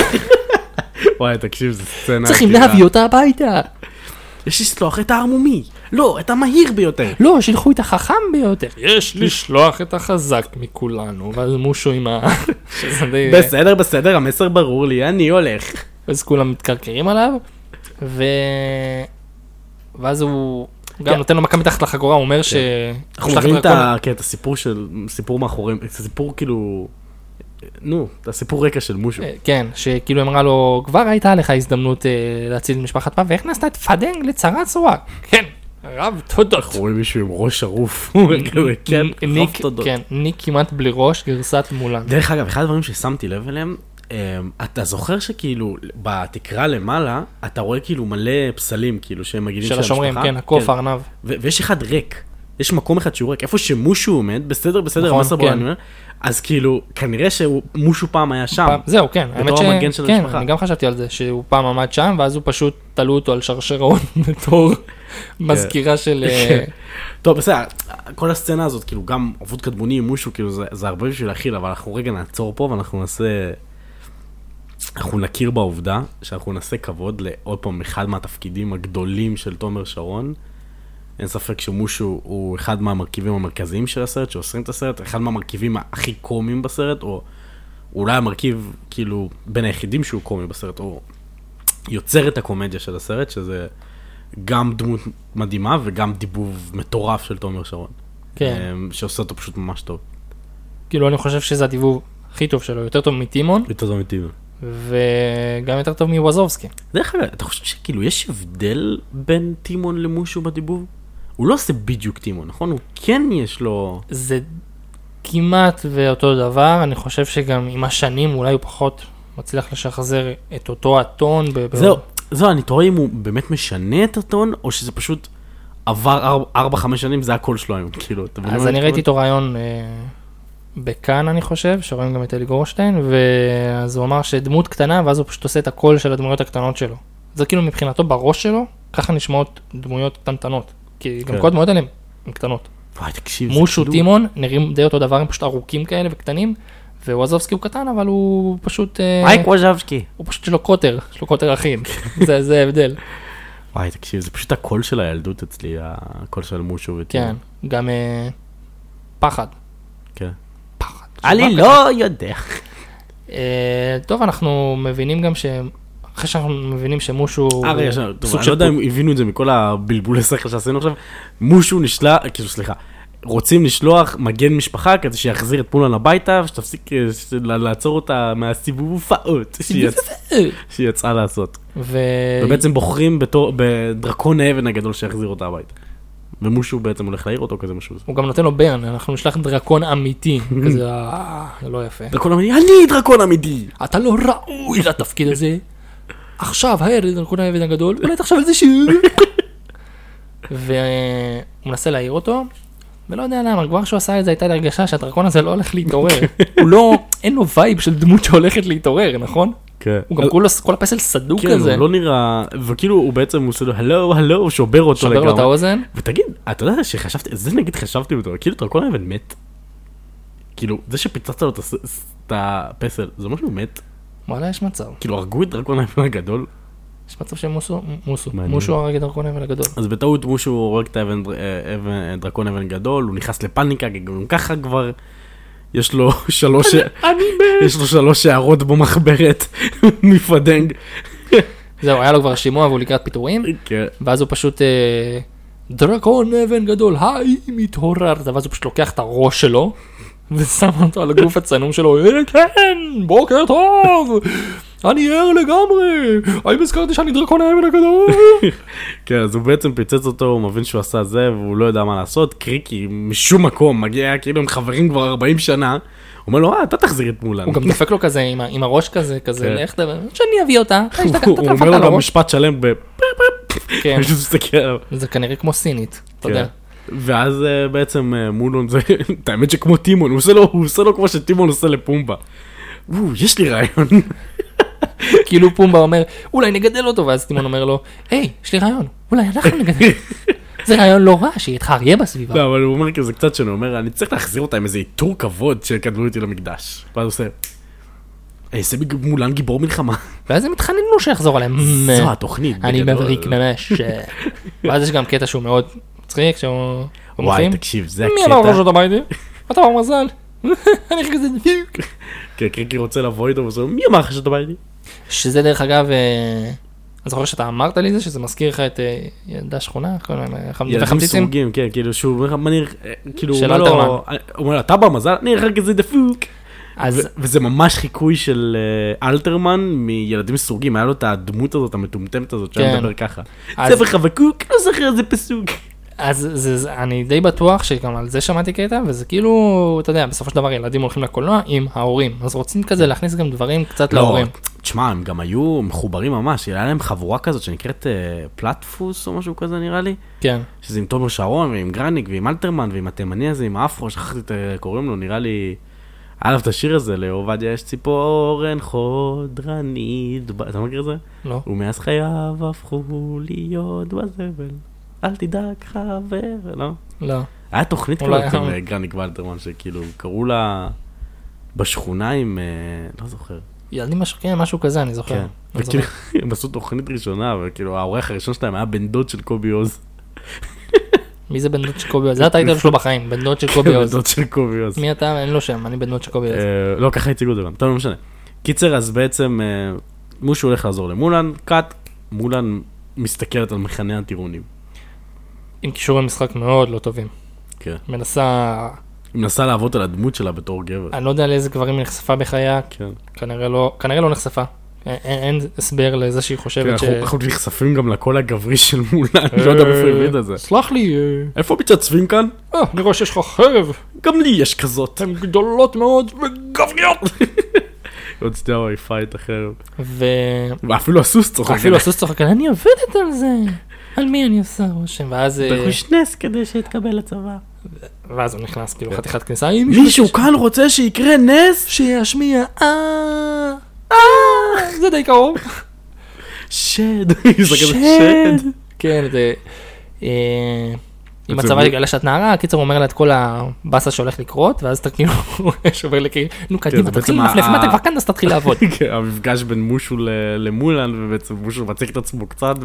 S2: וואי, תקשיב, זו סצנה...
S1: צריכים
S2: אדירה.
S1: להביא אותה הביתה.
S2: יש לסלוח את הערמומי. לא, את המהיר ביותר.
S1: לא, שילחו את החכם ביותר. יש לשלוח את החזק מכולנו, ואז מושו עם ה... שזה די-
S2: בסדר, בסדר, המסר ברור לי, אני הולך.
S1: אז כולם מתקרקרים עליו, ו... ואז הוא הוא גם
S2: כן.
S1: נותן לו מכה מתחת לחגורה, הוא אומר ש...
S2: אנחנו מבינים את ה- כן, את הסיפור של... סיפור מאחורי... סיפור כאילו... נו, את הסיפור רקע של מושו.
S1: אה, כן, שכאילו אמרה לו, כבר הייתה לך הזדמנות אה, להציל את משפחת פאב, והכנסת את פדנג לצרה צורה. כן, רב תודות.
S2: אנחנו רואים מישהו עם ראש שרוף. הוא אומר כזה, כן,
S1: ניק-
S2: חוף תודות.
S1: כן, ניק כמעט בלי ראש, גרסת מולן.
S2: דרך אגב, אחד הדברים ששמתי לב אליהם, אמ, אתה זוכר שכאילו בתקרה למעלה, אתה רואה כאילו מלא פסלים, כאילו שהם מגינים
S1: של השומרים,
S2: המשפחה?
S1: כן, הקוף, הארנב.
S2: ו- ויש אחד ריק. יש מקום אחד שהוא ריק, איפה שמושו עומד, בסדר, בסדר,
S1: נכון,
S2: המסר
S1: כן.
S2: ברור, אני אומר, אז כאילו, כנראה שמושו פעם היה שם.
S1: פעם- זהו, כן, האמת
S2: בתור המגן של
S1: כן,
S2: המשפחה.
S1: אני גם חשבתי על זה, שהוא פעם עמד שם, ואז הוא פשוט תלו אותו על שרשרון
S2: כן.
S1: בתור מזכירה של... אה,
S2: טוב, בסדר, כל הסצנה הזאת, כאילו, גם עבוד קדמוני עם מושו, כאילו, זה, זה הרבה בשביל להכיל, אבל אנחנו רגע נעצור פה ואנחנו נעשה... אנחנו נכיר בעובדה שאנחנו נעשה כבוד לעוד פעם אחד מהתפקידים הגדולים של תומר שרון. אין ספק שמושו הוא אחד מהמרכיבים המרכזיים של הסרט, שאוסרים את הסרט, אחד מהמרכיבים הכי קומיים בסרט, או אולי המרכיב, כאילו, בין היחידים שהוא קומי בסרט, או יוצר את הקומדיה של הסרט, שזה גם דמות מדהימה וגם דיבוב מטורף של תומר שרון.
S1: כן.
S2: אמ, שעושה אותו פשוט ממש טוב.
S1: כאילו אני חושב שזה הדיבוב הכי טוב שלו, יותר טוב מטימון
S2: יותר טוב מטיבי.
S1: וגם יותר טוב מווזובסקי.
S2: דרך אגב, אתה חושב שכאילו יש הבדל בין טימון למושו בדיבוב? הוא לא עושה בדיוק טימון, נכון? הוא כן יש לו...
S1: זה כמעט ואותו דבר, אני חושב שגם עם השנים אולי הוא פחות מצליח לשחזר את אותו הטון. ב- ב-
S2: זהו, זהו, אני תוהה אם הוא באמת משנה את הטון, או שזה פשוט עבר 4-5 שנים, זה הקול שלו היום, כאילו, אתה מבין מה
S1: אז אני
S2: מתכוון?
S1: ראיתי איתו רעיון אה, בכאן אני חושב, שרואים גם את אלי גורשטיין, ואז הוא אמר שדמות קטנה ואז הוא פשוט עושה את הקול של הדמויות הקטנות שלו. זה כאילו מבחינתו בראש שלו, ככה נשמעות דמויות קטנטנות. כי גם
S2: כן.
S1: כל הדמויות האלה הן קטנות.
S2: וואי, תקשיב, זה
S1: מושו
S2: כאילו-
S1: טימון נראים די אותו דבר, הם פשוט ארוכים כאלה וקטנים, וווזובסקי הוא קטן, אבל הוא פשוט, אה,
S2: מייק ווז'בסקי.
S1: הוא פשוט יש לו קוטר, יש לו קוטר אחיד, זה זה ההבדל,
S2: וואי, תקשיב, זה פשוט הקול של הילדות אצלי, הקול של מושו וטימון.
S1: כן, גם אה, פחד.
S2: כן.
S1: פחד.
S2: אני לא יודע.
S1: אה, טוב, אנחנו מבינים גם ש... אחרי שאנחנו מבינים שמושו...
S2: אה, רגע, שנייה, טוב, אני לא יודע אם הבינו את זה מכל הבלבולי שכל שעשינו עכשיו. מושו נשלח, כאילו, סליחה, רוצים לשלוח מגן משפחה כדי שיחזיר את פולן הביתה, ושתפסיק אה, ש- ל- לעצור אותה מהסיבובופאות שהיא יצ- שהיא יצאה לעשות.
S1: ו...
S2: ובעצם בוחרים בתור- בדרקון האבן הגדול שיחזיר אותה הביתה. ומושו בעצם הולך להעיר אותו כזה משהו.
S1: הוא גם נותן לו ברן, אנחנו נשלח דרקון אמיתי, כזה, "אה, זה לא יפה.
S2: דרקון אמיתי, אני דרקון אמיתי!
S1: אתה לא ראוי לתפקיד הזה. עכשיו, הערב, דרכון האבן הגדול, אולי תחשוב על זה שוב. והוא מנסה להעיר אותו, ולא יודע למה, כבר כשהוא עשה את זה הייתה לי הרגשה שהדרקון הזה לא הולך להתעורר. הוא לא, אין לו וייב של דמות שהולכת להתעורר, נכון?
S2: כן.
S1: הוא גם כולו, כל הפסל סדוק
S2: כן,
S1: כזה.
S2: הוא לא נראה, וכאילו הוא בעצם עושה לו הלו הלו, שובר אותו
S1: שובר לו את
S2: לגמרי.
S1: האוזן,
S2: ותגיד, אתה יודע שחשבתי, זה נגיד חשבתי אותו, כאילו דרקון האבן מת. כאילו, זה שפיצצת לו את הס- ס- את הפסל, זה אומר שהוא מת.
S1: וואלה יש מצב,
S2: כאילו, הרגו את דרקון האבן הגדול,
S1: יש מצב שמוסו, מוסו,
S2: מעניין.
S1: מושו הרג את דרכון האבן הגדול.
S2: אז בטעות מישהו הורג את האבן, אה, אבן- דרקון האבן גדול, הוא נכנס לפאניקה, כי גם ככה כבר יש לו שלוש... יש לו שלוש הערות במחברת מפדנג.
S1: זהו, היה לו כבר שימוע והוא לקראת פיטורים,
S2: כן.
S1: ואז הוא פשוט אה, דרקון אבן גדול, האם התעוררת? ואז הוא פשוט לוקח את הראש שלו, ושם אותו על הגוף הצנום שלו, "אה, כן, בוקר טוב, אני ער לגמרי, האם הזכרתי שאני דרקון האבן הגדול?
S2: כן, אז הוא בעצם פיצץ אותו, הוא מבין שהוא עשה זה, והוא לא יודע מה לעשות. קריקי, משום מקום, מגיע כאילו הם חברים כבר 40 שנה. הוא אומר לו, אה, אתה תחזיר את מולן. כאילו,
S1: הוא גם דופק לו כזה עם ה- עם הראש כזה, כזה,
S2: כן.
S1: לך דבר, שאני אביא אותה, אתה
S2: הוא-
S1: השתכחת,
S2: הוא
S1: אתה
S2: אומר
S1: דפקת
S2: לו
S1: על
S2: גם
S1: הראש."
S2: משפט שלם, ב-
S1: כן,
S2: פשוט מסתכל עליו.
S1: זה כנראה כמו סינית, אתה יודע.
S2: כן. ואז אה, בעצם אה, מולון זה, את האמת שכמו טימון, הוא עושה לו, הוא עושה לו כמו שטימון עושה לפומבה. וואו, יש לי רעיון.
S1: כאילו פומבה אומר, אולי נגדל אותו, ואז טימון אומר לו, היי, יש לי רעיון, אולי אנחנו נגדל. זה רעיון לא רע, שיתחריה בסביבה.
S2: לא, אבל הוא אומר כזה קצת שונה, הוא אומר, אני צריך להחזיר אותה עם איזה עיטור כבוד שכתבו איתי למקדש. ואז הוא עושה, איזה מולן גיבור מלחמה.
S1: ואז הם התחננו שיחזור עליהם.
S2: זו התוכנית.
S1: אני
S2: בגדול.
S1: מבריק ממש. ואז יש גם קטע שהוא מאוד מצחיק, שהוא...
S2: וואי,
S1: מוחאים.
S2: תקשיב, זה
S1: מי אמר לא לך
S2: הקטע.
S1: שאתה ביידי? אתה בר מזל. אני כזה דיוק.
S2: כן, קריקי רוצה לבוא איתו, ואז הוא אומר, מי אמר לך שאתה בא איתי?
S1: שזה דרך אגב, אה, אני זוכר שאתה אמרת לי את זה, שזה מזכיר לך את אה, ילדה שכונה, כל מיני
S2: ילדים
S1: וחמציצים.
S2: סרוגים, כן, כאילו שהוא אומר לך, מה נראה, כאילו, הוא
S1: של
S2: אומר לו-
S1: אלתרמן.
S2: הוא אומר לו, אתה במזל, נראה לך כזה דפוק.
S1: אז
S2: ו- וזה ממש חיקוי של אה, אלתרמן מילדים סורגים, היה לו את הדמות הזאת, המטומטמת הזאת, שהיה
S1: כן.
S2: מדבר ככה.
S1: אז-
S2: ספר חבקוק, לא זוכר איזה פסוק.
S1: אז זה, זה, אני די בטוח שגם על זה שמעתי קטע, וזה כאילו, אתה יודע, בסופו של דבר ילדים הולכים לקולנוע עם ההורים, אז רוצים כזה להכניס גם דברים קצת להורים.
S2: לא, תשמע, הם גם היו מחוברים ממש, היה להם חבורה כזאת שנקראת אה, פלטפוס או משהו כזה נראה לי,
S1: כן,
S2: שזה עם תומר שרון ועם גרניק ועם אלתרמן ועם התימני הזה, עם האפרו, שכחתי את אה, קוראים לו, נראה לי... היה לו את השיר הזה, לעובדיה יש ציפורן חודרנית, ב- אתה מכיר את זה?
S1: לא.
S2: ומאז חייו הפכו להיות בזבל. אל תדאג חבר, לא?
S1: לא.
S2: היה תוכנית
S1: אולי,
S2: כזאת עם
S1: אה.
S2: אה, גרניק ואלתרמן שכאילו קראו לה בשכונה עם, אה, לא זוכר,
S1: ילדים משהו, כן, משהו כזה, אני זוכר.
S2: כן.
S1: אני
S2: וכאילו
S1: לא זוכר.
S2: הם עשו תוכנית ראשונה וכאילו העורך הראשון שלהם היה בן דוד של קובי עוז.
S1: מי זה בן דוד של קובי עוז? זה הטייטל שלו בחיים, בן דוד של
S2: כן,
S1: קובי
S2: בן
S1: עוז.
S2: דוד של קובי עוז.
S1: מי אתה? אין לו שם, אני בן דוד של קובי עוז.
S2: אה, לא, ככה הציגו את זה גם, טוב, לא משנה. קיצר, אז בעצם אה, מושו הולך לעזור למולן, קאט, מולן מסתכלת על מכנה הטירונים.
S1: עם כישורי משחק מאוד לא טובים.
S2: כן.
S1: מנסה,
S2: היא מנסה לעבוד על הדמות שלה בתור גבר.
S1: אני לא יודע לאיזה גברים היא נחשפה בחייה,
S2: כן.
S1: כנראה לא, כנראה לא נחשפה. אין, אין אין הסבר לזה שהיא
S2: כן,
S1: חושבת ש...
S2: אנחנו- אנחנו נחשפים גם לקול הגברי של מולן, לא יודע מאיפה היא הבינה את זה.
S1: אה, סלח לי, אה,
S2: איפה מתייצבים כאן?
S1: אה, אני רואה שיש לך חרב,
S2: גם לי יש כזאת.
S1: הן גדולות מאוד.
S2: גבריות! עוד שנייה הוא יפה את החרב.
S1: ואפילו
S2: ואפילו הסוס צוחק.
S1: הסוס צוחק, אני עובדת על זה, על מי אני עושה רושם, ואז אה,
S2: תחושנס כדי שיתקבל לצבא.
S1: ואז הוא נכנס, כאילו חתיכת כניסה, "אם
S2: מישהו כאן רוצה שיקרה נס?
S1: שישמיע אה, אה, זה די קרוב.
S2: שד. הוא מסתכל על
S1: שד. כן, זה... אה, אם
S2: זה
S1: הצבא
S2: בול.
S1: יגלה שאת נערה, הקיצר אומר לה את כל הבאסה שהולך לקרות, ואז אתה כאילו שובר לקיר, נו
S2: זה
S1: קדימה, תתחיל
S2: בעצם ה-
S1: לנפנף, מה אתה
S2: ה-
S1: כבר כאן אז תתחיל לעבוד.
S2: כן, המפגש בין מושו ל- למולן, ובעצם מושו מציג את עצמו קצת ב-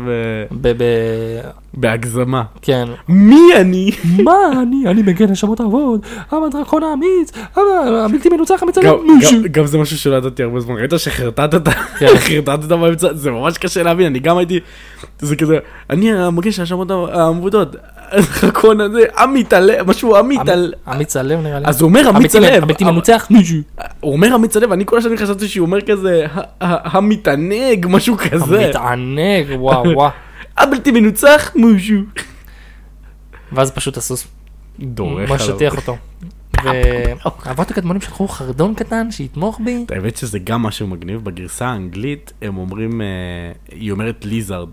S1: ב- ב-
S2: בהגזמה.
S1: כן,
S2: מי אני?
S1: מה אני, אני מגן נשמות אבות, המדרקון האמיץ, המ- הבלתי מנוצח המצלם,
S2: גם- גם- גם זה משהו שלא ידעתי הרבה זמן, ראית שחרטטת,
S1: כן.
S2: חרטטת באמצע, זה ממש קשה להבין, אני גם הייתי, זה כזה, אני המגן של השמות האבודות, חכון הזה, עמית הלב, משהו עמית הלב,
S1: אמיץ הלב נראה לי.
S2: אז הוא אומר עמית
S1: הבלתי-
S2: הלב,
S1: הבלתי מנוצח, מישהו.
S2: הוא אומר עמית הלב, אני כל השנים חשבתי שהוא אומר כזה, "ה- ה- המתענג, משהו כזה,
S1: המתענג, וואו וואו.
S2: הבלתי מנוצח, משהו.
S1: ואז פשוט הסוס
S2: דורך עליו.
S1: משטיח אותו. והאבות הקדמונים שלחו חרדון קטן שיתמוך בי.
S2: האמת שזה גם משהו מגניב, בגרסה האנגלית הם אומרים, אה, היא אומרת ליזארד,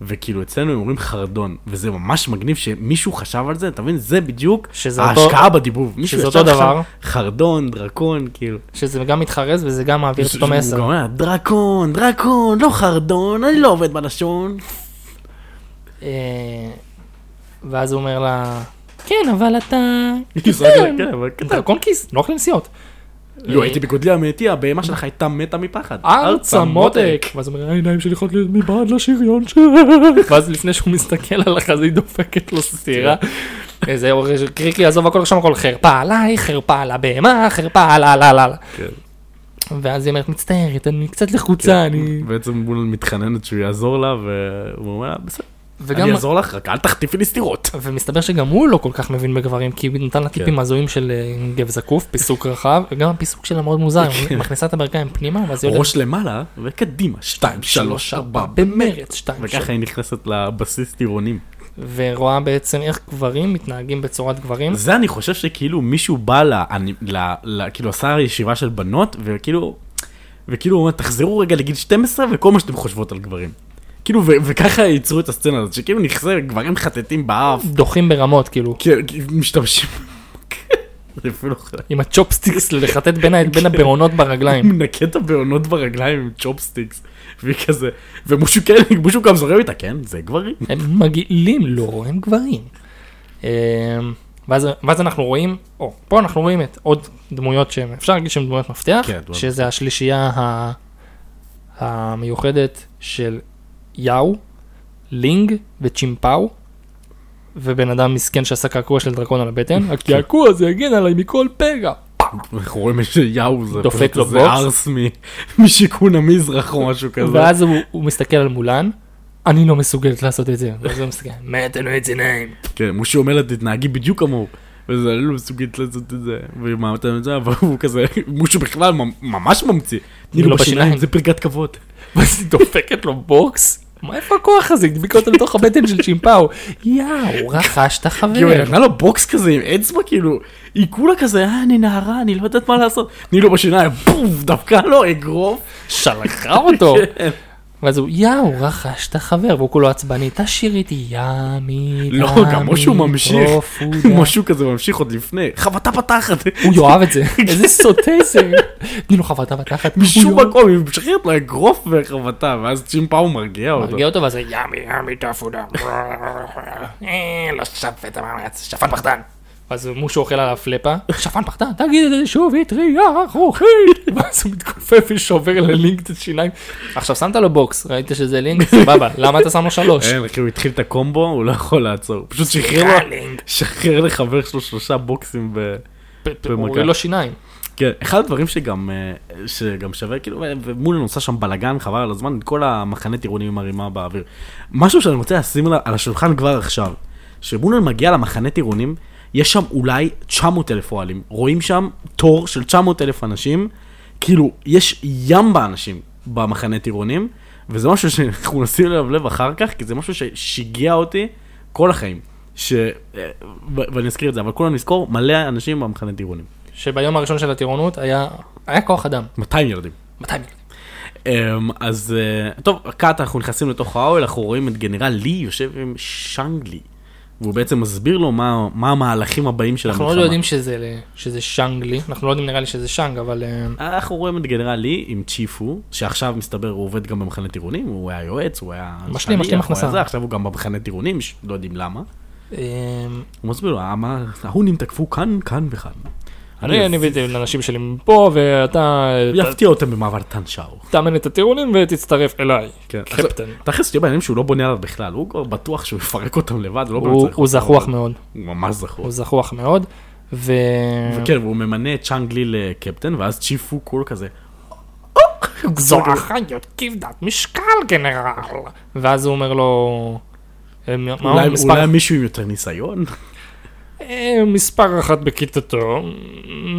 S2: וכאילו אצלנו הם אומרים חרדון, וזה ממש מגניב שמישהו חשב על זה, אתה מבין? זה בדיוק
S1: שזה אותו-
S2: ההשקעה בדיבוב. מישהו
S1: שזה
S2: ישב
S1: אותו
S2: עכשיו,
S1: דבר.
S2: חרדון, דרקון, כאילו.
S1: שזה גם מתחרז וזה גם מעביר את אותו
S2: הוא
S1: מסר.
S2: גם אומר, דרקון, דרקון, לא חרדון, אני לא עובד בלשון.
S1: כן. אה, ואז הוא אומר לה, כן, אבל אתה...
S2: כן, כן, אבל קטן.
S1: דרקון כיס, נוח לנסיעות.
S2: לו הייתי בגודלי המתי, הבהמה שלך הייתה מתה מפחד.
S1: ארצה מותק. ואז הוא אומר, העיניים שלי יכולות להיות מבעד לשריון ש... ואז לפני שהוא מסתכל על החזית דופקת לו סטירה. איזה אורך קריקי, עזוב הכל שם הכל חרפה עליי, חרפה על הבהמה, חרפה על על על על.
S2: כן.
S1: ואז היא אומרת, מצטערת, אני קצת לחוצה, אני...
S2: בעצם מולן מתחננת שהוא יעזור לה, והוא אומר לה, בסדר, אני
S1: וגם...
S2: אעזור לך, רק אל תחטיפי לי סטירות.
S1: ומסתבר שגם הוא לא כל כך מבין בגברים, כי הוא נתן לה
S2: כן.
S1: טיפים הזויים של אה, גב זקוף, פיסוק רחב, וגם הפיסוק שלה מאוד מוזר, היא מכניסה את הברכיים פנימה, ואז היא
S2: כן. ראש למעלה וקדימה, 2, 3, 4,
S1: במרץ, שתיים,
S2: וככה
S1: שלוש,
S2: היא נכנסת לבסיס טירונים.
S1: ורואה בעצם איך גברים מתנהגים בצורת גברים.
S2: זה אני חושב שכאילו מישהו בא ל... אני- ל- ל- כאילו עשה ישיבה של בנות, וכאילו... וכאילו הוא אומר, תחזרו רגע לגיל 12 וכל מה שאתם חושבות על גברים. כאילו, ו- וככה ייצרו את הסצנה הזאת, שכאילו נכנסה גברים חטטים באף,
S1: דוחים ברמות, כאילו.
S2: כן, כי משתמשים. זה אפילו אחלה.
S1: עם הצ'ופסטיקס לחטט בין
S2: כן.
S1: ה- בין הבעונות ברגליים.
S2: הוא מנקה את הבעונות ברגליים עם צ'ופסטיקס, והיא כזה, ומושהו כן, מושהו גם זורם איתה, כן, זה גברים.
S1: הם מגעילים, לא, הם גברים. אמ, ואז, ואז אנחנו רואים, או, פה אנחנו רואים את עוד דמויות שהן, אפשר להגיד שהן דמויות מפתח,
S2: כן, דמויות
S1: שזה השלישייה ה, המיוחדת של יאו, לינג וצ'ימפאו, ובן אדם מסכן שעשה קעקוע של דרקון על הבטן,
S2: כן.
S1: הקעקוע הזה יגן עליי מכל פגע.
S2: אנחנו רואים שיהו זה
S1: דופק
S2: פשוט
S1: לו
S2: איזה
S1: בוקס.
S2: ארס מ- משיכון המזרח או משהו כזה.
S1: ואז הוא, הוא מסתכל על מולן, אני לא מסוגלת לעשות את זה, ואז הוא מסתכל, לא מת אלוהי עיניים.
S2: כן, מושהו אומר לה, תתנהגי בדיוק כמוהו. וזה אני לא מסוגלת לעשות את זה, ומה אתה יודע, אבל הוא כזה, מושהו בכלל ממ- ממש ממציא. תני לו
S1: לו
S2: בשיניים,
S1: לא בשיניים.
S2: זה פרקת כבוד.
S1: ואז היא דופקת לו בוקס. מה איפה הכוח הזה? הדביקה אותו לתוך הבטן של צ'ימפאו. יאו, רכשת
S2: כאילו, היא
S1: חבר.
S2: נתנה לו בוקס כזה עם אצבע, כאילו, היא כולה כזה, אה, אני נערה, אני לא יודעת מה לעשות. תני לו בשיניים, פוף, דווקא לו אגרוף.
S1: שלחה אותו. ואז הוא, יאו, רכשת חבר. והוא כולו עצבני, תשאיר איתי ימי,
S2: לא, גם
S1: תמי,
S2: משהו ממשיך.
S1: רפודה."
S2: משהו כזה ממשיך עוד לפני. חבטה פתחת.
S1: הוא יאהב את זה. איזה סוטה זה. תני לו חבטה בתחת. הוא
S2: משום
S1: יאהב.
S2: מקום, היא משחררת לו אגרוף וחבטה, ואז צ'ימפאו מרגיע אותו.
S1: מרגיע אותו ואז זה, ימי, ימי, תעפודה. אה, לא שווה את המאמץ, שפן פחדן. ואז מושו אוכל עליו פלפה, שפן פחדן, תגיד את זה שוב, אטריה חוכית. ואז הוא מתכופף ושובר ללינק את השיניים. עכשיו שמת לו בוקס, ראית שזה לינק? סבבה, למה אתה שם לו שלוש?
S2: אין, אחי, אה, כאילו, הוא התחיל את הקומבו, הוא לא יכול לעצור. הוא פשוט שחרר
S1: סליחה,
S2: לו,
S1: לינק.
S2: שחרר לחבר שלו שלושה בוקסים ב...
S1: הוא הוריד לו שיניים.
S2: כן, אחד הדברים שגם, אה, שגם שווה, כאילו, ו- ומולן עושה שם בלאגן, חבל על הזמן, את כל המחנה טירונים עם הרימה באוויר. משהו שאני רוצה לשים על ה- על השולחן כבר עכשיו, שמולן מגיע למחנה טירונים, יש שם אולי 900 אלף אוהלים, רואים שם תור של 900 אלף אנשים, כאילו, יש ים באנשים במחנה טירונים, וזה משהו שאנחנו נשים אליו לב אחר כך, כי זה משהו ששיגע אותי כל החיים. ש... אה, ו- ואני אזכיר את זה, אבל כולנו נזכור, מלא אנשים במחנה טירונים.
S1: שביום הראשון של הטירונות היה היה כוח אדם.
S2: 200 ילדים.
S1: 200 מיליון.
S2: אמ, אז אה, טוב, כעת אנחנו נכנסים לתוך האוהל, אנחנו רואים את גנרל לי יושב עם שאנגלי. והוא בעצם מסביר לו מה, מה המהלכים הבאים של
S1: אנחנו
S2: המלחמה.
S1: עוד לא יודעים שזה- שזה שאנג לי, אנחנו לא יודעים נראה לי שזה שאנג, אבל אה,
S2: אנחנו רואים את גנרל לי עם צ'יפו, שעכשיו מסתבר הוא עובד גם במחנה טירונים, הוא היה יועץ, הוא היה...
S1: משלים,
S2: שליח,
S1: משלים
S2: הוא היה
S1: הכנסה.
S2: זה, עכשיו הוא גם במחנה טירונים, ש- לא יודעים למה.
S1: אה,
S2: הוא מסביר לו, "אה, מה, ההונים תקפו כאן, כאן וכאן.
S1: אני אני הבאתי לאנשים שלי מפה ואתה אתה-
S2: יפתיע אותם במעבר טנשאו.
S1: תאמן את הטירונים ותצטרף אליי.
S2: כן.
S1: קפטן.
S2: תכלס, שתהיה בעניינים שהוא לא בונה עליו בכלל, הוא כבר בטוח שהוא יפרק אותם לבד, הוא לא באמת
S1: הוא
S2: צריך
S1: הוא
S2: אותו.
S1: זחוח מאוד,
S2: הוא ממש זכור.
S1: הוא זחוח מאוד. ו...
S2: וכן, כן, והוא ממנה את צ'אנג לי לקפטן, ואז צ'יפו קול כזה.
S1: זו אחריות כבדת משקל גנרל. ואז הוא אומר לו, "אה, מה
S2: אולי
S1: הוא מספר-
S2: אולי מישהו עם יותר ניסיון?
S1: אה, מספר אחת בכיתתו,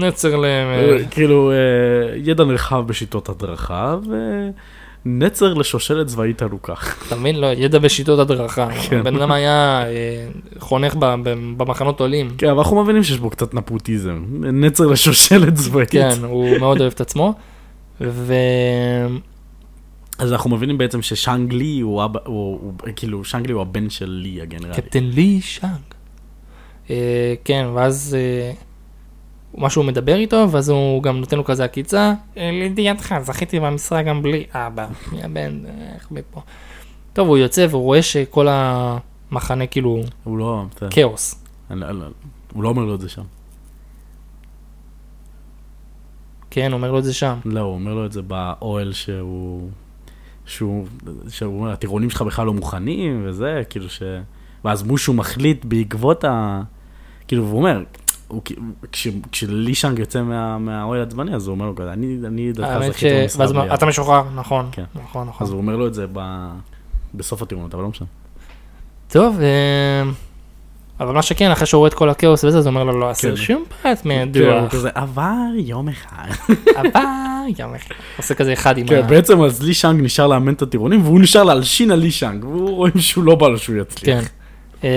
S1: נצר ל...
S2: כאילו, אה, ידע נרחב בשיטות הדרכה, ונצר לשושלת צבאית ארוכה.
S1: אתה מבין? לא, ידע בשיטות הדרכה.
S2: כן.
S1: הבן אדם היה אה, חונך ב- ב- במחנות עולים.
S2: כן, אבל אנחנו מבינים שיש בו קצת נפוטיזם. נצר לשושלת צבאית.
S1: כן, הוא מאוד אוהב את עצמו. ו...
S2: אז אנחנו מבינים בעצם ששאנג לי הוא אבא, הוא הוא- כאילו, שאנג לי הוא הבן של לי הגנרלי.
S1: קפטן לי שאנג. אה, כן, ואז אה, מה שהוא מדבר איתו, ואז הוא גם נותן לו כזה עקיצה, אה, לידיעתך, זכיתי במשרה גם בלי אבא. יא בן, איך מפה. טוב, הוא יוצא והוא רואה שכל המחנה כאילו
S2: הוא לא... אתה-
S1: כאוס.
S2: אני לא- לא- הוא לא אומר לו את זה שם.
S1: כן, אומר לו את זה שם.
S2: לא, הוא אומר לו את זה באוהל שהוא... שהוא... שהוא אומר, הטירונים שלך בכלל לא מוכנים, וזה, כאילו ש... ואז מושהו מחליט בעקבות ה... כאילו, והוא אומר, הוא, כאילו- כש, כשלישאנג יוצא מה, מהאוהל העצבני, אז הוא אומר לו כזה, אני, אני דווקא
S1: האמת ש...
S2: זכיתי במשרה
S1: ואז מה-
S2: בלי אבא."
S1: אתה משוחרר, נכון.
S2: כן.
S1: נכון, נכון.
S2: אז הוא אומר לו את זה ב... בסוף הטירונות, אבל לא משנה.
S1: טוב, אה, אבל מה שכן, אחרי שהוא רואה את כל הכאוס וזה, אז הוא אומר לו, לא
S2: כן.
S1: אעשה שום פרט
S2: כן,
S1: מהדוח.
S2: הוא כזה, עבר יום אחד.
S1: אבל יום אחד. עושה כזה אחד עם
S2: כן,
S1: ה...
S2: בעצם אז לישאנג נשאר לאמן את הטירונים, והוא נשאר להלשין על לישאנג, והוא רואה שהוא לא בא לו שהוא
S1: כן.
S2: יצליח.
S1: אמ,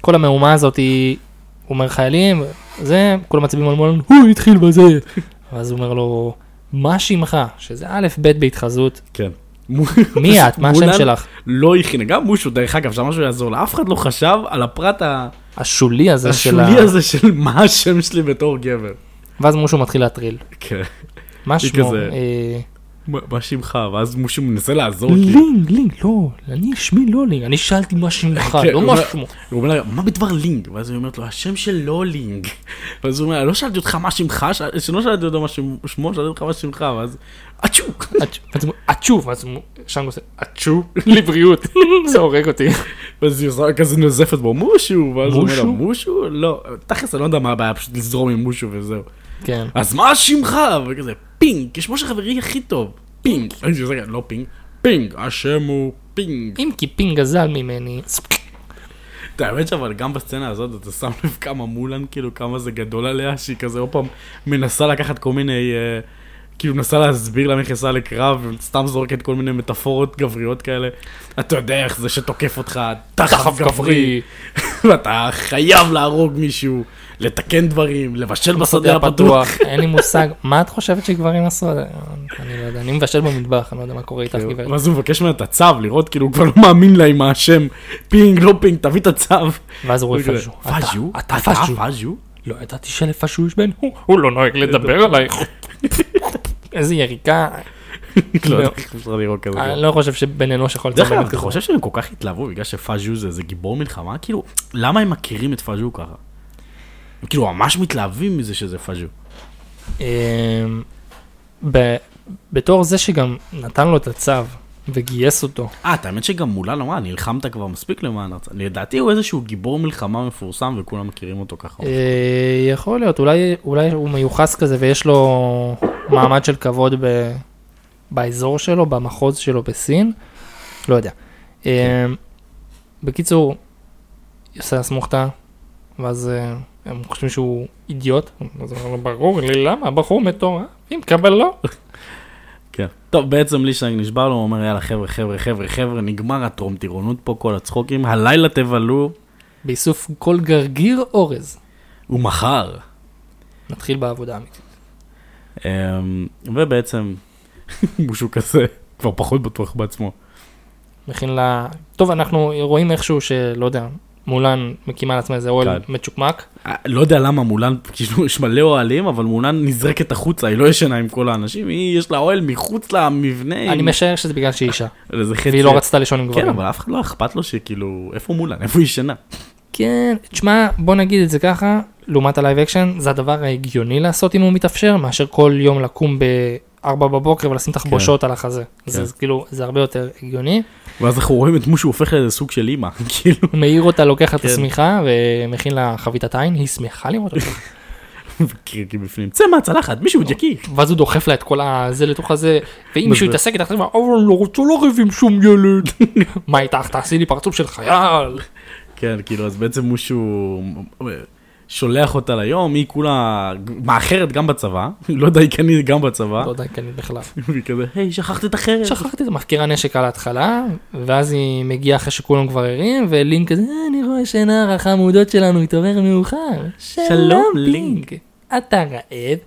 S1: כל המהומה הזאת היא, הוא אומר חיילים, זה, כולם מצביעים על מולן, הוא התחיל בזה. ואז הוא אומר לו, מה שמך? שזה א' ב' בהתחזות.
S2: כן.
S1: מי את? מה השם
S2: מולן
S1: שלך?
S2: לא הכינה, גם מושו, דרך אגב, שמשהו יעזור לה, אף אחד לא חשב על הפרט ה-
S1: השולי הזה של ה...
S2: השולי הזה של מה השם שלי בתור גבר.
S1: ואז מישהו מתחיל להטריל.
S2: כן.
S1: מה
S2: היא
S1: שמו?
S2: כזה,
S1: אה,
S2: מה מה שמך? ואז מישהו מנסה לעזור לי.
S1: לינג, לינג, לא, אני שמי לא לינג, אני שאלתי מה שמך,
S2: כן,
S1: לא
S2: הוא
S1: מה
S2: אומר-
S1: שמו.
S2: הוא אומר לה, מה בדבר לינג? ואז היא אומרת לו, השם של לא לינג. ואז הוא אומר, לא שאלתי אותך מה שמך, ש- שלא שאלתי אותו מה שם- שמו, שאלתי אותך מה שמך, ואז... אצ'וק!
S1: אצ'ו, ואז הוא- שם הוא עושה, אצ'ו, לבריאות, זה הורג אותי.
S2: ואז היא עושה כזה נוזפת בו, מושו! ואז הוא אומר לה,
S1: מושו?
S2: מושו? לא, תכלס, אני לא יודע מה הבעיה, פשוט לזרום עם מושו וזהו.
S1: כן,
S2: אז מה שמך? וכזה, פינק, שמו של חברי הכי טוב. פינק. אז היא עושה, לא פינק, פינק, השם הוא פינק.
S1: אם כי פינג גזל ממני,
S2: אתה האמת שאבל גם בסצנה הזאת אתה שם לב כמה מולן כאילו כמה זה גדול עליה שהיא כזה עוד פעם מנסה לקחת כל מיני אה, כאילו מנסה להסביר למה היא נכנסה לקרב וסתם זורקת כל מיני מטאפורות גבריות כאלה. אתה יודע איך זה שתוקף אותך תחף גברי
S1: גברי.
S2: ואתה חייב להרוג מישהו לתקן דברים לבשל בשדה הפתוח.
S1: אין לי מושג, מה את חושבת שגברים עשו? אני לא יודע, אני מבשל במטבח, אני לא יודע מה קורה איתך גברת.
S2: ואז הוא מבקש ממנה את הצו לראות כאילו הוא כבר לא מאמין לה עם השם פינג לא פינג תביא את הצו.
S1: ואז הוא רואה
S2: הוא כזה,
S1: פאז'ו.
S2: פאז'ו?
S1: אתה אתה פאז'ו.
S2: פאז'ו?
S1: לא ידעתי שלפאז'ו יש בן, הוא- הוא לא נוהג לדבר עלייך. איזה יריקה,
S2: לא,
S1: לא.
S2: אתה חושב לראות כזה.
S1: אני לא חושב שבן אנוש יכול
S2: דרך
S1: לצלם
S2: אגב,
S1: את
S2: אוקיי. אתה חושב
S1: זה.
S2: שהם כל כך התלהבו בגלל שפאז'ו זה איזה גיבור מלחמה? כאילו, למה הם מכירים את פאז'ו ככה? הם כאילו ממש מתלהבים מזה שזה פאז'ו.
S1: אמ, ב- בתור זה שגם נתן לו את הצו וגייס אותו,
S2: אה, את האמת שגם מולן אמרה, נלחמת כבר מספיק למען הצ... לדעתי הוא איזשהו גיבור מלחמה מפורסם וכולם מכירים אותו ככה.
S1: אה, יכול להיות, אולי אולי הוא מיוחס כזה ויש לו מעמד של כבוד ב- באזור שלו, במחוז שלו בסין, לא יודע. אמ, בקיצור, היא עושה אסמוכתה, ואז אה, הם חושבים שהוא אידיוט, אז הוא אומר לו, ברור לי למה, הבחור מטורף, אם תקבל לא.
S2: כן. טוב, בעצם לישנג נשבר לו, הוא אומר, יאללה חבר'ה, חבר'ה, חבר'ה, חבר'ה, נגמר הטרום טירונות פה, כל הצחוקים, הלילה תבלו,
S1: באיסוף כל גרגיר אורז,
S2: ומחר.
S1: נתחיל בעבודה האמיתית.
S2: אמ, ובעצם, מישהו כזה, כבר פחות בטוח בעצמו.
S1: מכין לה, טוב, אנחנו רואים איכשהו שלא יודע, מולן מקימה לעצמה איזה אוהל
S2: כן.
S1: מצ'וקמק.
S2: אה, לא יודע למה מולן, כאילו יש מלא אוהלים, אבל מולן נזרקת החוצה, היא לא ישנה עם כל האנשים, היא יש לה אוהל מחוץ למבנה.
S1: אני
S2: עם-
S1: משער שזה בגלל שהיא אישה,
S2: זה חצי.
S1: והיא לא רצתה לישון עם
S2: כן,
S1: גברים.
S2: אבל אף אחד לא אכפת לו שכאילו, איפה מולן? איפה היא ישנה?
S1: כן, תשמע, בוא נגיד את זה ככה, לעומת הלייב אקשן, זה הדבר ההגיוני לעשות אם הוא מתאפשר, מאשר כל יום לקום ב-4 בבוקר ולשים
S2: כן.
S1: תחבושות על החזה. זה זה כאילו, זה הרבה יותר הגיוני.
S2: ואז אנחנו רואים את מושהו הופך לאיזה סוג של אימא, כאילו,
S1: הוא מעיר אותה, לוקח את
S2: כן.
S1: השמיכה ומכין לה חביתת עין, היא שמחה לראות אותה.
S2: קרקי בפנים. צא מהצלחת, מישהו
S1: לא.
S2: ג'קי.
S1: ואז הוא דוחף לה את כל הזה לתוך הזה, ואם מישהו
S2: בזה.
S1: יתעסק איתך, תגיד, אבל אני לא רוצה לריב עם שום ילד. מה איתך, תעשי לי פרצוף של
S2: אה?
S1: חייל.
S2: כן, כאילו, אז בעצם מישהו שולח אותה ליום, היא כולה מאחרת גם בצבא, לא דייקנית גם בצבא,
S1: לא יודע, כן, בכלל.
S2: והיא כזה, היי, שכחת את החרב.
S1: שכחתי את המחקירה נשק על ההתחלה, ואז היא מגיעה אחרי שכולם כבר ערים, ולינק כזה, "אה, אני רואה שנער החמודות שלנו התעורר מאוחר.
S2: שלום, לינק."
S1: אתה רעב?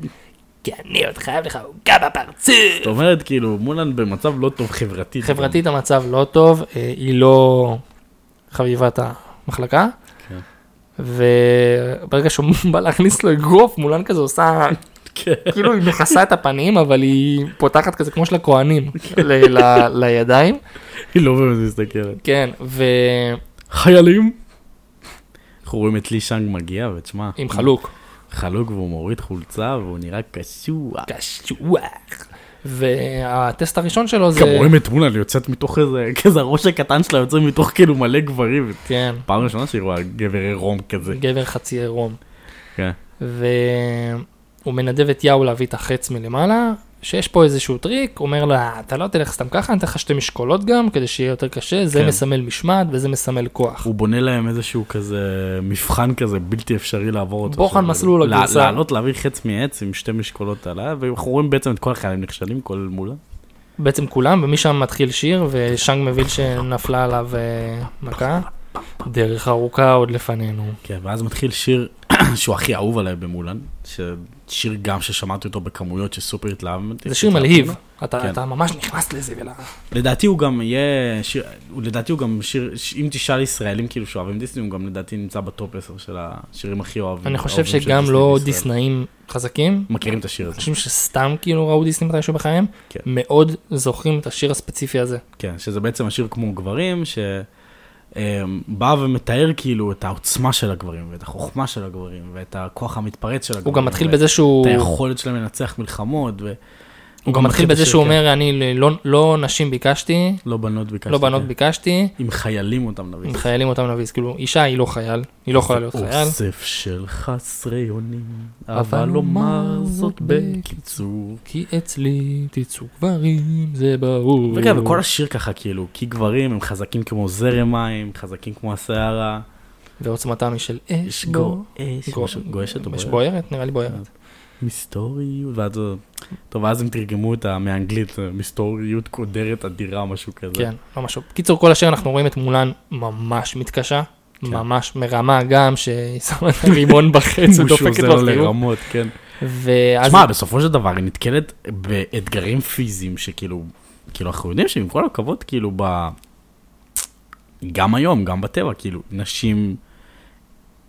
S1: כי אני עוד חייב לך עוגה בפרצוף.
S2: זאת אומרת, כאילו, מולן במצב לא טוב חברתית.
S1: חברתית המצב לא טוב, אה, היא לא חביבת המחלקה.
S2: כן.
S1: וברגע שהוא בא להכניס לו אגרוף, מולן כזה עושה,
S2: כן.
S1: כאילו היא מכסה את הפנים, אבל היא פותחת כזה כמו של הכוהנים ל- ל- לידיים.
S2: היא לא באמת מסתכלת.
S1: כן, ו...
S2: חיילים. אנחנו רואים את לי שאנג מגיע, ותשמע,
S1: עם חלוק.
S2: חלוק והוא מוריד חולצה והוא נראה קשוח.
S1: כן. קשוח. והטסט הראשון שלו זה...
S2: גם רואים את מולן יוצאת מתוך איזה, כזה הראש הקטן שלה יוצא מתוך כאילו מלא גברים.
S1: כן,
S2: פעם ראשונה שהיא רואה גבר עירום כזה.
S1: גבר חצי עירום.
S2: כן.
S1: והוא מנדב את יאו להביא את החץ מלמעלה, שיש פה איזשהו טריק, אומר לה, אתה לא תלך סתם ככה, אני אתן לך שתי משקולות גם, כדי שיהיה יותר קשה, זה
S2: כן.
S1: מסמל משמעת וזה מסמל כוח.
S2: הוא בונה להם איזשהו כזה מבחן כזה בלתי אפשרי לעבור אותו.
S1: בוחן
S2: שזה-
S1: מסלול
S2: לע-
S1: לגרסה.
S2: לעלות להביא חץ מעץ עם שתי משקולות עליו, ואנחנו רואים בעצם את כל החיילים נכשלים, כולל מולה.
S1: בעצם כולם, ומשם מתחיל שיר, ושאנג מבין שנפלה עליו אה, מכה. דרך ארוכה עוד לפנינו.
S2: כן, ואז מתחיל שיר שהוא הכי אהוב עליי במולן, ששיר גם ששמעתי אותו בכמויות שסופר התלהבתי.
S1: זה שיר מלהיב,
S2: כן.
S1: אתה אתה ממש נכנס לזה, ול-
S2: לדעתי הוא גם יהיה, שיר, הוא לדעתי הוא גם שיר, ש- אם תשאל ישראלים כאילו שאוהבים דיסני, הוא גם לדעתי נמצא בטופ 10 של השירים הכי אוהבים.
S1: אני חושב
S2: אהובים Mm, של
S1: שגם
S2: דיסני
S1: לא
S2: בישראל.
S1: דיסנאים חזקים,
S2: מכירים את השיר הזה,
S1: אנשים שסתם כאילו ראו דיסני מתישהו בחייהם,
S2: כן.
S1: מאוד זוכרים את השיר הספציפי הזה.
S2: כן, שזה בעצם השיר כמו גברים, ש... אמ, בא ומתאר כאילו את העוצמה של הגברים ואת החוכמה של הגברים ואת הכוח המתפרץ של הגברים.
S1: הוא גם מתחיל
S2: ואת-
S1: בזה שהוא...
S2: את היכולת שלהם לנצח מלחמות, ולא
S1: הוא גם מתחיל בזה
S2: בשיר,
S1: שהוא
S2: כן.
S1: אומר, אני ל- לא- לא נשים ביקשתי,
S2: בנות ביקשתי. כן.
S1: לא בנות ביקשתי,
S2: עם חיילים אותם נביא.
S1: עם חיילים אותם נביא, אז כאילו, אישה היא לא חייל, היא לא יכולה להיות חייל.
S2: אוסף של חסרי אונים,
S1: אבל
S2: אבל לומר
S1: אומר
S2: זאת
S1: זאת
S2: בקיצור.
S1: כי אצלי תצאו גברים, זה ברור.
S2: וכן, וכל השיר ככה כאילו, כי גברים הם חזקים כמו זרם מים, חזקים כמו הסערה,
S1: ועוצמתם היא של
S2: יש
S1: אש גו...
S2: גועש,
S1: גו-
S2: משהו- גועשת או
S1: אש
S2: בוערת?
S1: בוערת? נראה לי בוערת.
S2: מסתוריות, ואז זה- טוב, אז הם תרגמו אותה מאנגלית, אה, מסתוריות קודרת אדירה, משהו כזה.
S1: כן, לא משהו. בקיצור, כל השיר אנחנו רואים את מולן ממש מתקשה,
S2: כן.
S1: ממש מרמה גם, שהיא שמה את הרימון בחץ
S2: מישהו
S1: ודופקת
S2: עוזר לו
S1: בחיוב.
S2: לרמות, כן.
S1: ואז...
S2: תשמע, בסופו של דבר היא נתקלת באתגרים פיזיים שכאילו, כאילו אנחנו יודעים שעם כל הכבוד, כאילו ב... גם היום, גם בטבע, כאילו, נשים,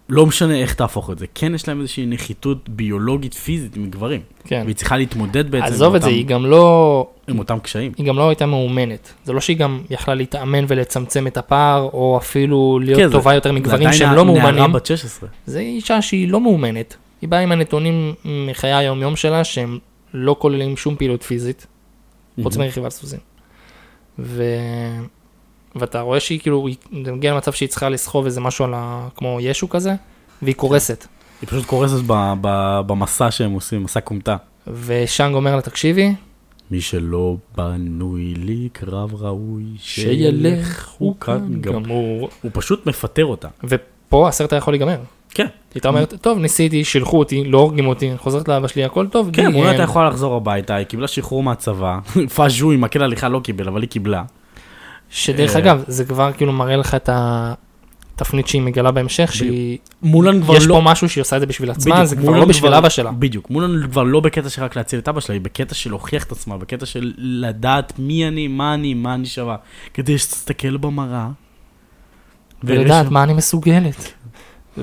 S2: לא משנה איך תהפוך את זה, כן יש להם איזושהי נחיתות ביולוגית פיזית מגברים,
S1: כן.
S2: והיא צריכה להתמודד בעצם עם
S1: עזוב את
S2: אותם,
S1: זה, היא גם לא...
S2: עם אותם קשיים.
S1: היא גם לא הייתה מאומנת. זה לא שהיא גם יכלה להתאמן ולצמצם את הפער, או אפילו להיות
S2: כן,
S1: כן,
S2: זה-
S1: טובה יותר מגברים
S2: ועדיין
S1: שהם לא
S2: נערה
S1: מאומנים.
S2: בת 16.
S1: זה אישה שהיא לא מאומנת. היא באה עם הנתונים מחיי היום-יום שלה, שהם לא כוללים שום פעילות פיזית, חוץ מרכיבת סוסים. ו... ואתה רואה שהיא כאילו, היא- זה מגיע למצב שהיא צריכה לסחוב איזה משהו על ה... כמו ישו כזה,
S2: כן.
S1: והיא קורסת.
S2: היא פשוט קורסת ב- ב- במסע שהם עושים, מסע כומתה.
S1: ושאנג אומר לה, תקשיבי,
S2: מי שלא בנוי לי קרב ראוי,
S1: שילך
S2: הוא כאן גם.
S1: גמור.
S2: הוא פשוט מפטר אותה.
S1: ופה הסרט היה יכול להיגמר.
S2: כן.
S1: היא הייתה אומרת, טוב, ניסיתי, שילחו אותי, לא הורגים אותי, חוזרת לאבא שלי, הכל טוב.
S2: כן,
S1: די,
S2: מולה
S1: אה,
S2: הייתה יכולה לחזור הביתה, היא קיבלה שחרור מהצבא, פאז'ו עם מקל הליכה לא קיבל, אבל היא קיבלה.
S1: שדרך
S2: אה,
S1: אגב, זה כבר כאילו מראה לך את התפנית שהיא מגלה בהמשך, שהיא,
S2: מולן כבר
S1: יש
S2: לא...
S1: פה משהו שהיא עושה את זה בשביל עצמה,
S2: בדיוק,
S1: זה כבר
S2: מולן
S1: לא בשביל אבא שלה.
S2: בדיוק, מולן כבר לא בקטע של רק להציל את אבא שלה, היא בקטע של להוכיח את עצמה, בקטע של לדעת מי אני, מה אני, מה אני שווה. כדי שתסתכל במראה. ואראה
S1: ולדעת
S2: ש-
S1: מה אני מסוגלת.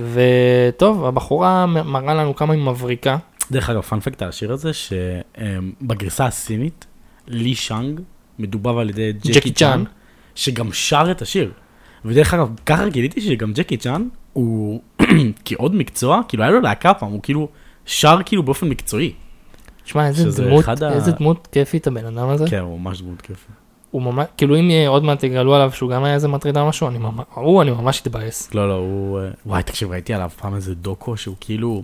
S1: וטוב, הבחורה מ- מראה לנו כמה היא מבריקה.
S2: דרך אגב, פאנפקט על השיר הזה, שבגרסה הסינית, לי שאנג, מדובב על ידי ג'קי
S1: ג'קי
S2: צ'אן,
S1: צ'אן.
S2: שגם שר את השיר. ודרך אגב, ככה גיליתי שגם ג'קי צ'אן, הוא כעוד מקצוע, כאילו היה לו להקה פעם, הוא כאילו שר כאילו באופן מקצועי.
S1: תשמע, איזה
S2: שזה
S1: דמות,
S2: אחד ה-
S1: איזה דמות כיפית הבן אדם הזה.
S2: כן, הוא ממש דמות כיף.
S1: הוא ממש, כאילו אם אה, עוד מעט יגלו עליו שהוא גם היה איזה מטרידה או משהו, אני ממש, הוא, אני ממש אתבאס.
S2: לא, לא, הוא... אה, וואי, תקשיב, ראיתי עליו פעם איזה דוקו שהוא כאילו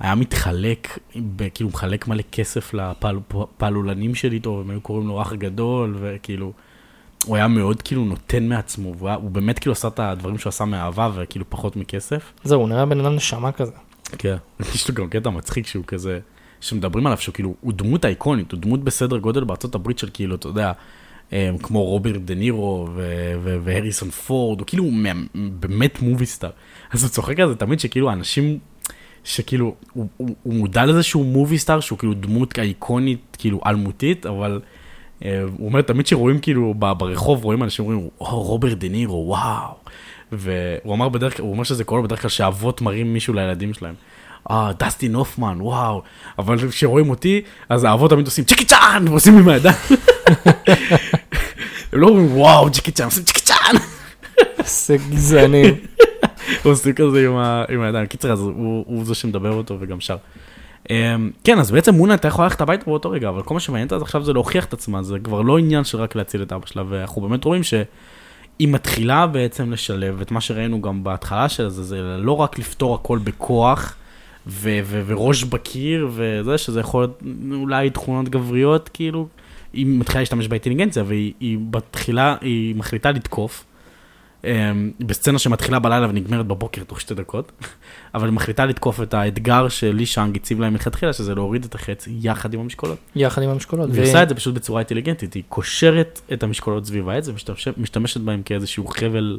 S2: היה מתחלק, ב- כאילו מחלק מלא כסף לפעלולנים שלי איתו, הם היו קוראים לו אח גדול, וכאילו, הוא היה מאוד כאילו נותן מעצמו, והוא היה- הוא באמת כאילו עשה את הדברים שהוא עשה מאהבה וכאילו פחות מכסף.
S1: זהו, הוא נראה בן אדם נשמה כזה.
S2: כן. יש לו גם קטע מצחיק שהוא כזה, שמדברים עליו שהוא כאילו, הוא דמות אייקונית, הוא דמות בסדר גודל בארצות הברית של כאילו, אתה יודע, אה, כמו רוברט דה נירו ו- ו- והריסון פורד, הוא כאילו מ- באמת מובי סטאר. אז הוא צוחק על זה תמיד שכאילו אנשים, שכאילו, הוא, הוא, הוא מודע לזה שהוא מובי סטאר, שהוא כאילו דמות אייקונית, כאילו אלמותית, אבל... אה, הוא אומר, תמיד שרואים כאילו ב- ברחוב, רואים אנשים אומרים, או, רוברט דה נירו, וואו. והוא אמר בדרך כלל, הוא אומר שזה קורה בדרך כלל שאבות מראים מישהו לילדים שלהם. אה, דסטין הופמן, וואו. אבל כשרואים אותי, אז האבות תמיד עושים צ'קי צ'אן, ועושים עם הידיים. הם לא אומרים, וואו, צ'קי צ'אן, עושים צ'קי צ'אן.
S1: איזה גזענים.
S2: עושים כזה עם, ה... עם הידיים. קיצר, אז הוא, הוא זה שמדבר אותו וגם שר. Um, כן, אז בעצם מונה הייתה יכולה ללכת הביתה באותו רגע, אבל כל מה שמעניין אותה אז עכשיו זה להוכיח את עצמה, זה כבר לא עניין של רק להציל את אבא שלה, ואנחנו באמת רואים שהיא מתחילה בעצם לשלב את מה שראינו גם בהתחלה של זה, זה לא רק לפתור הכל בכוח ו- ו- וראש בקיר וזה, שזה יכול להיות אולי תכונות גבריות, כאילו, היא מתחילה להשתמש באינטליגנציה, והיא היא בתחילה, היא מחליטה לתקוף. אמ, בסצנה שמתחילה בלילה ונגמרת בבוקר תוך שתי דקות, אבל היא מחליטה לתקוף את האתגר שלי שאנג הציב להם מלכתחילה, שזה להוריד את החץ יחד עם המשקולות.
S1: יחד עם המשקולות.
S2: והיא
S1: ו-
S2: עושה את זה פשוט בצורה אינטליגנטית, היא קושרת את המשקולות סביב העץ ומשתמשת בהם כאיזשהו חבל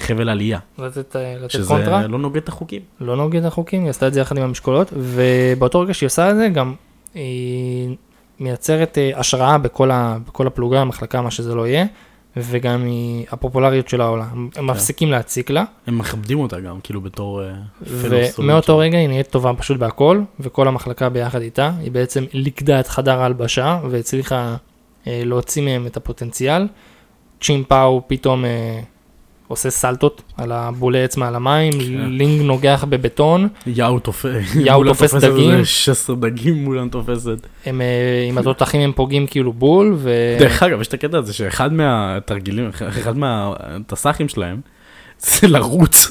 S2: חבל עלייה.
S1: לתת אה, לתת
S2: שזה
S1: קונטרה.
S2: לא נוגד את החוקים.
S1: לא נוגד החוקים, היא עשתה את זה יחד עם המשקולות, ובאותו רגע שהיא עושה את זה, גם היא מייצרת אה, השראה בכל, ה, בכל הפלוגה, המחלקה, מה שזה לא יהיה, וגם היא, הפופולריות שלה עולה, הם מפסיקים להציק לה,
S2: הם מכבדים אותה גם, כאילו בתור... אה, fellow student.
S1: ומאותו רגע היא נהיית טובה פשוט בהכל, וכל המחלקה ביחד איתה, היא בעצם ליכדה את חדר ההלבשה, והצליחה אה, להוציא מהם את הפוטנציאל. צ'ים פאו פתאום אה, עושה סלטות על הבולי אצבע על המים, לינג נוגח בבטון.
S2: יאו תופס,
S1: יאו
S2: מולה
S1: תופס
S2: תופסת איזה
S1: דגים.
S2: 16 דגים מולה תופסת.
S1: הם אה, עם התותחים הם פוגעים כאילו בול ו...
S2: דרך אגב, יש את הקטע הזה שאחד מהתרגילים, אחד מהתס"חים שלהם, זה לרוץ.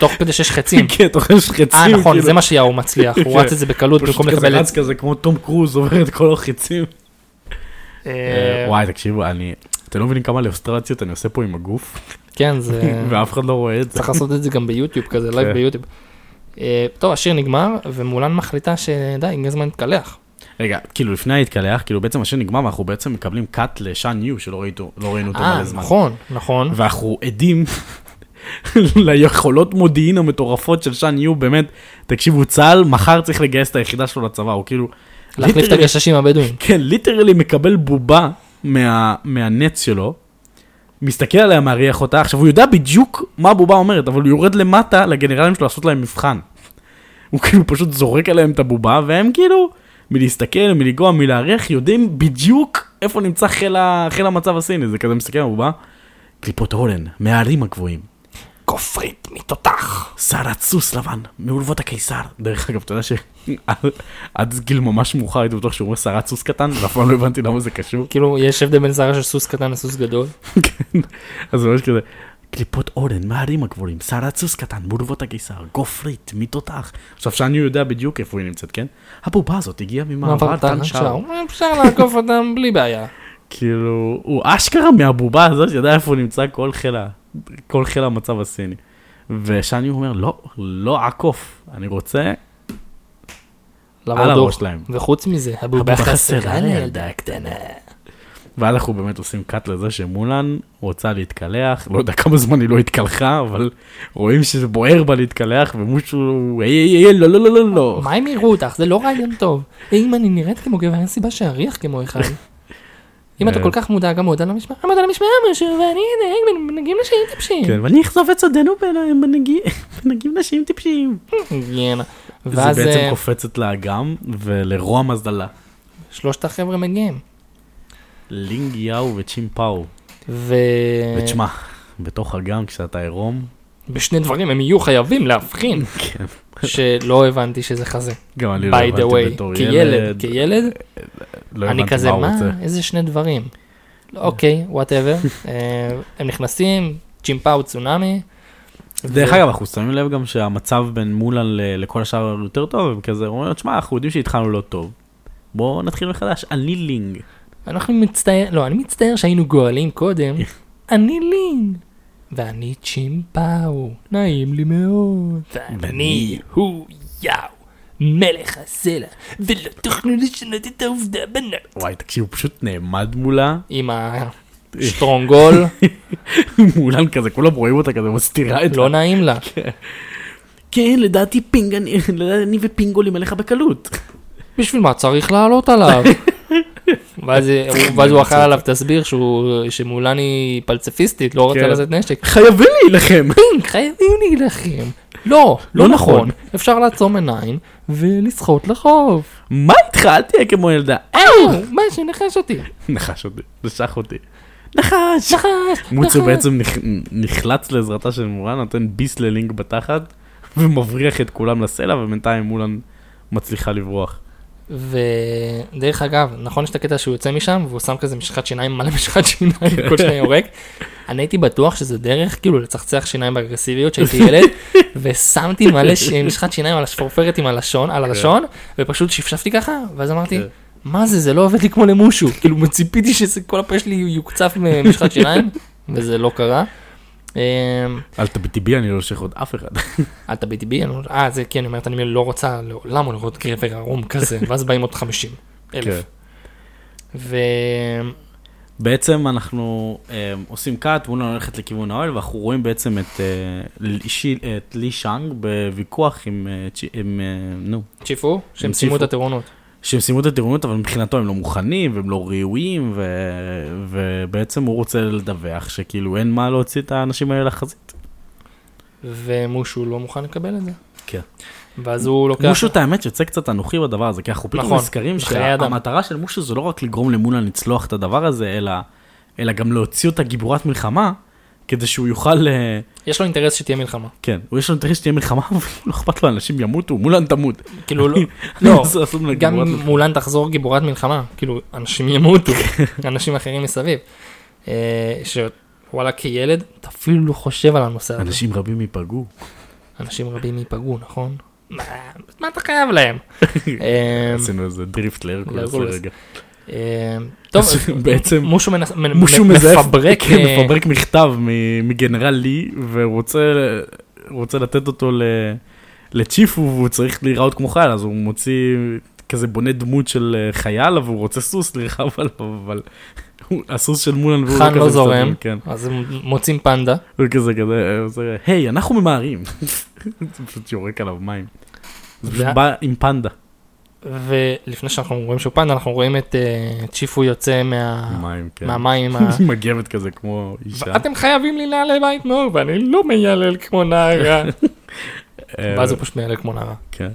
S1: תוך כדי שיש חצים.
S2: כן, תוחש חצים.
S1: אה נכון
S2: כאילו.
S1: זה מה שיהו מצליח הוא
S2: כן.
S1: רץ את זה בקלות
S2: פשוט
S1: במקום
S2: כזה
S1: לקבל את
S2: רץ כזה כמו תום קרוז עובר את כל החצים.
S1: אה,
S2: וואי, תקשיבו, אני... אתם לא מבינים כמה לאוסטרציות אני עושה פה עם הגוף,
S1: כן זה
S2: ואף אחד לא רואה את זה.
S1: צריך לעשות את זה גם ביוטיוב כזה לייב
S2: כן.
S1: ביוטיוב. אה, טוב השיר נגמר ומולן מחליטה שדי הגיע הזמן להתקלח.
S2: רגע, כאילו לפני ההתקלח, כאילו בעצם השיר נגמר ואנחנו בעצם מקבלים קאט לשאן יו שלא ראיתו- לא ראינו אותו
S1: אה
S2: מלא זמן.
S1: נכון נכון
S2: ואנחנו עדים ליכולות מודיעין המטורפות של שאן יו, באמת, תקשיבו, צה"ל מחר צריך לגייס את היחידה שלו לצבא, הוא כאילו...
S1: להחליף את
S2: literally-
S1: הגששים הבדואים.
S2: כן, ליטרלי מקבל בובה מה, מהנץ שלו, מסתכל עליה, מריח אותה, עכשיו הוא יודע בדיוק מה הבובה אומרת, אבל הוא יורד למטה לגנרלים שלו לעשות להם מבחן. הוא כאילו פשוט זורק עליהם את הבובה, והם כאילו, מלהסתכל, מלגוע, מלהריח, יודעים בדיוק איפה נמצא חיל, ה, חיל המצב הסיני, זה כזה מסתכל על הבובה. קליפות הולן, מהערים הגבוהים,
S1: כופרית מתותח.
S2: שערת סוס לבן, מאולבות הקיסר. דרך אגב, אתה יודע שעד גיל ממש מאוחר הייתי בטוח שהוא אומר שערת סוס קטן, ואף פעם לא הבנתי למה זה קשור.
S1: כאילו יש הבדל בין שערה של סוס קטן לסוס גדול.
S2: כן, אז ממש כזה. קליפות אורן, מהרים הגבוהים, שערת סוס קטן, מורבות הקיסר, גופרית, מתותח. עכשיו שאני יודע בדיוק איפה היא נמצאת, כן? הבובה הזאת הגיעה ממעבר טל שער.
S1: אפשר לעקוף אותם בלי בעיה.
S2: כאילו, הוא אשכרה מהבובה הזאת יודע איפה נמצא כל חיל, ה- כל חיל המצב הסיני. ושאני אומר, לא, לא עקוף, אני רוצה על
S1: למרדור.
S2: הראש שלהם.
S1: וחוץ מזה, הבובה חסרה לילדה הקטנה.
S2: ואז אנחנו באמת עושים קאט לזה שמולן רוצה להתקלח, לא יודע כמה זמן היא לא התקלחה, אבל רואים שזה בוער בה להתקלח, ומישהו, היי היי היי, לא לא לא לא לא.
S1: מה הם יראו אותך? זה לא רעיון טוב. אם אני נראית כמו גבר, אין סיבה שאריח כמו אחד. אם
S2: אה.
S1: אתה כל כך מודאג, עמוד על המשמר, עמוד על המשמר משהו, ואני אנהג בנגים נשיים טיפשים.
S2: כן, ואני אחזוב את סודנו בין- בנגי- בנגים נשים טיפשיים.
S1: כן.
S2: זה
S1: ואז
S2: בעצם
S1: אה,
S2: קופצת לאגם ולרוע מזלה.
S1: שלושת החבר'ה מגיעים.
S2: לינג יאו וצ'ים פאו.
S1: ו... אה,
S2: ותשמע, בתוך אגם כשאתה עירום,
S1: בשני דברים הם יהיו חייבים להבחין
S2: כן.
S1: שלא הבנתי שזה חזה.
S2: גם אני לא
S1: by the
S2: הבנתי
S1: way,
S2: בתור
S1: כילד,
S2: ילד.
S1: כילד,
S2: לא
S1: אני
S2: הבנתי
S1: כזה,
S2: הוא
S1: מה?
S2: רוצה.
S1: איזה שני דברים. לא, אוקיי, וואטאבר. הם נכנסים, צ'ימפאו צונאמי.
S2: דרך
S1: ו-
S2: אגב, אנחנו שמים לב גם שהמצב בין מולה ל- לכל השאר יותר טוב, הם כזה אומרים, תשמע, אנחנו יודעים שהתחלנו לא טוב. בואו נתחיל מחדש, אני לינג.
S1: אנחנו מצטער, לא, אני מצטער שהיינו גואלים קודם. אני לינג. ואני צ'ימפאו, נעים לי מאוד. ואני
S2: ואני
S1: הוא יאו, מלך הסלע, ולא תוכלו לשנות את העובדה בנה.
S2: וואי, תקשיב, הוא פשוט נעמד מולה,
S1: עם השטרונגול,
S2: מולן כזה, כולם רואים אותה כזה, מסתירה את
S1: לא נעים לה.
S2: כן, לדעתי פינג, אני- לדעתי אני ופינגולים עליך בקלות.
S1: בשביל מה צריך לעלות עליו? ואז הוא- ואז הוא אכל עליו תסביר שהוא- שמולן היא פלצפיסטית, לא רוצה
S2: כן.
S1: לשאת נשק.
S2: חייבים להילחם.
S1: פינג, חייבים להילחם. לא, לא
S2: לא
S1: נכון.
S2: נכון.
S1: אפשר לעצום עיניים ולשחות לחוף.
S2: מה איתך? אל תהיה כמו ילדה.
S1: אהו, משהו נחש אותי.
S2: נחש אותי, נשך אותי.
S1: נכון.
S2: נחש!
S1: נחש,
S2: מוצו
S1: נחש.
S2: בעצם נכ- נחלץ לעזרתה של מולן, נותן ביס ללינק בתחת, ומבריח את כולם לסלע, ובינתיים מולן מצליחה לברוח.
S1: ודרך אגב, נכון יש את הקטע שהוא יוצא משם והוא שם כזה משחת שיניים מלא משחת שיניים, כל שניה יורק. אני הייתי בטוח שזה דרך כאילו לצחצח שיניים באגרסיביות כשהייתי ילד, ושמתי מלא ש- משחת שיניים על השפורפרת עם הלשון, על הלשון, ופשוט שפשפתי ככה, ואז אמרתי,
S2: כן.
S1: מה זה, זה לא עובד לי כמו למושו, כאילו ציפיתי שכל הפה שלי יוקצף ממשחת שיניים, וזה לא קרה. אמ,
S2: אל תביטי בי, אני לא אשך עוד אף אחד.
S1: אל תביטי בי, אני אומר, אה זה כן, היא אומרת, אני לא רוצה לעולם לראות גבר ערום כזה, ואז באים עוד 50 אלף.
S2: כן.
S1: ו...
S2: בעצם אנחנו אה, עושים קאט, מולנו הולכת לכיוון האוהל, ואנחנו רואים בעצם את, אה, לי שי- את לי שאנג בוויכוח עם, אה, צ'י- עם אה, נו,
S1: צ'יפו, שהם
S2: הם
S1: סיימו את
S2: צ'יפו.
S1: הטירונות.
S2: שהם סיימו את הטירונות, אבל מבחינתו הם לא מוכנים, והם לא ראויים, ו... ובעצם הוא רוצה לדווח שכאילו אין מה להוציא את האנשים האלה לחזית.
S1: ומושו לא מוכן לקבל את זה.
S2: כן.
S1: ואז הוא לוקח...
S2: מושו, את האמת, יוצא קצת אנוכי בדבר הזה, כי אנחנו פתאום
S1: נכון,
S2: נזכרים
S1: בחיי אדם.
S2: שהמטרה של מושו זה לא רק לגרום למולה לצלוח את הדבר הזה, אלא, אלא גם להוציא אותה גיבורת מלחמה, כדי שהוא יוכל... אה,
S1: יש לו אינטרס שתהיה מלחמה.
S2: כן, הוא יש לו אינטרס שתהיה מלחמה, אבל לא אכפת לו, אנשים ימותו, מולן תמות.
S1: כאילו, לא, לא,
S2: זה אסור לנו
S1: גם
S2: גיבורת
S1: אם מולן תחזור גיבורת מלחמה, כאילו, אנשים ימותו,
S2: כן.
S1: אנשים אחרים מסביב. אה, שוואלה, כילד, אתה אפילו לא חושב על הנושא הזה.
S2: אנשים רבים ייפגעו.
S1: אנשים רבים ייפגעו, נכון? מה, מה אתה חייב להם? אה,
S2: עשינו איזה דריפט להרקולס
S1: להרקולס.
S2: לרגע.
S1: אה, טוב,
S2: אז בעצם
S1: מושו מנס- מ-
S2: מושהו
S1: מ-
S2: מזייף,
S1: מפברק,
S2: כן,
S1: אה,
S2: מפברק מכתב מ- מגנרל לי, ורוצה רוצה לתת אותו ל- לצ'יפו, והוא צריך להיראות כמו חייל, אז הוא מוציא, כזה בונה דמות של אה, חייל, אבל הוא רוצה סוס לרכב עליו, אבל הוא- הסוס של מולן, והוא
S1: חאן
S2: כזה
S1: לא
S2: מסתדר,
S1: זורם.
S2: כן,
S1: אז הם מוצאים פנדה,
S2: הוא כזה כזה, הוא כזה, היי, אנחנו ממהרים. זה פשוט יורק עליו מים. זה פשוט
S1: וה-
S2: בא עם פנדה.
S1: ולפני שאנחנו רואים שהוא פנדה, אנחנו רואים את אה, צ'יפו יוצא אה, מה-
S2: מים, כן.
S1: מהמים. ה-
S2: מגבת כזה כמו אישה.
S1: ואתם חייבים לי להלל בית מאור, ואני לא מיילל כמו נערה.
S2: אה,
S1: ואז הוא פשוט מיילל כמו נערה.
S2: כן.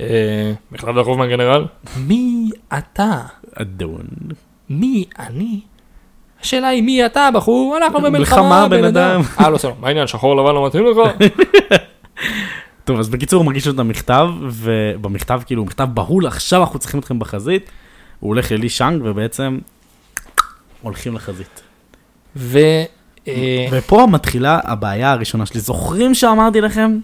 S1: אה, מכתב לרחוב מהגנרל? מי אתה?
S2: אדון.
S1: מי אני? השאלה היא מי אתה בחור? אנחנו במלחמה
S2: מלחמה, בן אדם.
S1: אה לא סלום, מה העניין שחור לבן לא מתאים לך?
S2: טוב, אז בקיצור הוא מרגיש לו את המכתב, ובמכתב כאילו, הוא מכתב בהול, עכשיו אנחנו צריכים אתכם בחזית. הוא הולך ללי שאנג, ובעצם הולכים לחזית.
S1: ו... אה,
S2: ופה מתחילה הבעיה הראשונה שלי. זוכרים שאמרתי לכם?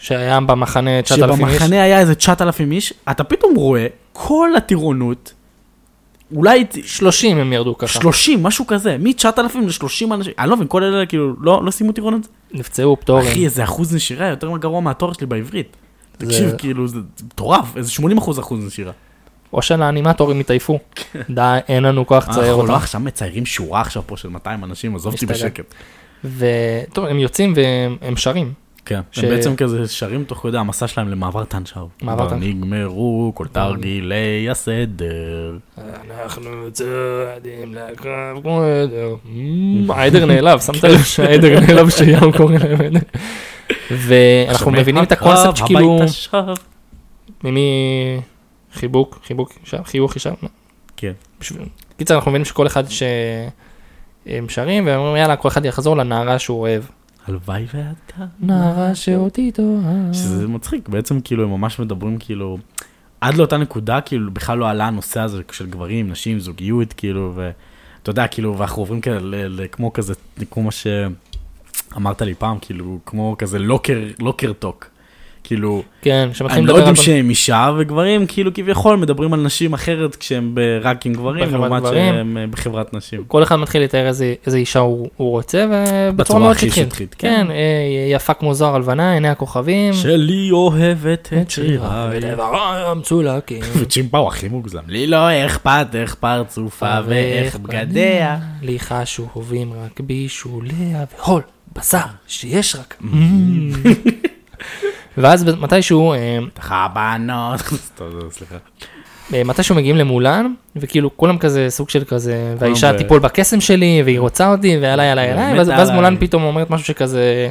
S1: שהיה במחנה 9,000 איש?
S2: שבמחנה היה איזה 9,000 איש, אתה פתאום רואה כל הטירונות, אולי
S1: 30 הם ירדו ככה.
S2: 30, משהו כזה, מ-9,000 ל-30 אנשים, אני לא מבין, כל אלה כאילו לא לא סיימו טירונות?
S1: נפצעו פטורים.
S2: אחי, איזה אחוז נשירה יותר גרוע מהתואר שלי בעברית.
S1: זה-
S2: תקשיב, כאילו, זה זה מטורף, איזה 80 אחוז אחוז נשירה.
S1: או שלאנימטורים יתעייפו. די, אין לנו כוח לצייר
S2: כן. אנחנו
S1: אותם.
S2: לא עכשיו מציירים שורה עכשיו פה של 200 אנשים, עזוב אותי
S1: משתגע.
S2: בשקט.
S1: וטוב, הם יוצאים והם הם שרים.
S2: כן,
S1: ש-
S2: הם בעצם כזה שרים תוך כדי המסע שלהם למעבר טנשאו.
S1: אה, מעבר
S2: כבר
S1: טנשאו.
S2: נגמרו כל תרגילי הסדר.
S1: אנחנו צועדים לקרב כמו עדר. מ, Mm, העדר נעלב, שמת לב שהעדר נעלב שיהו קורא להם עדר. ואנחנו מבינים את הקונספט כאילו- שכאילו,
S2: הביתה שב.
S1: ממי חיבוק, חיבוק, שם, חיוך ישר. מה?
S2: כן.
S1: בשביל- קיצר, אנחנו מבינים שכל אחד שהם שרים, והם אומרים יאללה, כל אחד יחזור לנערה שהוא אוהב.
S2: הלוואי ואתה.
S1: נערה שאותי תאהב.
S2: שזה מצחיק, בעצם כאילו הם ממש מדברים כאילו, עד לאותה נקודה כאילו בכלל לא עלה הנושא הזה של גברים, נשים, זוגיות, כאילו, ואתה יודע, כאילו, ואנחנו עוברים כאלה, ל- ל- כמו כזה, כמו מה שאמרת לי פעם, כאילו, כמו כזה לוקר, לוקר טוק. כאילו,
S1: כן, שמתחילים
S2: הם לא
S1: לדבר על...
S2: יודעים שהם אישה וגברים, כאילו כביכול מדברים על נשים אחרת כשהם ב- רק עם גברים,
S1: בחברת
S2: לעומת
S1: גברים.
S2: שהם אה, בחברת נשים.
S1: כל אחד מתחיל לתאר איזה, איזה אישה הוא, הוא רוצה, ובצורה
S2: בצורה
S1: מאוד
S2: הכי
S1: שטחית.
S2: שטחית, כן.
S1: כן, אה, יפה כמו זוהר הלבנה, עיני הכוכבים.
S2: שלי אוהבת את שיריי.
S1: ולבריי המצולקים.
S2: וצ'ימפאו הכי מוגזם. לי לא אכפת איך פרצופה ואיך בגדיה.
S1: לי חשו הובים רק בישוליה וחול, בשר, שיש רק.
S2: Mm.
S1: ואז ב- מתישהו, אה,
S2: חבנות. טוב, זהו, סליחה.
S1: אה, מתישהו מגיעים למולן, וכאילו כולם כזה סוג של כזה, והאישה
S2: ב-
S1: תיפול בקסם שלי, והיא רוצה אותי, ועליי, עליי,
S2: אה, באמת
S1: עליי, ואז- ואז
S2: עליי.
S1: מולן פתאום אומרת משהו שכזה...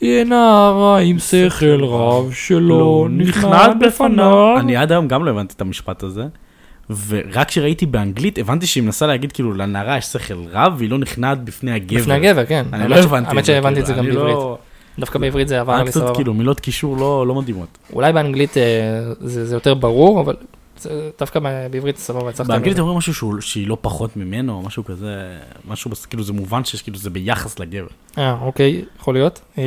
S1: היא נערה עם שכל רב שלא לא נכנעת בפניו.
S2: לא אני עד היום גם לא הבנתי את המשפט הזה. ורק כשראיתי באנגלית הבנתי שהיא מנסה להגיד כאילו לנערה יש שכל רב והיא לא נכנעת בפני הגבר.
S1: לפני הגבר, כן.
S2: אני
S1: האמת
S2: לא
S1: ש-
S2: הבנתי את
S1: האמת
S2: זה,
S1: שהבנתי את זה
S2: כאילו, אני
S1: גם
S2: לא-
S1: בעברית. דווקא בעברית זה עבר
S2: היה
S1: לי
S2: קצת
S1: סבבה.
S2: כאילו מילות קישור לא לא מדהימות.
S1: אולי באנגלית אה, זה זה יותר ברור, אבל זה- דווקא ב- בעברית סבבה, הצלחת.
S2: באנגלית
S1: לזה.
S2: אומרים משהו שהוא- שהיא לא פחות ממנו או משהו כזה, משהו בס- כאילו זה מובן שיש כאילו זה ביחס לגבר.
S1: אה, אוקיי, יכול להיות. אה,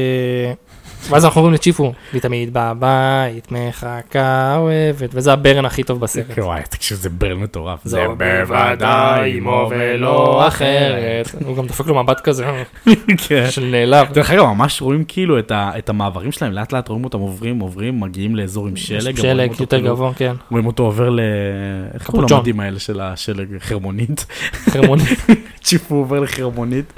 S1: ואז אנחנו עוברים לצ'יפו, היא תמיד בבית, מחכה, אוהבת, וזה הברן הכי טוב בסרט.
S2: וואי, תקשיב, זה ברל מטורף. זה
S1: זו בוודאי אמו ולא
S2: לא
S1: אחרת. הוא גם דופק לו מבט כזה
S2: כן.
S1: של נעלב.
S2: דרך אגב, ממש רואים כאילו את ה- את המעברים שלהם, לאט לאט רואים אותם עוברים, עוברים, מגיעים לאזור עם שלג.
S1: יש
S2: רואים
S1: שלג
S2: אותו
S1: יותר
S2: כאילו-
S1: גבוה, כן.
S2: רואים אותו עובר ל... איך קוראים
S1: קפוצ'ון.
S2: למדים האלה של השלג? חרמונית.
S1: חרמוני.
S2: צ'יפו עובר לחרמונית.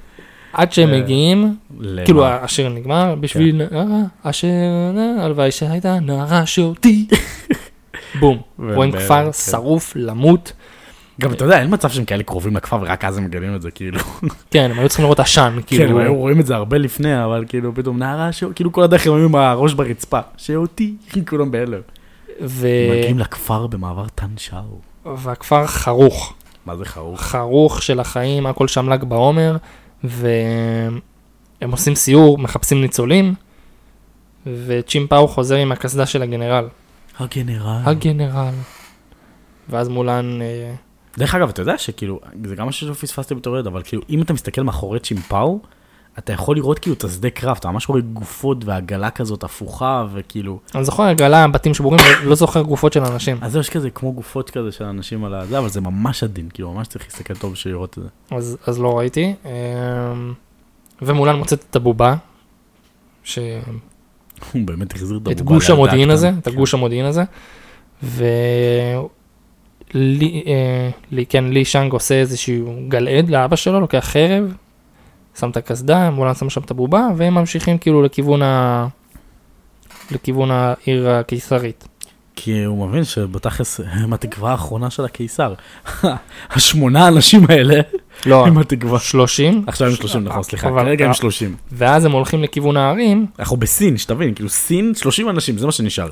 S1: עד שהם
S2: אה, כן.
S1: מגיעים,
S2: למה?
S1: כאילו השיר נגמר, בשביל נערה, אשר נערה, הלוואי שהייתה נערה שאותי. בום,
S2: ו-
S1: רואים
S2: ב-
S1: כפר
S2: כן.
S1: שרוף, למות.
S2: גם אתה יודע, אין מצב שהם כאלה קרובים לכפר ורק אז הם מגלים את זה, כאילו.
S1: כן, הם היו צריכים לראות עשן,
S2: כאילו, היו
S1: כאילו.
S2: רואים את זה הרבה לפני, אבל כאילו, פתאום נערה, ש- כאילו כל הדרך הם היו עם הראש ברצפה. שאותי, כאילו, כולם בהלם.
S1: ו-
S2: מגיעים לכפר במעבר טאן שאו.
S1: והכפר חרוך.
S2: מה זה חרוך?
S1: חרוך של החיים, הכל שם ל"ג בעומר, והם עושים סיור, מחפשים ניצולים, וצ'ימפאו חוזר עם הקסדה של הגנרל.
S2: הגנרל.
S1: הגנרל. ואז מולן, אה,
S2: דרך אגב, אתה יודע שכאילו, זה גם משהו שפספסתי בתור ילד, אבל כאילו, אם אתה מסתכל מאחורי צ'ימפאו, אתה יכול לראות כאילו את השדה קרב, אתה ממש רואה גופות ועגלה כזאת הפוכה, וכאילו,
S1: אני זוכר הגלה, בתים שבורים, לא- לא זוכר גופות של אנשים.
S2: אז יש כזה כמו גופות כזה של אנשים על הזה, אבל זה ממש עדין, כאילו, ממש צריך להסתכל טוב בשביל לראות את זה.
S1: אז, אז לא ראיתי. אה, ומולן מוצאת את הבובה, שאת
S2: הוא באמת החזיר את הבובה.
S1: גוש
S2: לילדה
S1: המודיעין
S2: הקטנה.
S1: הזה, את
S2: כן.
S1: הגוש המודיעין הזה, ו... לי, אה, לי, כן, לי שאנג עושה איזשהו גלעד לאבא שלו, לוקח חרב, שם את הקסדה, מולן שם שם את הבובה, והם ממשיכים כאילו לכיוון ה... לכיוון העיר הקיסרית.
S2: כי הוא מבין שבתכלס הם התקווה האחרונה של הקיסר. השמונה האנשים האלה
S1: לא,
S2: הם התקווה.
S1: 30,
S2: עכשיו הם 30, נכון, סליחה,
S1: אה, אבל-
S2: כרגע הם 30.
S1: ואז הם הולכים לכיוון הערים,
S2: אנחנו בסין, שתבין, כאילו סין 30 אנשים, זה מה שנשאר.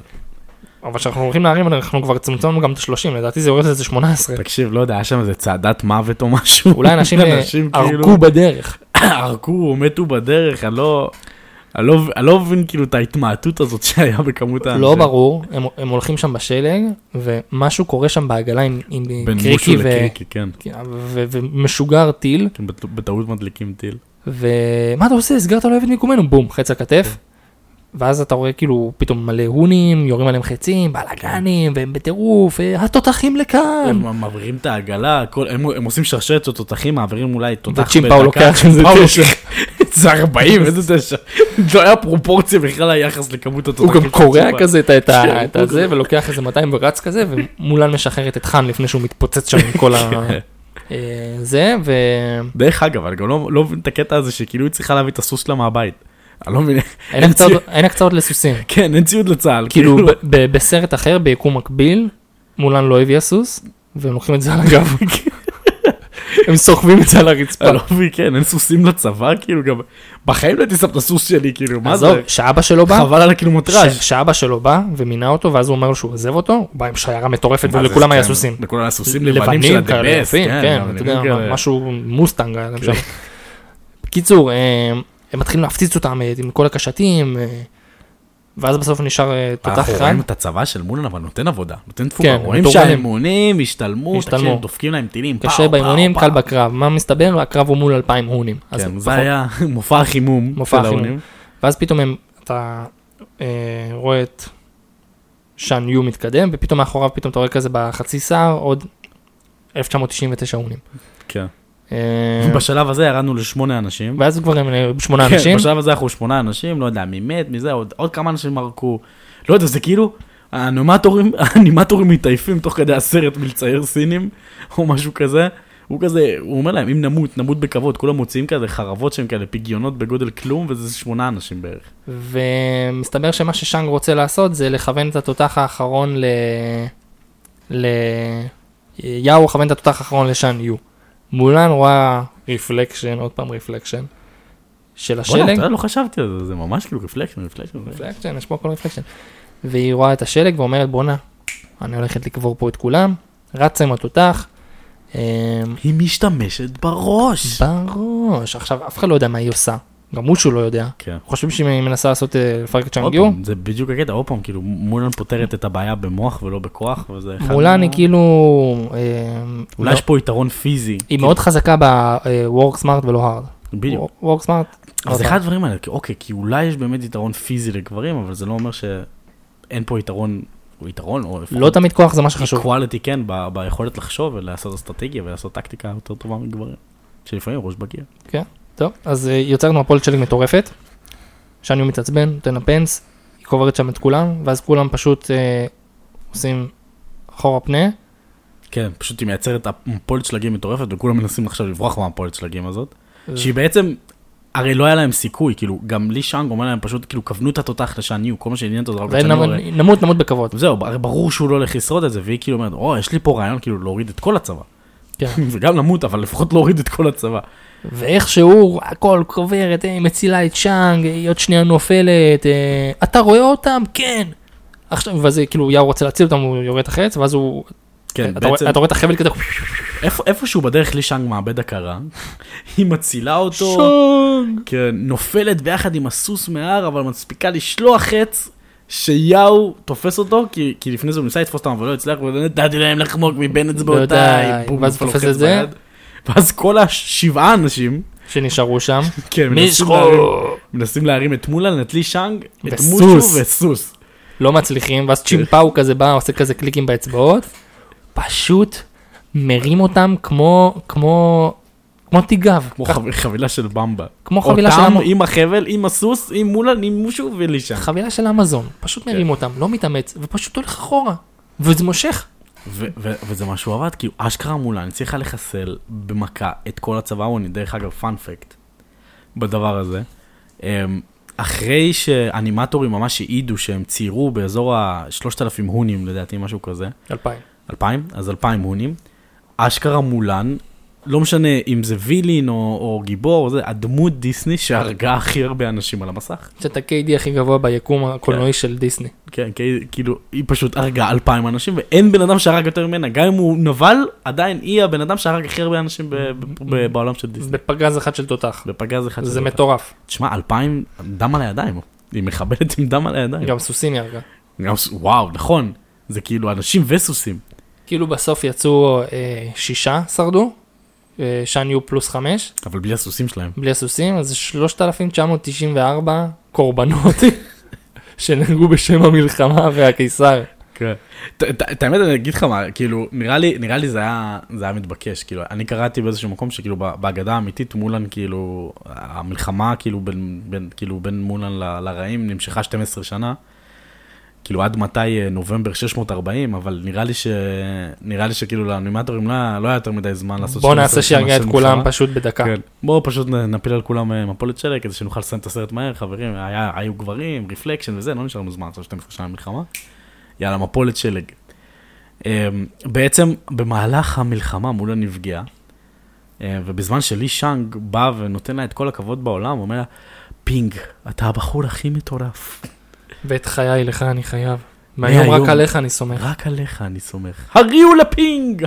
S1: אבל כשאנחנו הולכים לערים אנחנו כבר צמצמנו גם את ה-30, לדעתי זה יורד לזה 18.
S2: תקשיב, לא יודע, היה שם איזה צעדת מוות או משהו.
S1: אולי אנשים אה,
S2: כאילו-
S1: הרגו בדרך.
S2: ערקו, מתו בדרך, אני לא... אני לא, אני לא מבין כאילו את ההתמעטות הזאת שהיה בכמות האנשים.
S1: לא ברור, הם- הם הולכים שם בשלג, ומשהו קורה שם בעגלה עם עם
S2: בין מושו
S1: קריקי ו-
S2: לקריקי, כן.
S1: כן, ו- ומשוגר טיל,
S2: כן, בת- בטעות מדליקים טיל.
S1: ומה אתה עושה? הסגרת לאוהב את מיקומנו, בום, חץ הכתף.
S2: כן.
S1: ואז אתה רואה כאילו פתאום מלא הונים, יורים עליהם חצים, בלאגנים, והם בטירוף, אה, התותחים לכאן.
S2: הם מעבירים את העגלה, הכל- הם הם עושים שרשרת של תותחים, מעבירים אולי תותח
S1: וצ'ימפאו לוקח איזה
S2: צ'ימפאו
S1: תשע.
S2: לוקח- זה 40, איזה תשע. לא היה פרופורציה בכלל היחס לכמות
S1: הוא
S2: התותחים.
S1: גם
S2: של
S1: קורע
S2: צ'ימפאו.
S1: כזה את ה- את
S2: כן,
S1: ה- את
S2: הוא
S1: הזה, ולוקח איזה 200 ורץ כזה, ומולן משחררת את חאן לפני שהוא מתפוצץ שם עם כל ה...
S2: כן.
S1: אה, זה, ו...
S2: דרך אגב, אני גם לא לא מבין את הקטע הזה שכאילו היא צריכה להביא את הסוס שלה מהבית. אני לא מבין,
S1: אין
S2: אין
S1: הקצאות-
S2: ציוד.
S1: אין הקצאות לסוסים.
S2: כן, אין ציוד לצה"ל.
S1: כאילו ב- ב- בסרט אחר, ביקום מקביל, מולן לא הביאה סוס, והם לוקחים את זה על הגב. הם סוחבים את זה על הרצפה.
S2: אני לא מבין, כן, אין סוסים לצבא, כאילו גם... בחיים לא הייתי שם את הסוס שלי, כאילו, מה זה?
S1: עזוב, שאבא שלו בא,
S2: חבל על
S1: ש-
S2: הקילומטראז'.
S1: שאבא שלו בא ומינה אותו, ואז הוא אומר לו שהוא עוזב אותו, הוא בא עם שיירה מטורפת ולכולם היה סוסים.
S2: לכולם היה כן. סוסים לבנים של
S1: כאלה,
S2: הדבס,
S1: יפים, כן, אתה יודע, משהו מוסטנג היה להם שם.
S2: כן.
S1: בקיצור, אה, הם מתחילים להפציץ אותם אה, עם כל הקשתים, אה, ואז בסוף נשאר אה, תותח
S2: אנחנו
S1: אחד.
S2: רואים את הצבא של מולן, אבל נותן עבודה, נותן תפוקה.
S1: כן,
S2: רואים
S1: מטורף.
S2: שהאימונים השתלמו,
S1: השתלמו.
S2: תקשיב, דופקים להם טילים. פאו,
S1: קשה
S2: פאו,
S1: באימונים,
S2: פאו.
S1: קל בקרב. מה מסתבר? הקרב הוא מול 2,000 הונים. אז
S2: כן, זה
S1: פחות.
S2: היה מופע החימום.
S1: מופע
S2: של
S1: החימום.
S2: האונים.
S1: ואז פתאום הם, אתה אה, רואה את שאן יו מתקדם, ופתאום מאחוריו פתאום אתה רואה כזה בחצי שיער עוד 1999 הונים.
S2: כן.
S1: אה,
S2: בשלב הזה ירדנו לשמונה אנשים.
S1: ואז כבר הם אה, שמונה
S2: כן,
S1: אנשים.
S2: בשלב הזה אנחנו שמונה אנשים, לא יודע מי מת, מי זה, עוד, עוד כמה אנשים ערקו. לא יודע, זה כאילו, האנימטורים, האנימטורים מתעייפים תוך כדי הסרט מלצייר סינים, או משהו כזה. הוא כזה, הוא אומר להם, אם נמות, נמות בכבוד. כולם מוציאים כזה חרבות שהן כאלה פגיונות בגודל כלום, וזה שמונה אנשים בערך.
S1: ומסתבר שמה ששאנג רוצה לעשות זה לכוון את התותח האחרון ל... ל... יאו כוון את התותח האחרון לשאן יו. מולן רואה רפלקשן, עוד פעם רפלקשן, של
S2: בוא'נה,
S1: השלג.
S2: אתה יודע, לא חשבתי על זה, זה ממש כאילו רפלקשן, רפלקשן.
S1: רפלקשן, יש פה הכל רפלקשן. והיא רואה את השלג ואומרת בואנה, אני הולכת לקבור פה את כולם, רצה עם התותח. אמ,
S2: היא משתמשת בראש.
S1: בראש. עכשיו, אף אחד לא יודע מה היא עושה, גם מושהו לא יודע.
S2: כן.
S1: חושבים שהיא מנסה לעשות אה, לפרק את
S2: עוד
S1: צ'אנג יו?
S2: פעם, זה בדיוק הקטע, עוד פעם, כאילו, מולן פותרת את הבעיה במוח ולא בכוח, וזה אחד...
S1: מולן
S2: מה-
S1: היא כאילו, אה,
S2: אולי יש פה יתרון פיזי.
S1: היא
S2: כאילו,
S1: מאוד חזקה ב-work אה, smart ולא hard.
S2: בדיוק.
S1: וורק סמארט.
S2: אבל זה אחד הדברים האלה, כי- אוקיי, כי אולי יש באמת יתרון פיזי לגברים, אבל זה לא אומר שאין פה יתרון, או יתרון, או
S1: לא תמיד כוח זה מה שחשוב.
S2: equality, כן, ב- ביכולת לחשוב ולעשות אסטרטגיה ולעשות טקטיקה יותר טובה מגברים, שלפעמים ראש בקיר.
S1: טוב, אז אה, יוצרנו הפועל שלג מטורפת, שאני מתעצבן, נותן לה פנס, היא קוברת שם את כולם, ואז כולם פשוט אה, עושים אחורה פנה,
S2: כן, פשוט היא מייצרת מפולת שלגים מטורפת, וכולם מנסים עכשיו לברוח מהמפולת שלגים הזאת,
S1: אה.
S2: שהיא בעצם, הרי לא היה להם סיכוי, כאילו, גם לי שאנג אומר להם פשוט, כאילו, כוונו את התותח לשאן יו, כל מה שעניין אותו זה רק לשאן יו. הרי-
S1: ונמות נמות בכבוד.
S2: זהו, הרי ברור שהוא לא הולך לשרוד את זה, והיא כאילו אומרת, או, יש לי פה רעיון כאילו להוריד את כל הצבא.
S1: כן.
S2: וגם למות, אבל לפחות להוריד את כל הצבא.
S1: ואיכשהו הכל קוברת, אה, היא מצילה את שאנג, אה, היא עוד שנייה נופלת, אה, אתה רואה אותם? כן. עכשיו, ואז אה, כאילו יאו רוצה להציל אותם, הוא יורד את החץ, ואז הוא,
S2: כן,
S1: אתה רואה-
S2: בעצם,
S1: אתה רואה את החבל כזה,
S2: איפה- איפשהו בדרך לי שאנג מאבד הכרה, היא מצילה אותו,
S1: שאנג.
S2: כן, נופלת ביחד עם הסוס מההר, אבל מספיקה לשלוח חץ. שיהו תופס אותו, כי, כי לפני זה הוא ניסה לתפוס אותם, אבל לא הצליח, ונתתי להם לחמוק
S1: לא
S2: מבין אצבעותיי,
S1: בוודאי.
S2: בום,
S1: ואז
S2: נופל לו
S1: תופס
S2: חץ
S1: את זה.
S2: ביד. ואז כל השבעה אנשים,
S1: שנשארו שם,
S2: כן, מנסים להרים-
S1: מישחו,
S2: מנסים להרים את מולה, נטלי שאנג, את
S1: וסוס.
S2: מושו וסוס.
S1: לא מצליחים, ואז צ'ימפאו כזה בא, עושה כזה קליקים באצבעות, פשוט מרים אותם כמו, כמו, כמו תיגב,
S2: כמו חב- חבילה של במבה.
S1: כמו חבילה של
S2: אותם
S1: המ-
S2: עם החבל, עם הסוס, עם מולן, עם מושו ולישן.
S1: חבילה של אמזון, פשוט מרים אותם, לא מתאמץ, ופשוט הולך אחורה, וזה מושך.
S2: ו- ו- וזה מה שהוא עבד, כאילו אשכרה מולן הצליחה לחסל במכה את כל הצבא ההוני, דרך אגב, פאנפקט בדבר הזה. אמ, אחרי שאנימטורים ממש העידו שהם ציירו באזור ה-3,000 הונים לדעתי, משהו כזה,
S1: אלפיים.
S2: 2000, אז 2000 הונים, אשכרה מולן, לא משנה אם זה וילין או, או גיבור, זה הדמות דיסני שהרגה הכי הרבה אנשים על המסך.
S1: יש את ה-KD הכי גבוה ביקום הקולנועי של דיסני.
S2: כן, כי- כאילו, היא פשוט הרגה 2,000 אנשים, ואין בן אדם שהרג יותר ממנה, גם אם הוא נבל, עדיין היא הבן אדם שהרג הכי הרבה אנשים ב- ב- ב- בעולם של דיסני.
S1: בפגז אחד של תותח.
S2: בפגז אחד.
S1: זה
S2: שזה-
S1: מטורף.
S2: תשמע, 2,000 דם על הידיים, היא מחבלת עם דם על הידיים.
S1: גם סוסים ירגע.
S2: גם ס- וואו, נכון, זה כאילו אנשים וסוסים.
S1: כאילו בסוף יצאו אה, שישה שרדו, אה, שאן יו פלוס חמש,
S2: אבל בלי הסוסים שלהם.
S1: בלי הסוסים, אז זה 3,994 קורבנות שנהרגו בשם המלחמה והקיסר.
S2: כן. ת- ת- את האמת אני אגיד לך מה, כאילו, נראה לי, נראה לי זה היה, זה היה מתבקש, כאילו, אני קראתי באיזשהו מקום שכאילו ב- בהגדה האמיתית מולן, כאילו, המלחמה כאילו בין, בין, כאילו, בין מולן ל- לרעים נמשכה 12 שנה, כאילו עד מתי אה, נובמבר 640, אבל נראה לי ש... נראה לי שכאילו לאנימטורים לא, היה- לא היה יותר מדי זמן לעשות
S1: בוא נעשה שירגע את
S2: של
S1: כולם
S2: מלחמה.
S1: פשוט בדקה.
S2: כן. בואו פשוט נ- נפיל על כולם אה, מפולת שלג כדי שנוכל לסיים את הסרט מהר, חברים, היה, היו גברים, רפלקשן וזה, לא נשאר לנו זמן, עכשיו 12 שנה מלחמה. יאללה, מפולת שלג. אמ, בעצם במהלך המלחמה מולה נפגעה, אה, ובזמן שלי שאנג בא ונותן לה את כל הכבוד בעולם, הוא אומר לה, פינג, אתה הבחור הכי מטורף,
S1: ואת חיי לך אני חייב. מהיום
S2: מהיום.
S1: רק עליך אני סומך.
S2: רק עליך אני סומך. הריעו לפינג!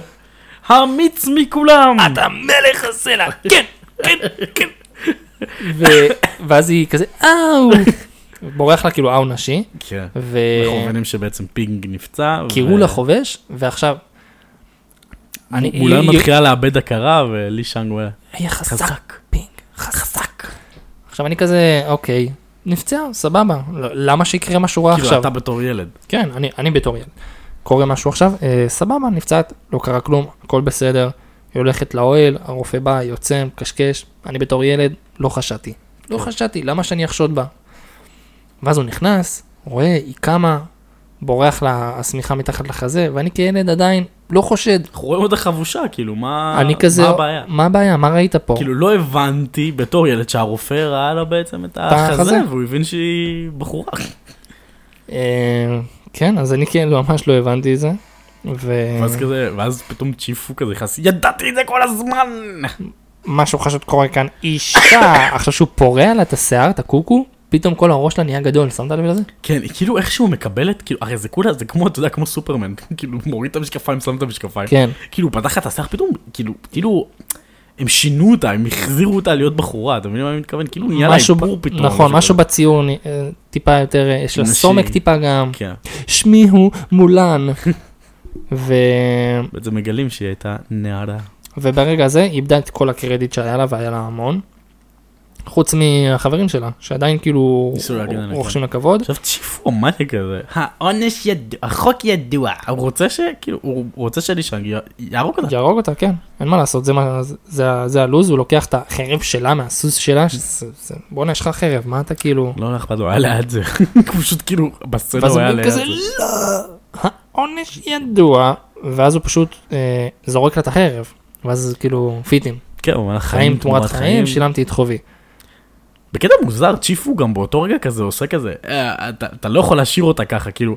S2: האמיץ מכולם!
S1: אתה מלך הסלע, כן, כן, כן. ו- ואז היא כזה, אאו. בורח לה כאילו אאו נשי.
S2: כן.
S1: ו...
S2: אנחנו מבינים שבעצם פינג נפצע.
S1: אה, קירו
S2: ו-
S1: לה חובש, ועכשיו... אני...
S2: מולה
S1: היא-
S2: מתחילה לאבד הכרה, ולי שאנג הוא היה
S1: היה חזק.
S2: חזק.
S1: פינג, חזק. עכשיו אני כזה, אוקיי, נפצע, סבבה, לא- למה שיקרה משהו רע
S2: כאילו,
S1: עכשיו?
S2: אתה בתור ילד.
S1: כן, אני, אני בתור ילד. קורה משהו עכשיו, אה, סבבה, נפצעת, לא קרה כלום, הכל בסדר, היא הולכת לאוהל, הרופא בא, יוצא, מקשקש, אני בתור ילד, לא חשדתי. לא
S2: כן.
S1: חשדתי, למה שאני אחשוד בה? ואז הוא נכנס, רואה, היא קמה, בורח לה השמיכה מתחת לחזה, ואני כילד עדיין לא חושד.
S2: אנחנו רואים אותה חבושה, כאילו, מה
S1: אני כזה,
S2: מה הבעיה?
S1: מה הבעיה? מה ראית פה?
S2: כאילו, לא הבנתי בתור ילד שהרופא ראה לה בעצם את החזה,
S1: החזה. כן.
S2: והוא הבין שהיא בחורה.
S1: אה, כן, אז אני כן ממש לא הבנתי את זה.
S2: ואז כזה, ואז פתאום צ'יפו כזה נכנס, ידעתי את זה כל הזמן!
S1: ומשהו חשוד קורה כאן, אישה, עכשיו שהוא פורע לה את השיער, את הקוקו, פתאום כל הראש שלה נהיה גדול, שמת לב לזה?
S2: כן, היא כאילו איכשהו מקבלת, כאילו, הרי זה כולה, זה כמו, אתה יודע, כמו סופרמן, כאילו, מוריד את המשקפיים, שם את המשקפיים.
S1: כן.
S2: כאילו, הוא פתח את השיח פתאום, כאילו, כאילו, הם שינו אותה, הם החזירו אותה להיות בחורה, אתה מבין מה אני מתכוון? כאילו, נהיה לה
S1: משהו,
S2: איפור פתאום.
S1: נכון, משהו
S2: כזה.
S1: בציור אה, טיפה יותר, אה, יש לה
S2: נשי.
S1: סומק טיפה גם,
S2: כן.
S1: שמי הוא מולן. ו...
S2: בעצם מגלים שהיא הייתה נערה.
S1: וברגע הזה היא איבדה את כל הקרדיט שהיה לה והיה לה המון. חוץ מהחברים שלה, שעדיין כאילו
S4: ניסו להגן עליה,
S2: כן.
S1: רוכשים לה כבוד.
S2: עכשיו תשאיפו, מה זה כזה? העונש ידוע, החוק ידוע. הוא רוצה ש... כאילו, הוא רוצה שלישנג י- יהרוג אותה.
S1: יהרוג אותה, כן, אין מה לעשות, זה, מה, זה, ה- זה הלוז, הוא לוקח את החרב שלה מהסוס שלה, שזה- זה- בואנה יש לך חרב, מה אתה כאילו...
S2: לא, לא אכפת לו, היה ליד זה. הוא פשוט כאילו, בסצנה
S1: ואז
S2: הוא
S1: הוא
S2: היה
S1: מבין
S2: ליד
S1: כזה,
S2: זה.
S1: לא, העונש ידוע, ואז הוא פשוט אה, זורק לה את החרב, ואז זה כאילו פיטים,
S2: כן, הוא אמר חיים
S1: חיים תמורת חיים, שילמתי את חובי.
S2: בקטע מוזר, צ'יפו גם באותו רגע כזה עושה כזה, "אה, אתה אתה לא יכול להשאיר אותה ככה, כאילו,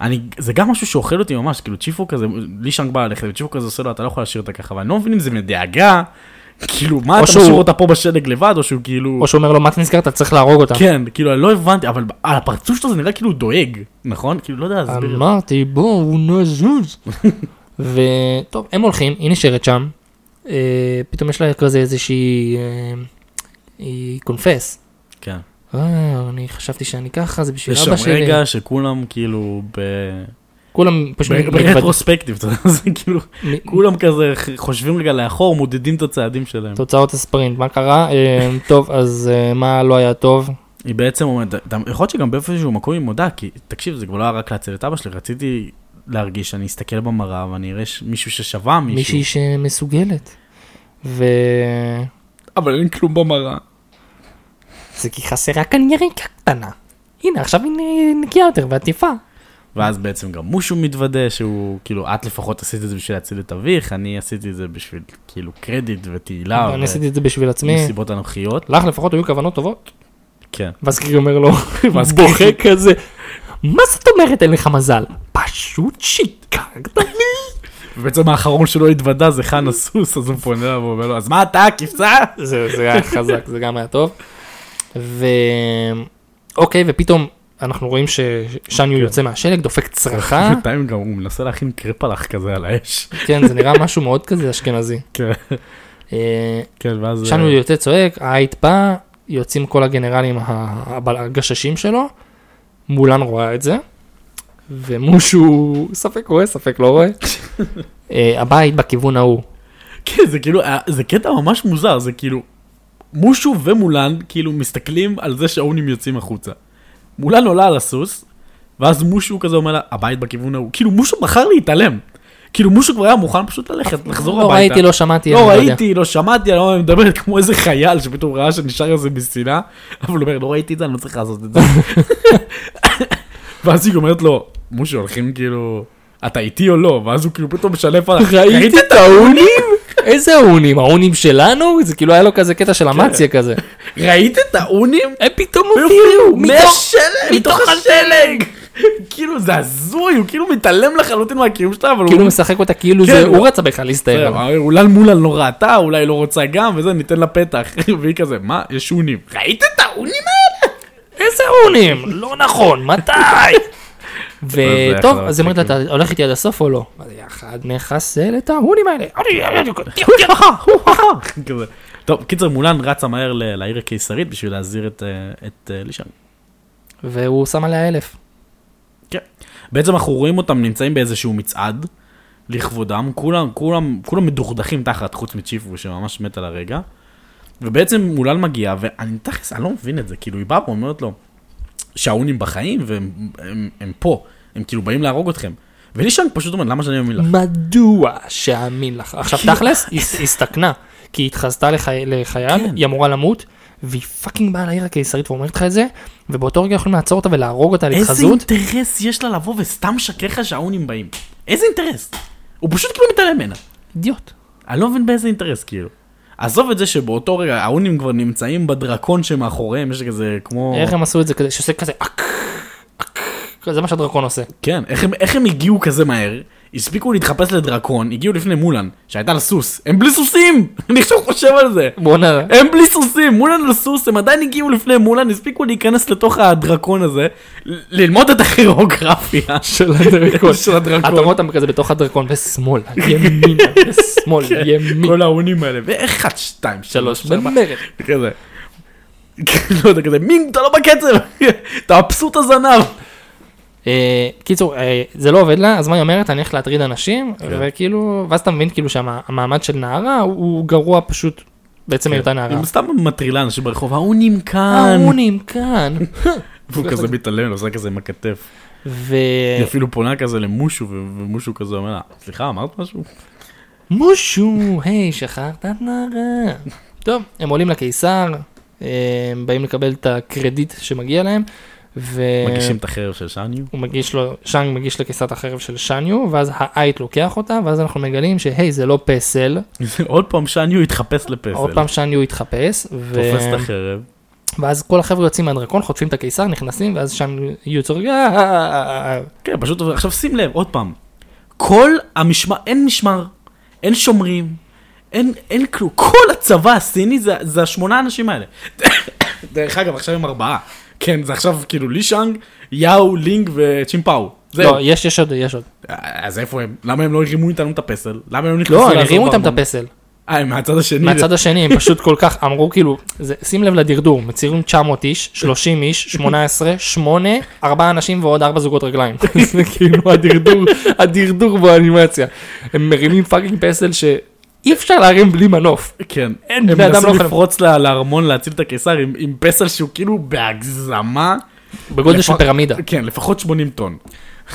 S2: אני, זה גם משהו שאוכל אותי ממש, כאילו צ'יפו כזה, לי שאנג בא ללכת, וצ'יפו כזה עושה לו, אתה לא יכול להשאיר אותה ככה, ואני לא מבין אם זה מדאגה, כאילו, מה
S1: או
S2: אתה
S1: שהוא-
S2: משאיר אותה פה בשלג לבד, או שהוא כאילו,
S1: או שאומר לו, מה אתה נזכר, אתה צריך להרוג אותה.
S2: כן, כאילו, אני לא הבנתי, אבל על הפרצוף שלו זה נראה כאילו הוא דואג, נכון? כאילו, לא יודע להסביר. את זה.
S1: אמרתי בואו נזוז. וטוב הם הולכים היא נשארת שם. אה, פתאום יש לה כזה איזושהי אה, היא קונפס.
S2: כן.
S1: אה, אני חשבתי שאני ככה זה בשביל
S2: יש
S1: אבא
S2: שם
S1: שלי.
S2: רגע שכולם כאילו ב...
S1: כולם פשוט
S2: ב-
S1: מתבד-
S2: ברטרוספקטיב, אתה יודע, זה כאילו,
S1: מ-
S2: כולם כזה חושבים רגע לאחור, מודדים את הצעדים שלהם.
S1: תוצאות הספרינט מה קרה אה, טוב אז אה, מה לא היה טוב
S2: היא בעצם אומרת, אתה- יכול להיות שגם באיזשהו מקום היא מודה, כי תקשיב, זה כבר לא היה רק להציל את אבא שלי, רציתי להרגיש שאני אסתכל במראה ואני אראה ש- מישהו ששווה מישהו.
S1: מישהי שמסוגלת. וזה
S2: אבל אין כלום במראה.
S1: כי חסרה כאן יריקה קטנה. הנה עכשיו היא נ- נקייה יותר ועטיפה.
S2: ואז בעצם גם מושו מתוודה שהוא, כאילו, את לפחות עשית את זה בשביל להציל את אביך, אני עשיתי את זה בשביל, כאילו, קרדיט ותהילה.
S1: כן, אני עשיתי את זה בשביל עצמי.
S2: מסיבות אנוכיות.
S1: לך לפחות היו כוונות טובות.
S2: כן.
S1: ואז קרי אומר לו,
S2: ואז קרי-
S1: בוכה כזה, מה זאת אומרת אין לך מזל? פשוט שיקרת לי.
S2: ובעצם האחרון שלא התוודה זה חנה סוס, אז הוא פונה אליו ואומר לו, אז מה אתה, כבשה?
S1: זה זה היה חזק, זה גם היה טוב. ו... אוקיי, ופתאום אנחנו רואים ששניו
S2: כן.
S1: יוצא מהשלג, דופק צרחה,
S2: בינתיים גם הוא מנסה להכין קרפלח כזה על האש.
S1: כן, זה נראה משהו מאוד כזה אשכנזי.
S2: כן,
S1: אה,
S2: כן, ואז...
S1: שניו יוצא צועק, היית בא, יוצאים כל הגנרלים ה- הבל- הגששים שלו, מולן רואה את זה, ומושו ספק רואה, ספק לא רואה. אה, הבית בכיוון ההוא.
S2: כן, זה כאילו, אה, זה קטע ממש מוזר, זה כאילו, מושו ומולן כאילו מסתכלים על זה שהאונים יוצאים החוצה. מולן עולה על הסוס, ואז מושו כזה אומר לה, הבית בכיוון ההוא. כאילו, מושו בחר להתעלם. כאילו, מושו כבר היה מוכן פשוט ללכת, לחזור
S1: לא
S2: הביתה.
S1: ראיתי, לא שמעתי, אני
S2: לא
S1: יודע.
S2: ראיתי, לא שמעתי, אני לא מדבר כמו איזה חייל שפתאום ראה שנשאר איזה מסילה, אבל הוא אומר, לא ראיתי את זה, אני לא צריך לעשות את זה. ואז היא אומרת לו, מושי הולכים כאילו, אתה איתי או לא? ואז הוא כאילו פתאום משלף על...
S1: ראיתי את האונים? איזה אונים? האונים שלנו? זה כאילו היה לו כזה קטע
S2: כן.
S1: של אמציה כזה.
S2: ראית את האונים?
S1: הם פתאום
S2: הופיעו
S1: הופיעו! כאילו, מתוך-
S2: מהשלג, מתוך השלג! כאילו זה הזוי, הוא כאילו מתעלם לחלוטין מהקיום שלה, אבל
S1: כאילו הוא
S2: הוא...
S1: משחק אותה כאילו
S2: כן,
S1: זה,
S2: הוא-
S1: הוא רצה בכלל להסתער. עליו.
S2: אה, אולי מולן לא ראתה, אולי לא רוצה גם, וזה, ניתן לה פתח. והיא כזה, מה? יש אונים. ראית את האונים האלה?
S1: איזה אונים? לא נכון, מתי? וטוב,
S2: אחלה
S1: אז היא אומרת לה, אתה הולך איתי עד הסוף או לא? אז יחד נחסל את ההונים האלה.
S2: כן. כזה. טוב, קיצר, מולן רצה מהר ל- לעיר הקיסרית בשביל להזהיר את, אה, את אה, לישן.
S1: והוא שם עליה אלף.
S2: כן. בעצם אנחנו רואים אותם נמצאים באיזשהו מצעד, לכבודם, כולם, כולם, כולם מדוכדכים תחת, חוץ מצ'יפו שממש מת על הרגע. ובעצם מולן מגיעה, ואני תכלס, אני לא מבין את זה, כאילו היא באה פה, אומרת לו, שהאונים בחיים והם הם, הם פה, הם כאילו באים להרוג אתכם. ולישן פשוט אומר, למה שאני מאמין לך?
S1: מדוע שאאמין לך? עכשיו תכלס, היא היא הסתכנה, כי היא התחזתה לחי- לחייל,
S2: כן.
S1: היא אמורה למות, והיא פאקינג באה לעיר הקיסרית ואומרת לך את זה, ובאותו רגע יכולים לעצור אותה ולהרוג אותה על
S2: איזה
S1: התחזות.
S2: אינטרס יש לה לבוא וסתם שקר לך שהאונים באים? איזה אינטרס? הוא פשוט כאילו מתעלם ממנה.
S1: אידיוט.
S2: אני לא מבין באיזה אינטרס, כאילו. עזוב את זה שבאותו רגע האונים כבר נמצאים בדרקון שמאחוריהם, יש כזה כמו...
S1: איך הם עשו את זה כזה, שעושה כזה אק, אק, זה מה שהדרקון עושה.
S2: כן, איך הם, איך הם הגיעו כזה מהר? הספיקו להתחפש לדרקון, הגיעו לפני מולן, שהייתה על סוס. הם בלי סוסים! אני עכשיו חושב על זה.
S1: בואנה.
S2: הם בלי סוסים, מולן על סוס, הם עדיין הגיעו לפני מולן, הספיקו להיכנס לתוך הדרקון הזה, ל- ללמוד את הכירוגרפיה.
S1: של הדרקון.
S2: של הדרקון.
S1: אתה רואה אותם כזה בתוך הדרקון, ושמאל, ימינה, ושמאל, ימינה.
S2: כל האונים האלה, ואחד, שתיים, שלוש,
S1: שלוש,
S2: ארבע,
S1: במרד.
S2: כזה. לא יודע, כזה, מינג, אתה לא בקצב, תאפסו את הזנב.
S1: אה, קיצור, אה, זה לא עובד לה, אז מה היא אומרת? אני הולך להטריד אנשים, וכאילו, ואז אתה מבין כאילו שהמעמד של נערה הוא הוא גרוע פשוט בעצם היותה נערה.
S2: עם-
S1: אה,
S2: סתם מטרילה אנשים ברחוב, ההונים כאן.
S1: האונים כאן.
S2: והוא כזה מתעלם, עושה כזה עם הכתף.
S1: אה.
S2: היא
S1: ו-
S2: אפילו פונה כזה למושו, ו- ומושו כזה אומר לה, סליחה, אמרת משהו?
S1: מושו, היי, שכחת את נערה. טוב, הם עולים לקיסר, הם באים לקבל את הקרדיט שמגיע להם, ו...
S2: מגישים את החרב של שניו?
S1: הוא מגיש לו, שאנג מגיש לקיסת החרב של שניו, ואז האייט לוקח אותה, ואז אנחנו מגלים שהי, זה לא פסל,
S2: עוד פעם שניו התחפש לפסל.
S1: עוד פעם שניו התחפש, ו...
S2: תופס את החרב.
S1: ואז כל החבר'ה יוצאים מהדרקון, חוטפים את הקיסר, נכנסים, ואז שניו צורג, "אה",
S2: כן, פשוט, עכשיו שים לב, עוד פעם. כל המשמר, אין משמר, אין שומרים, אין, אין כלום. כל הצבא הסיני זה, זה השמונה האנשים האלה. דרך אגב, עכשיו הם ארבעה. כן, זה עכשיו כאילו לי שאנג, יאו, לינג וצ'ימפאו. זהו.
S1: לא, יש, יש עוד, יש עוד.
S2: אז איפה הם? למה הם לא הרימו איתנו את הפסל? למה הם נכנסו
S1: לא, הם
S2: לעזור
S1: הרימו אותם את
S2: בארמון?
S1: הפסל.
S2: אה, הם מהצד השני.
S1: מהצד השני, הם פשוט כל כך אמרו, כאילו, זה- שים לב לדרדור, מצהירים 900 איש, 30 איש, 18, 8, 4 אנשים ועוד 4 זוגות רגליים. זה כאילו הדרדור, הדרדור באנימציה. הם מרימים פאקינג פסל שאי אפשר להרים בלי מנוף.
S2: כן.
S1: אין,
S2: הם
S1: בני אדם לא
S2: מנסים
S1: יכולים.
S2: לפרוץ לה- לארמון להציל את הקיסר עם- עם פסל שהוא כאילו בהגזמה.
S1: בגודל של
S2: לפח-
S1: פירמידה,
S2: כן, לפחות 80 טון.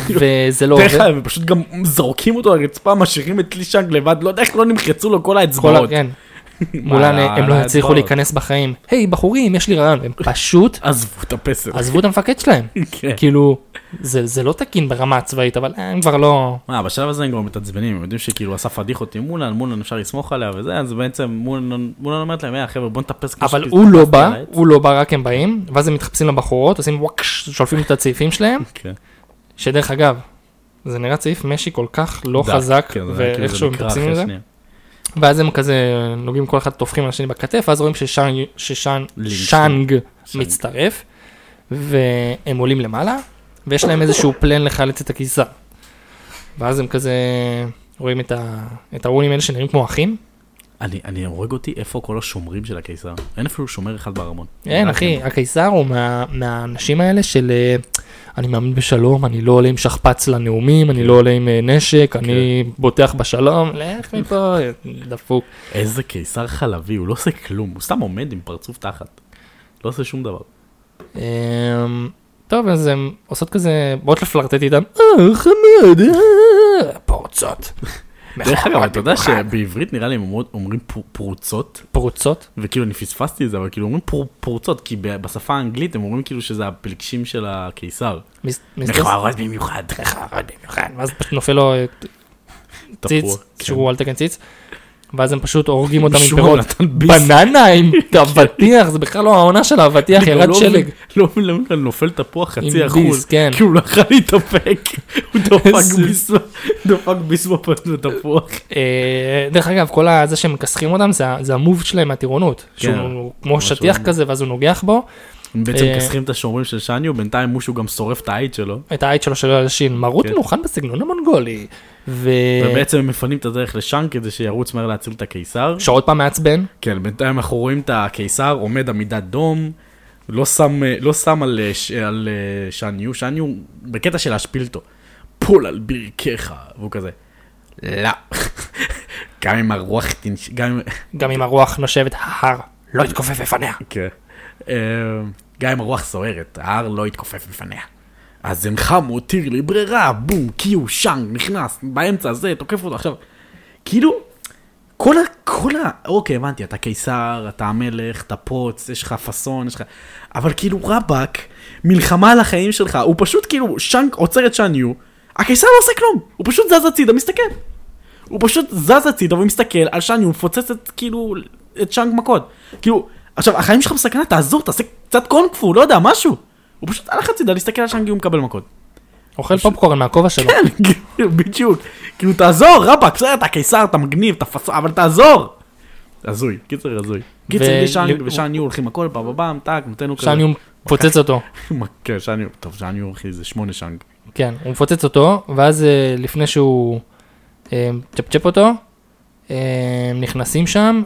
S2: כאילו,
S1: וזה לא
S2: דרך
S1: עובד.
S2: אגב, הם פשוט גם זורקים אותו לרצפה, משאירים את לישאנג לבד, לא יודע איך לא נמחצו לו כל
S1: כל ה-
S2: האצבעות.
S1: כן. מולן
S2: מה,
S1: הם לא
S2: על
S1: יצליחו
S2: האצבעות.
S1: להיכנס בחיים. היי בחורים, יש לי רעיון. הם פשוט
S2: עזבו את הפסל.
S1: עזבו את המפקד שלהם.
S2: כן.
S1: כאילו, זה זה לא תקין ברמה הצבאית, אבל הם כבר לא...
S2: מה, בשלב הזה הם כבר מתעצבנים, הם יודעים שכאילו עשה פדיחות עם מולן, מולן אפשר לסמוך עליה וזה, אז בעצם מולן מולן אומרת להם, "אה, חבר'ה, בוא נטפס כמו
S1: אבל
S2: שפספסתי
S1: הוא לא
S2: על
S1: בא,
S2: העץ."
S1: הוא לא בא, רק הם באים, ואז הם מתחפשים לבחורות, עושים וואקש, שולפים את הצעיפים שלהם,
S2: כן.
S1: שדרך אגב, זה נראה צעיף משי כל כך לא
S2: דק,
S1: חזק,
S2: כן, זה היה כאילו
S1: ואיכשהו הם
S2: זה נקרע
S1: מתחפשים
S2: אחרי
S1: לזה,
S2: שנייה.
S1: ואז הם כזה נוגעים כל אחד, טופחים על השני בכתף, ואז רואים ששאנג- ששאנג
S2: לינק.
S1: שאנג
S2: שאנג.
S1: מצטרף, והם עולים למעלה, ויש להם איזשהו פלן לחלץ את הקיסר. ואז הם כזה רואים את ה- את האונים האלה שנראים כמו אחים,
S2: אני- אני הורג אותי איפה כל השומרים של הקיסר, אין אפילו שומר אחד בארמון.
S1: אין אחי, הקיסר הוא מה- מהאנשים האלה של אה, אני מאמין בשלום, אני לא עולה עם שכפ"ץ לנאומים, אני לא עולה עם אה, נשק,
S2: כן.
S1: אני בוטח בשלום, לך מפה, דפוק.
S2: איזה קיסר חלבי, הוא לא עושה כלום, הוא סתם עומד עם פרצוף תחת. לא עושה שום דבר.
S1: אמ, טוב, אז הן עושות כזה, באות לפלרטט איתן, אה, חמוד, אה, פורצות.
S2: דרך אגב, אתה יודע
S1: נכון, במיוחד.
S2: שבעברית נראה לי הם אומרות- אומרים פר- פרוצות,
S1: פרוצות?
S2: וכאילו אני פספסתי את זה, אבל כאילו אומרים פר- פרוצות, כי ב- בשפה האנגלית הם אומרים כאילו שזה הפלגשים של הקיסר.
S1: מס- מסתבר-
S2: מכוערות במיוחד.
S1: מכוערות במיוחד. ואז פשוט נופל לו אה, ציץ,
S2: תפוח, כן.
S1: שהוא על תקן ציץ, ואז הם פשוט הורגים אותם עם
S2: מישהו
S1: פירות.
S2: נתן ביס. כן.
S1: בננה עם אבטיח, זה בכלל לא העונה של האבטיח,
S2: אני גם
S1: ירד
S2: לא
S1: שלג.
S2: מבין- לא מבין למה הוא נופל תפוח
S1: עם
S2: חצי אחוז.
S1: ביס, כן.
S2: כי הוא לא יכול להתאפק. הוא דפק
S1: איזה-
S2: ביס ב- דפק ביס בפת בתפוח.
S1: אה, דרך אגב, כל ה- זה שהם מכסחים אותם, זה ה- זה המוב שלהם מהטירונות. שהוא כמו
S2: כן. ממש
S1: שטיח
S2: לא.
S1: כזה, ואז הוא נוגח בו.
S2: הם בעצם
S1: אה.
S2: מכסחים את השומרים של שניו, בינתיים מישהו גם שורף את העיד שלו.
S1: את העית שלו של הלשין, מרות
S2: כן.
S1: מנוחן בסגנון המונגולי. ו...
S2: ובעצם הם מפנים את הדרך לשאנג כדי שירוץ מהר להציל את הקיסר.
S1: שעוד פעם מעצבן,
S2: כן, בינתיים אנחנו רואים את הקיסר עומד עמידת דום, לא שם, לא שם על, אה, ש- על אה, שאן יו, שאן יו בקטע של להשפיל אותו. פול על ברכיך, והוא כזה, לא. גם אם הרוח תנש... גם אם...
S1: גם אם הרוח נושבת ההר, לא יתכופף בפניה.
S2: כן. אה, גם אם הרוח סוערת, ההר לא יתכופף בפניה. אז אינך מותיר לי ברירה, בום, קיו, שאנג, נכנס, באמצע זה, תוקף אותו. עכשיו, כאילו, כל ה... כל ה... אוקיי, הבנתי, אתה קיסר, אתה המלך, אתה פוץ, יש לך פאסון, יש לך... אבל כאילו, רבאק, מלחמה על החיים שלך, הוא פשוט כאילו, שאנג עוצר את שאן יו, הקיסר לא עושה כלום, הוא פשוט זז הצידה, מסתכל. הוא פשוט זז הצידה ומסתכל על שאנג, הוא מפוצץ את כאילו, את שאנג מכות. כאילו, עכשיו, החיים שלך בסכנה, תעזור, תעשה קצת קונגפו, לא יודע, משהו. הוא פשוט הלך הצידה להסתכל על שאנג, הוא מקבל מכות.
S1: אוכל פופקורן מהכובע שלו.
S2: כן, בדיוק. כאילו, תעזור, רבאק, בסדר, אתה קיסר, אתה מגניב, אתה פסו, אבל תעזור. הזוי, קיצר הזוי. קיצר,
S1: ו-
S2: לי שאנג
S1: ל-
S2: ושאניו הולכים הכל, פעם פעם, טאק, נותן לו כזה.
S1: שאניום פוצץ אותו.
S2: כן, שאניו, טוב, שאניו, אחי, זה שמונה שאנג.
S1: כן, הוא מפוצץ אותו, ואז אה, לפני שהוא אה, צ'פצ'פ אותו, אה, נכנסים שם,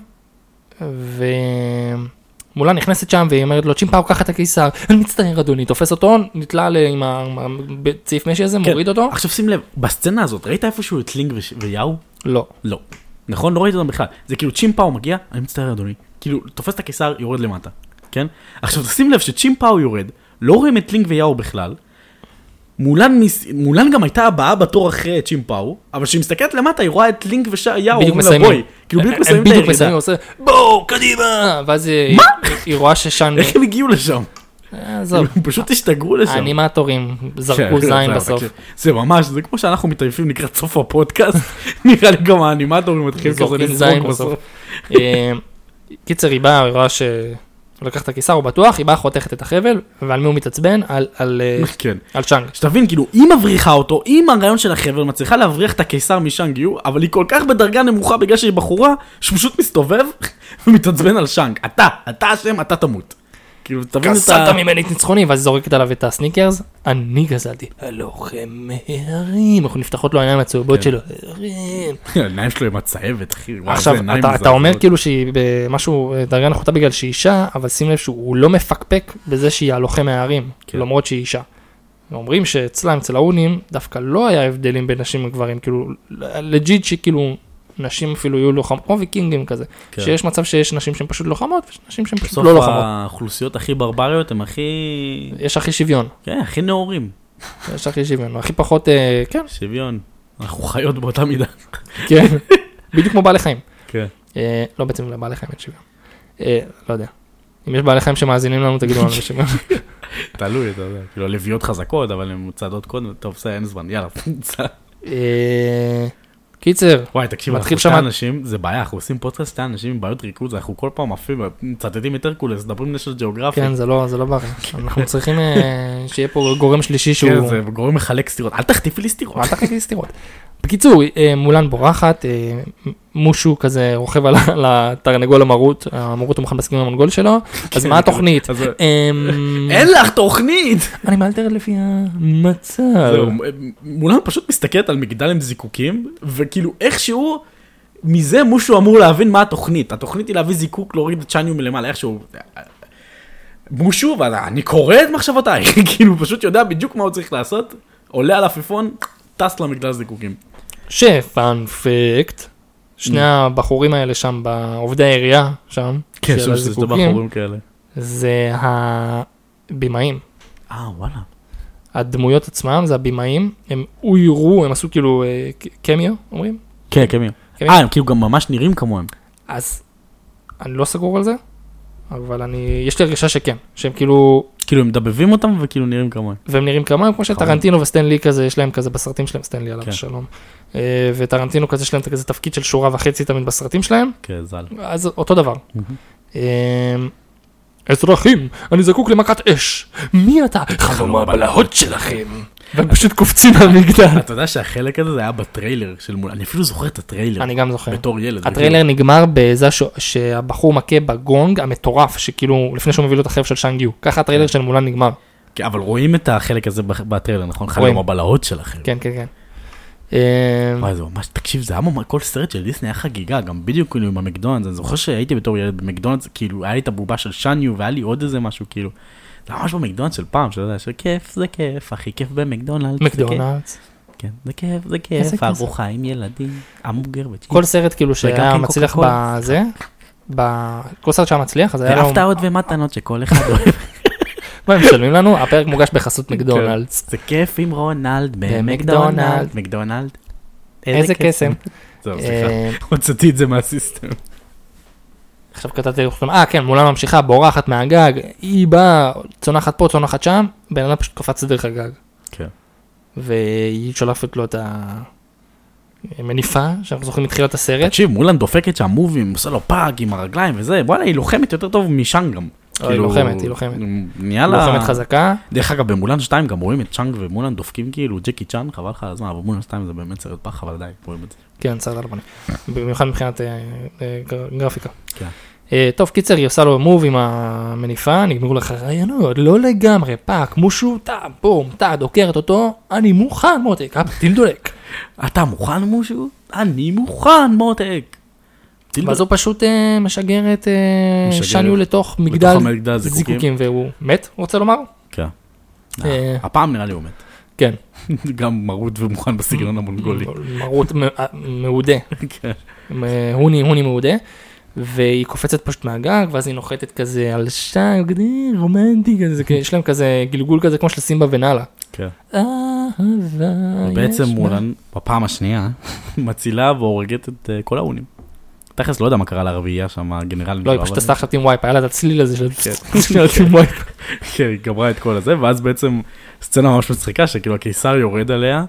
S1: ומולה נכנסת שם והיא אומרת לו, צ'ימפאו, קח את הקיסר, אני מצטער אדוני, תופס אותו, נתלה ל- עם הצעיף משי הזה,
S2: כן.
S1: מוריד אותו,
S2: עכשיו שים לב, בסצנה הזאת, ראית איפשהו את לינג וש- ויאו?
S1: לא.
S2: לא. נכון? לא ראיתי אותם בכלל. זה כאילו צ'ימפאו מגיע, אני מצטער אדוני, כאילו, תופס את הקיסר, יורד למטה, כן? עכשיו, תשים לב שצ'ימפאו יורד, לא רואים את לינק ויאו בכלל. מולן, מס... מולן גם הייתה הבאה בתור אחרי צ'ימפאו, אבל כשהיא מסתכלת למטה, היא רואה את לינק ויאו,
S1: בדיוק
S2: אומרים לה
S1: מסיימים.
S2: בואי. כאילו, בדיוק
S1: הם
S2: מסיימים את
S1: בדיוק
S2: הירידה.
S1: מסיימים, הוא עושה בואו קדימה ואז היא- היא רואה ששאן
S2: איך הם הגיעו לשם?
S1: אה, עזוב
S2: הם פשוט השתגעו לשם.
S1: האנימטורים
S2: כן,
S1: זרקו זין
S2: זה-
S1: בסוף
S2: זה- זה ממש, זה כמו שאנחנו מטייפים לקראת סוף הפודקאסט, נראה לי גם האנימטורים מתחילים כזה
S1: כאילו זורקים זין
S2: לזרוק
S1: בסוף.
S2: בסוף.
S1: אה, קיצר היא באה היא רואה שהוא לקח את הקיסר הוא בטוח היא באה חותכת את החבל ועל מי הוא מתעצבן על- על אה,
S2: כן.
S1: על צ'אנג.
S2: שתבין, כאילו, היא מבריחה אותו, עם הרעיון של החבר, מצליחה להבריח את הקיסר משאנג יו, אבל היא כל כך בדרגה נמוכה בגלל שהיא בחורה, שפשוט מסתובב ומתעצבן על שאנג. אתה, אתה אשם, אתה תמות. כאילו, תבין את ה...
S1: גזלת ממני את ניצחוני ואז זורקת עליו את הסניקרס אני גזלתי. הלוחם מהרים אנחנו נפתחות לו העיניים הצהובות
S2: כן.
S1: שלו. מהרים.
S2: העיניים שלו עם הצהבת, אחי. וואי,
S1: עכשיו
S2: איזה עיניים
S1: אתה- אתה
S2: מזעזעות.
S1: אומר כאילו שהיא במשהו אה, דרגה נחותה בגלל שהיא אישה אבל שים לב שהוא לא מפקפק בזה שהיא הלוחם מהרים
S2: כן.
S1: למרות שהיא אישה. אומרים שאצלם אצל ההונים דווקא לא היה הבדלים בין נשים לגברים כאילו לג'יט שכאילו נשים אפילו יהיו לוחמות כמו ויקינגים כזה
S2: כן.
S1: שיש מצב שיש נשים שהן פשוט לוחמות ויש נשים שהן פשוט
S2: בסוף
S1: לא לוחמות.
S2: האוכלוסיות הכי ברבריות הם הכי...
S1: יש הכי שוויון.
S2: כן, הכי נאורים.
S1: יש הכי שוויון, הכי פחות, אה, כן,
S2: שוויון. אנחנו חיות באותה מידה.
S1: כן, בדיוק כמו בעלי חיים.
S2: כן.
S1: אה, לא בעצם לבעלי חיים אין שוויון. אה, לא יודע. אם יש בעלי חיים שמאזינים לנו תגידו לנו שוויון.
S2: תלוי, אתה יודע. כאילו, הלוויות חזקות, אבל הן צעדות קודם. טוב, בסדר, אין זמן, יאללה. צעד.
S1: אה, קיצר,
S2: וואי, תקשיב,
S1: מתחיל
S2: אנחנו שתי
S1: שם-
S2: אנשים, זה בעיה, אנחנו עושים פודקאסט שתי אנשים עם בעיות ריכוז, אנחנו כל פעם עפים, מצטטים את הרקולס, מדברים נשל ג'אוגרפי.
S1: כן זה לא זה לא בריא. אנחנו צריכים אה, שיהיה פה גורם שלישי שהוא...
S2: כן, זה גורם מחלק סטירות. אל תחטיפי לי סטירות.
S1: אל תחכה לסתירות. בקיצור, אה, מולן בורחת, אה, מ- מושו כזה רוכב על על התרנגול המרוט, המרוט הוא מוכן להסכים עם המונגול שלו, אז מה התוכנית?
S2: כן, אז-
S1: אמ, אה,
S2: אין לך תוכנית!
S1: אני מאלתרת לפי המצב.
S2: זהו, מולם פשוט מסתכלת על מגדל עם זיקוקים, וכאילו איכשהו, מזה מישהו אמור להבין מה התוכנית. התוכנית היא להביא זיקוק, להוריד את צ'אניו מלמעלה, איכשהו... מושו, ואני קורא את מחשבותיי, כאילו פשוט יודע בדיוק מה הוא צריך לעשות, עולה על עפיפון, טס למגדל הזיקוקים.
S1: שפאנפקט, שני
S2: Mm.
S1: הבחורים האלה שם, בעובדי העירייה שם,
S2: כן,
S1: של
S2: שזה דבר
S1: הזיקוקים,
S2: חורים כאלה.
S1: זה הבימאים.
S2: אה, וואלה.
S1: הדמויות עצמם זה הבימאים, הם אוירו, הם עשו כאילו אה, ק- קמיו, אומרים?
S2: כן, כן.
S1: כן.
S2: אה, הם כאילו גם ממש נראים כמוהם.
S1: אז אני לא סגור על זה, אבל אני, יש לי הרגשה שכן, שהם כאילו,
S2: כאילו הם מדבבים אותם וכאילו נראים כמוהם.
S1: והם נראים כמוהם, כמו שטרנטינו וסטן לי כזה, יש להם כזה בסרטים שלהם, סטן לי עליו
S2: נכון. כן.
S1: השלום. אה, וטרנטינו כזה, יש להם כזה תפקיד של שורה וחצי תמיד בסרטים שלהם.
S2: כן, ז"ל.
S1: אז אותו דבר. אמ, אזרחים, אני זקוק למכת אש. מי אתה? חלום הבלהות שלכם. והם פשוט קופצים על מגדל.
S2: אתה יודע שהחלק הזה זה היה בטריילר של מול... אני אפילו זוכר את הטריילר.
S1: אני גם זוכר.
S2: בתור ילד.
S1: הטריילר נגמר בזה ש- שהבחור מכה בגונג המטורף, שכאילו, לפני שהוא מביא לו את החרב של שאנג יו. ככה הטריילר של מולן נגמר.
S2: כן, אבל רואים את החלק הזה בח- בטריילר, נכון?
S1: רואים.
S2: חלום הבלהות שלכם.
S1: כן, כן, כן. אמ,
S2: וואי, זה ממש, תקשיב, זה היה ממש, כל סרט של דיסני היה חגיגה, גם בדיוק כאילו עם המקדונלדס, אני זוכר שהייתי בתור ילד במקדונלדס, כאילו, היה לי את הבובה של שניו, והיה לי עוד איזה משהו, כאילו, זה היה ממש במקדונלדס של פעם, שאתה יודע, שכיף, זה כיף, הכי כיף במקדונלדס, זה כיף,
S1: מקדונלדס.
S2: כן, זה כיף, זה
S1: איזה
S2: כיף,
S1: כיף.
S2: ארוחה עם ילדים, המבוגר
S1: כל
S2: וצ'יפ,
S1: סרט כאילו שהיה
S2: כן
S1: מצליח
S2: קוקה-קולה.
S1: בזה, ב- כל סרט שהיה מצליח, אז היה לו...
S2: והפתעות ומתנות שכל אחד אוהב,
S1: מה הם משלמים לנו? הפרק מוגש בחסות
S2: כן.
S1: מקדונלדס.
S2: זה כיף עם רונלד
S1: במקדונלדס.
S2: במקדונלד, מקדונלד,
S1: איזה קסם.
S2: זהו, סליחה,
S1: אמ,
S2: הוצאתי את זה מהסיסטם.
S1: עכשיו קטעתי לכם, אה כן, מולה ממשיכה, בורחת מהגג, היא באה, צונחת פה, צונחת שם, בן אדם פשוט קפץ דרך הגג.
S2: כן.
S1: והיא שולפת לו את המניפה, שאנחנו זוכרים מתחילת הסרט.
S2: תקשיב, מולן דופקת שם מובים, עושה לו פאג עם הרגליים וזה, וואלה, היא לוחמת יותר טוב משאנג גם.
S1: היא לוחמת, היא לוחמת.
S2: נהיה לה...
S1: לוחמת חזקה,
S2: דרך אגב, במולן 2 גם רואים את צ'אנג ומולן דופקים כאילו ג'קי צ'אן, חבל לך על הזמן, אבל מולן 2 זה באמת סרט פח, אבל עדיין רואים את זה.
S1: כן, צעד על הפנים. במיוחד מבחינת אה, אה, גר- גרפיקה.
S2: כן.
S1: אה, טוב, קיצר, היא עושה לו מוב עם המניפה, נגמרו לך רעיונות, לא לגמרי, פאק, מושו, טה, בום, טה, דוקרת אותו, אני מוכן, מותק, הפתיל דולק.
S2: אתה מוכן מושהו? אני מוכן, מותק. טיל
S1: ואז הוא פשוט אה, משגר את אה,
S2: משגר.
S1: שניו לתוך מגדל
S2: בתוך המגדל זיקוקים.
S1: זיקוקים, והוא מת, רוצה לומר?
S2: כן.
S1: אה.
S2: הפעם נראה לי הוא מת.
S1: כן.
S2: גם מרוט ומוכן בסגנון המונגולי.
S1: מרוט מ- אה, מעודה,
S2: כן.
S1: מ- הוני הוני מעודה. והיא קופצת פשוט מהגג, ואז היא נוחתת כזה על שתיים, כזה "אה, רומנטי כזה, כזה, יש להם כזה גלגול כזה כמו של סימבה ונאלה.
S2: כן.
S1: אהבה
S2: בעצם
S1: אה, יש בה.
S2: מולן, בפעם השנייה, מצילה והורגת את אה, כל האונים. תכלס לא יודע מה קרה לרביעייה שם, הגנרל.
S1: לא, היא
S2: נשארה
S1: פשוט
S2: בנו.
S1: עשתה עכשיו עם וייפ, היה לה את הצליל הזה של
S2: כן.
S1: של עם וייפ.
S2: כן, היא גמרה את כל הזה, ואז בעצם סצנה ממש מצחיקה, שכאילו הקיסר יורד עליה,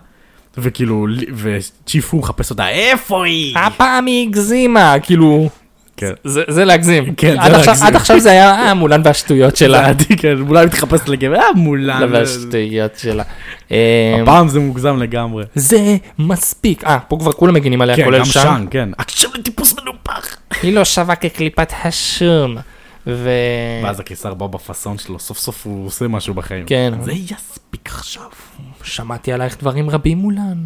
S2: וכאילו, לי- וצ'יפו מחפש אותה, איפה היא?
S1: הפעם היא הגזימה, כאילו,
S2: כן.
S1: זה זה להגזים.
S2: כן, זה
S1: עד עכשיו-
S2: להגזים.
S1: עד עכשיו זה היה אה, מולן והשטויות שלה.
S2: לדעתי, כן, מולה מתחפשת לגמרי, אה, מולה.
S1: מולן והשטויות שלה. אה,
S2: הפעם זה מוגזם לגמרי.
S1: זה מספיק. אה, פה כבר כולם מגינים עליה,
S2: כן,
S1: כולל
S2: גם
S1: שם.
S2: שם, כן. עכשיו לטיפוס מנופח.
S1: היא לא שווה כקליפת השום. ו...
S2: ואז הקיסר בא בפאסון שלו, סוף סוף הוא עושה משהו בחיים.
S1: כן.
S2: זה יספיק עכשיו.
S1: שמעתי עלייך דברים רבים מולן.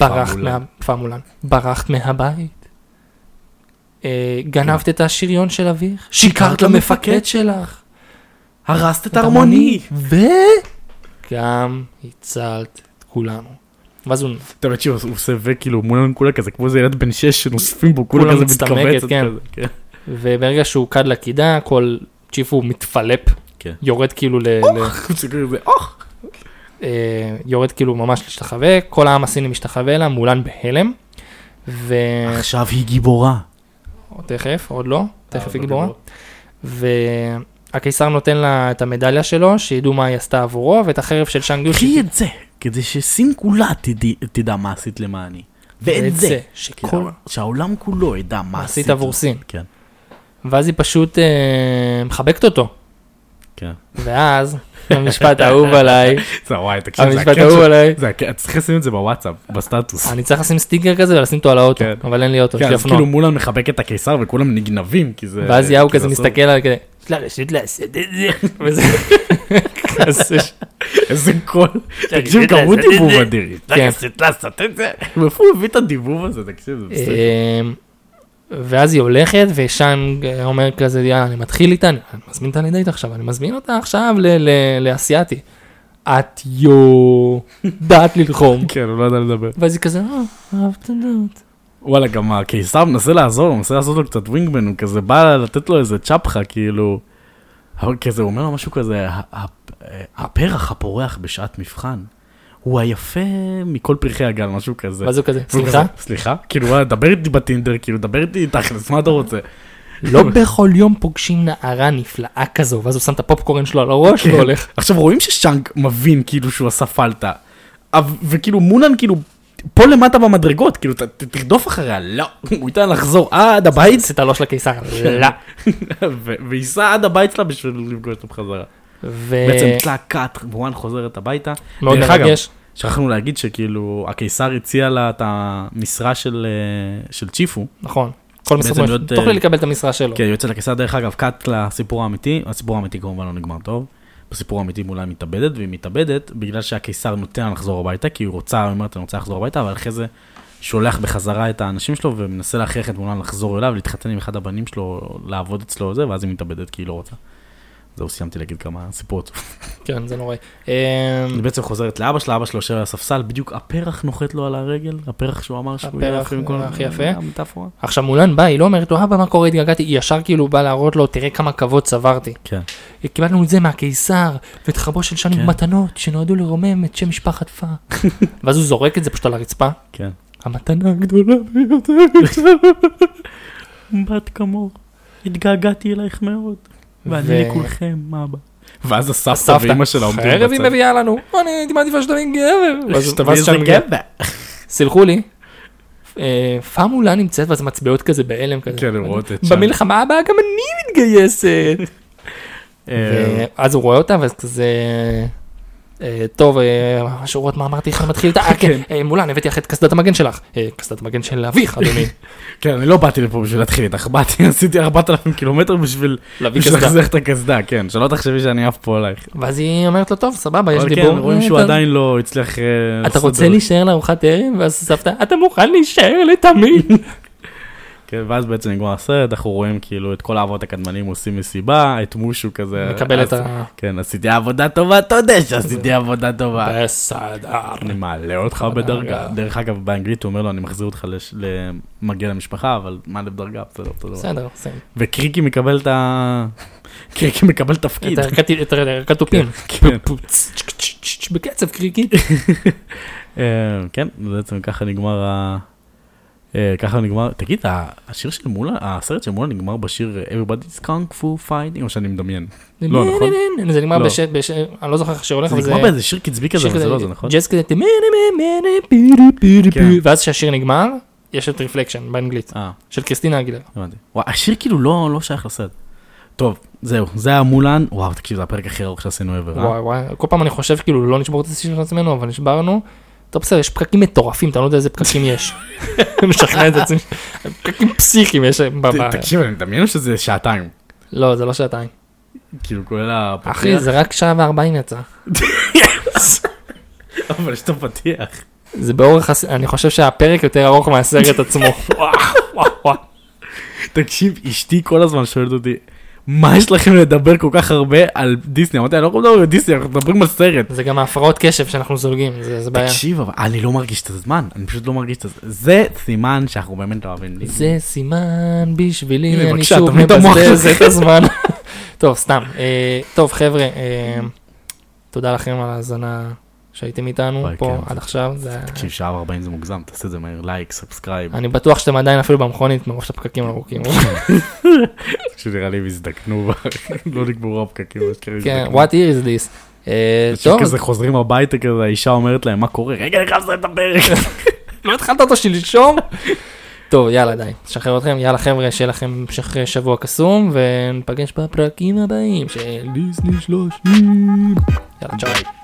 S1: ברחת
S2: פמולן.
S1: מה... פמולן. ברחת מהבית. אה, גנבת
S2: כן.
S1: את השריון של אביך. שיקרת למפקד שלך.
S2: הרסת את
S1: ו... גם הצלת את כולנו. ואז הוא
S2: אתה באמת שהוא הוא עושה וכאילו מולן כולה כזה, כמו איזה ילד בן שש שנוספים בו,
S1: כולה
S2: כולה כזה
S1: מצטמקת,
S2: מתכווצת.
S1: כן.
S2: כזה, כן.
S1: וברגע שהוא כד לקידה, כל צ'יפו מתפלפ,
S2: כן.
S1: יורד כאילו ל... ל...
S2: הוא צוחק כזה, "אוח."
S1: אה, יורד כאילו ממש להשתחווה, כל העם הסיני משתחווה לה, מולן בהלם. ו...
S2: עכשיו היא גיבורה.
S1: או תכף, עוד לא, תכף
S2: עוד
S1: היא
S2: לא
S1: גיבורה. והקיסר נותן לה את המדליה שלו, שידעו מה היא עשתה עבורו, ואת החרב של שאנג יו.
S2: קחי את זה, כדי שסין כולה תדע- תדע מה עשית למעני. ואת זה,
S1: שכל...
S2: כדי שהעולם כולו ידע מה
S1: מה
S2: עשית.
S1: עשית עבור סין.
S2: כן.
S1: ואז היא פשוט אה, מחבקת אותו.
S2: כן.
S1: ואז, המשפט האהוב עליי,
S2: זה וואי, תקשיב, זה
S1: המשפט
S2: הקטע.
S1: האהוב עליי,
S2: זה הקטע, צריך לשים את זה בוואטסאפ, בסטטוס.
S1: אני צריך לשים סטיקר כזה ולשים אותו על האוטו,
S2: כן.
S1: אבל אין לי אוטו, יש
S2: כן,
S1: לי
S2: אז
S1: אופנוע.
S2: כאילו מולן מחבק את הקיסר וכולם נגנבים, כי זה... כאילו,
S1: ואז יאו
S2: כי
S1: כזה
S2: זה אסור.
S1: מסתכל עליי כזה, יש לה רשות לעשות את זה. וזה כזה, ש-
S2: איזה קול. תקשיב, גם הוא דיבוב אדירי.
S1: כן.
S2: מאיפה הוא הביא את הדיבוב הזה, תקשיב, זה בסדר.
S1: אמ, ואז היא הולכת ושאנג אומר כזה, יאללה, אני מתחיל איתה, אני אני מזמין אותה לדייט עכשיו, אני מזמין אותה עכשיו ל- ל- לאסייתי. את יודעת ללחום.
S2: כן, הוא לא יודע לדבר.
S1: ואז היא כזה, אה, אהבת לדעת.
S2: וואלה, גם הקיסר מנסה לעזור, הוא מנסה לעשות לו קצת ווינגמן, הוא כזה בא לתת לו איזה צ'פחה, כאילו... אבל כזה, הוא אומר לו משהו כזה, "ה- ה- הפרח הפורח בשעת מבחן, הוא היפה מכל פרחי הגן, משהו כזה.
S1: ואז הוא כזה,
S2: והוא
S1: סליחה,
S2: כזה, סליחה? כאילו, וואלה, דבר איתי בטינדר, כאילו, דבר איתי תכלס, מה אתה רוצה?
S1: לא בכל יום פוגשים נערה נפלאה כזו, ואז הוא שם את הפופקורן שלו על הראש
S2: כן.
S1: והולך.
S2: עכשיו רואים ששאנק מבין כאילו שהוא עשה פלטה. אב- וכאילו מונן כאילו פה למטה במדרגות כאילו ת- ת- תרדוף אחריה לא הוא ייתן לחזור עד הבית
S1: עשית הלוש לקיסר,
S2: כן.
S1: לא.
S2: ו- וייסע עד הבית שלה בשביל לפגוש אותה בחזרה.
S1: ו-
S2: בעצם תלה קאט מואן חוזרת הביתה.
S1: מאוד
S2: דרך אגב,
S1: מרגש.
S2: שכחנו להגיד שכאילו הקיסר הציע לה את המשרה של אה, של צ'יפו.
S1: נכון. כל
S2: בעצם
S1: משרד,
S2: להיות,
S1: תוכלי
S2: אה,
S1: לקבל את המשרה שלו.
S2: כן, יועצת הקיסר, דרך אגב, קאט לסיפור האמיתי, הסיפור האמיתי כמובן לא נגמר טוב. בסיפור האמיתי מולה היא מתאבדת, והיא מתאבדת בגלל שהקיסר נותן לה לחזור הביתה, כי הוא רוצה, היא אומרת, אני רוצה לחזור הביתה, אבל אחרי זה שולח בחזרה את האנשים שלו ומנסה להכריח את מולה לחזור אליו, להתחתן עם אחד הבנים שלו, לעבוד אצלו וזה, ואז היא מתאבדת כי היא לא רוצה. זהו, סיימתי להגיד כמה סיפורות.
S1: כן, זה נוראי. אה,
S2: היא בעצם חוזרת לאבא שלה, אבא שלו יושב על הספסל, בדיוק הפרח נוחת לו על הרגל, הפרח שהוא אמר שהוא
S1: הפרח,
S2: יפה עם כל-
S1: הכי יפה.
S2: המטאפורה.
S1: עכשיו מולן באה, היא לא אומרת לו, אבא, מה קורה, התגעגעתי, היא ישר כאילו באה להראות לו, תראה כמה כבוד צברתי.
S2: כן.
S1: קיבלנו את זה מהקיסר, ואת חרבו של שנים
S2: כן.
S1: במתנות, שנועדו לרומם את שם משפחת פא. ואז הוא זורק את זה פשוט על הרצפה.
S2: כן.
S1: המתנה הגדולה.
S2: בת כמוך, התגעגעתי אלייך מאוד,
S1: ואני ו-
S2: לכולכם, אבא. ואז הסבתא
S1: הסבתא,
S2: ואימא שלה עומדים
S1: חרב היא
S2: בצד.
S1: מביאה לנו, אני הייתי מעדיפה שתבין גבר. ואז-
S2: שתביא
S1: ואז
S2: איזה
S1: שם כן,
S2: גבר.
S1: סלחו לי. אה, פמולה נמצאת ואז מצביעות כזה בהלם כזה.
S2: כן, לראות את שם.
S1: במלחמה הבאה גם אני מתגייסת.
S2: אה,
S1: ואז הוא רואה אותה ואז כזה... אה, טוב, אה, השורות מה אמרתי לך, אני מתחיל איתה, אה כן, אה, מולן הבאתי לך את קסדת המגן שלך, אה, קסדת המגן של אביך אדוני,
S2: כן, אני לא באתי לפה בשביל להתחיל איתך, באתי, עשיתי 4,000 קילומטר בשביל
S1: להביא
S2: בשביל
S1: קסדה.
S2: להחזיר את הקסדה, כן, שלא תחשבי שאני עף פה עלייך.
S1: ואז היא אומרת לו, טוב, סבבה, יש
S2: אבל
S1: דיבור.
S2: כן, רואים
S1: אה,
S2: שהוא
S1: אתה-
S2: עדיין לא הצליח... אה,
S1: אתה
S2: לסדר.
S1: רוצה להישאר לארוחת ערב? ואז סבתא, אתה מוכן להישאר לתמיד.
S2: כן, ואז בעצם נגמר הסרט, אנחנו רואים כאילו את כל האבות הקדמנים עושים מסיבה, את מושו כזה.
S1: מקבל את
S2: אז-
S1: ה...
S2: כן, עשיתי עבודה טובה, תודה שעשיתי עבודה טובה.
S1: בסדר.
S2: אני מעלה אותך בדרגה. דרך אגב, באנגלית הוא אומר לו, אני מחזיר אותך לש- למגן למשפחה, אבל מה לבדרגה, בסדר, לא- אותו דבר.
S1: בסדר, שים.
S2: וקריקי מקבל את ה... קריקי מקבל תפקיד.
S1: את ערכת- את ערכת תופים.
S2: אה, כן.
S1: בקצב קריקי.
S2: אה, כן, בעצם ככה נגמר ה... אה, ככה נגמר, תגיד, ה- השיר של מולה, הסרט של מולה נגמר בשיר Everybody's Kung Fu Fighting, או שאני מדמיין. לא, נכון?
S1: זה נגמר
S2: לא.
S1: בש... בש... אני לא זוכר איך שהולך,
S2: זה
S1: אבל זה...
S2: נגמר באיזה שיר קצבי כזה, אבל זה לא זה, נכון?
S1: ג'אז כזה... טה- מנה- מנה- מנה- פירו- פירו-
S2: כן.
S1: פירו. ואז כשהשיר נגמר, יש את רפלקשן באנגלית,
S2: אה,
S1: של קריסטינה אגילר.
S2: הבנתי. וואי, השיר כאילו לא לא שייך לסרט. טוב, זהו, זה היה מולן, וואו, תקשיב, זה הפרק הכי ארוך שעשינו ever, אה?
S1: וואי וואי, כל פעם אני חושב כאילו לא נשבור את השיא של עצמנו, אבל נשברנו. טוב בסדר, יש פקקים מטורפים, אתה לא יודע איזה פקקים יש. אני משכנע את עצמי. פקקים פסיכיים יש ב- ב-
S2: ת- תקשיב, אני מדמיין שזה שעתיים.
S1: לא, זה לא שעתיים.
S2: כאילו, כולל הפתיח.
S1: אחי, זה רק שעה וארבעים יצא.
S2: אבל יש את הפתיח.
S1: זה באורך, הס- אני חושב שהפרק יותר ארוך מהסרט עצמו. וואו, וואו, וואו.
S2: תקשיב, אשתי כל הזמן שואלת אותי, מה יש לכם לדבר כל כך הרבה על דיסני? אמרתי, אני לא מדבר על דיסני, אנחנו מדברים על סרט.
S1: זה גם ההפרעות קשב שאנחנו זולגים, זה זה בעיה.
S2: תקשיב, אבל אני לא מרגיש את הזמן, אני פשוט לא מרגיש את הזמן. זה סימן שאנחנו באמת לא אוהבים לי.
S1: זה סימן
S2: הנה,
S1: בשבילי, אני
S2: בבקשה,
S1: שוב
S2: תביא את המוח
S1: מבזבז
S2: שלך.
S1: את הזמן. טוב, סתם. אה, טוב, חבר'ה, אה, תודה לכם על ההאזנה שהייתם איתנו
S2: וואי,
S1: פה
S2: כן,
S1: עד עכשיו. זה היה-
S2: תקשיב, שעה 40 זה מוגזם, תעשה את זה מהר, לייק, סאבסקרייב.
S1: אני בטוח שאתם עדיין אפילו במכונית מרוב שהפקקים ארוכים. כן,
S2: פשוט נראה לי הם הזדקנו, לא נגמרו הפקקים, כאילו אשכרה
S1: כן,
S2: הזדקנו.
S1: what year is this? אה,
S2: פשוט
S1: טוב,
S2: כזה חוזרים הביתה כזה, האישה אומרת להם מה קורה, רגע, אני חייב לסיים את הפרק.
S1: לא התחלת אותו שלשום? טוב, יאללה, די. נשחרר אתכם. יאללה, חבר'ה, שיהיה לכם המשך אה, שבוע קסום,
S2: לא
S1: וניפגש בפרקים הבאים של דיסני 30. יאללה, צ'או.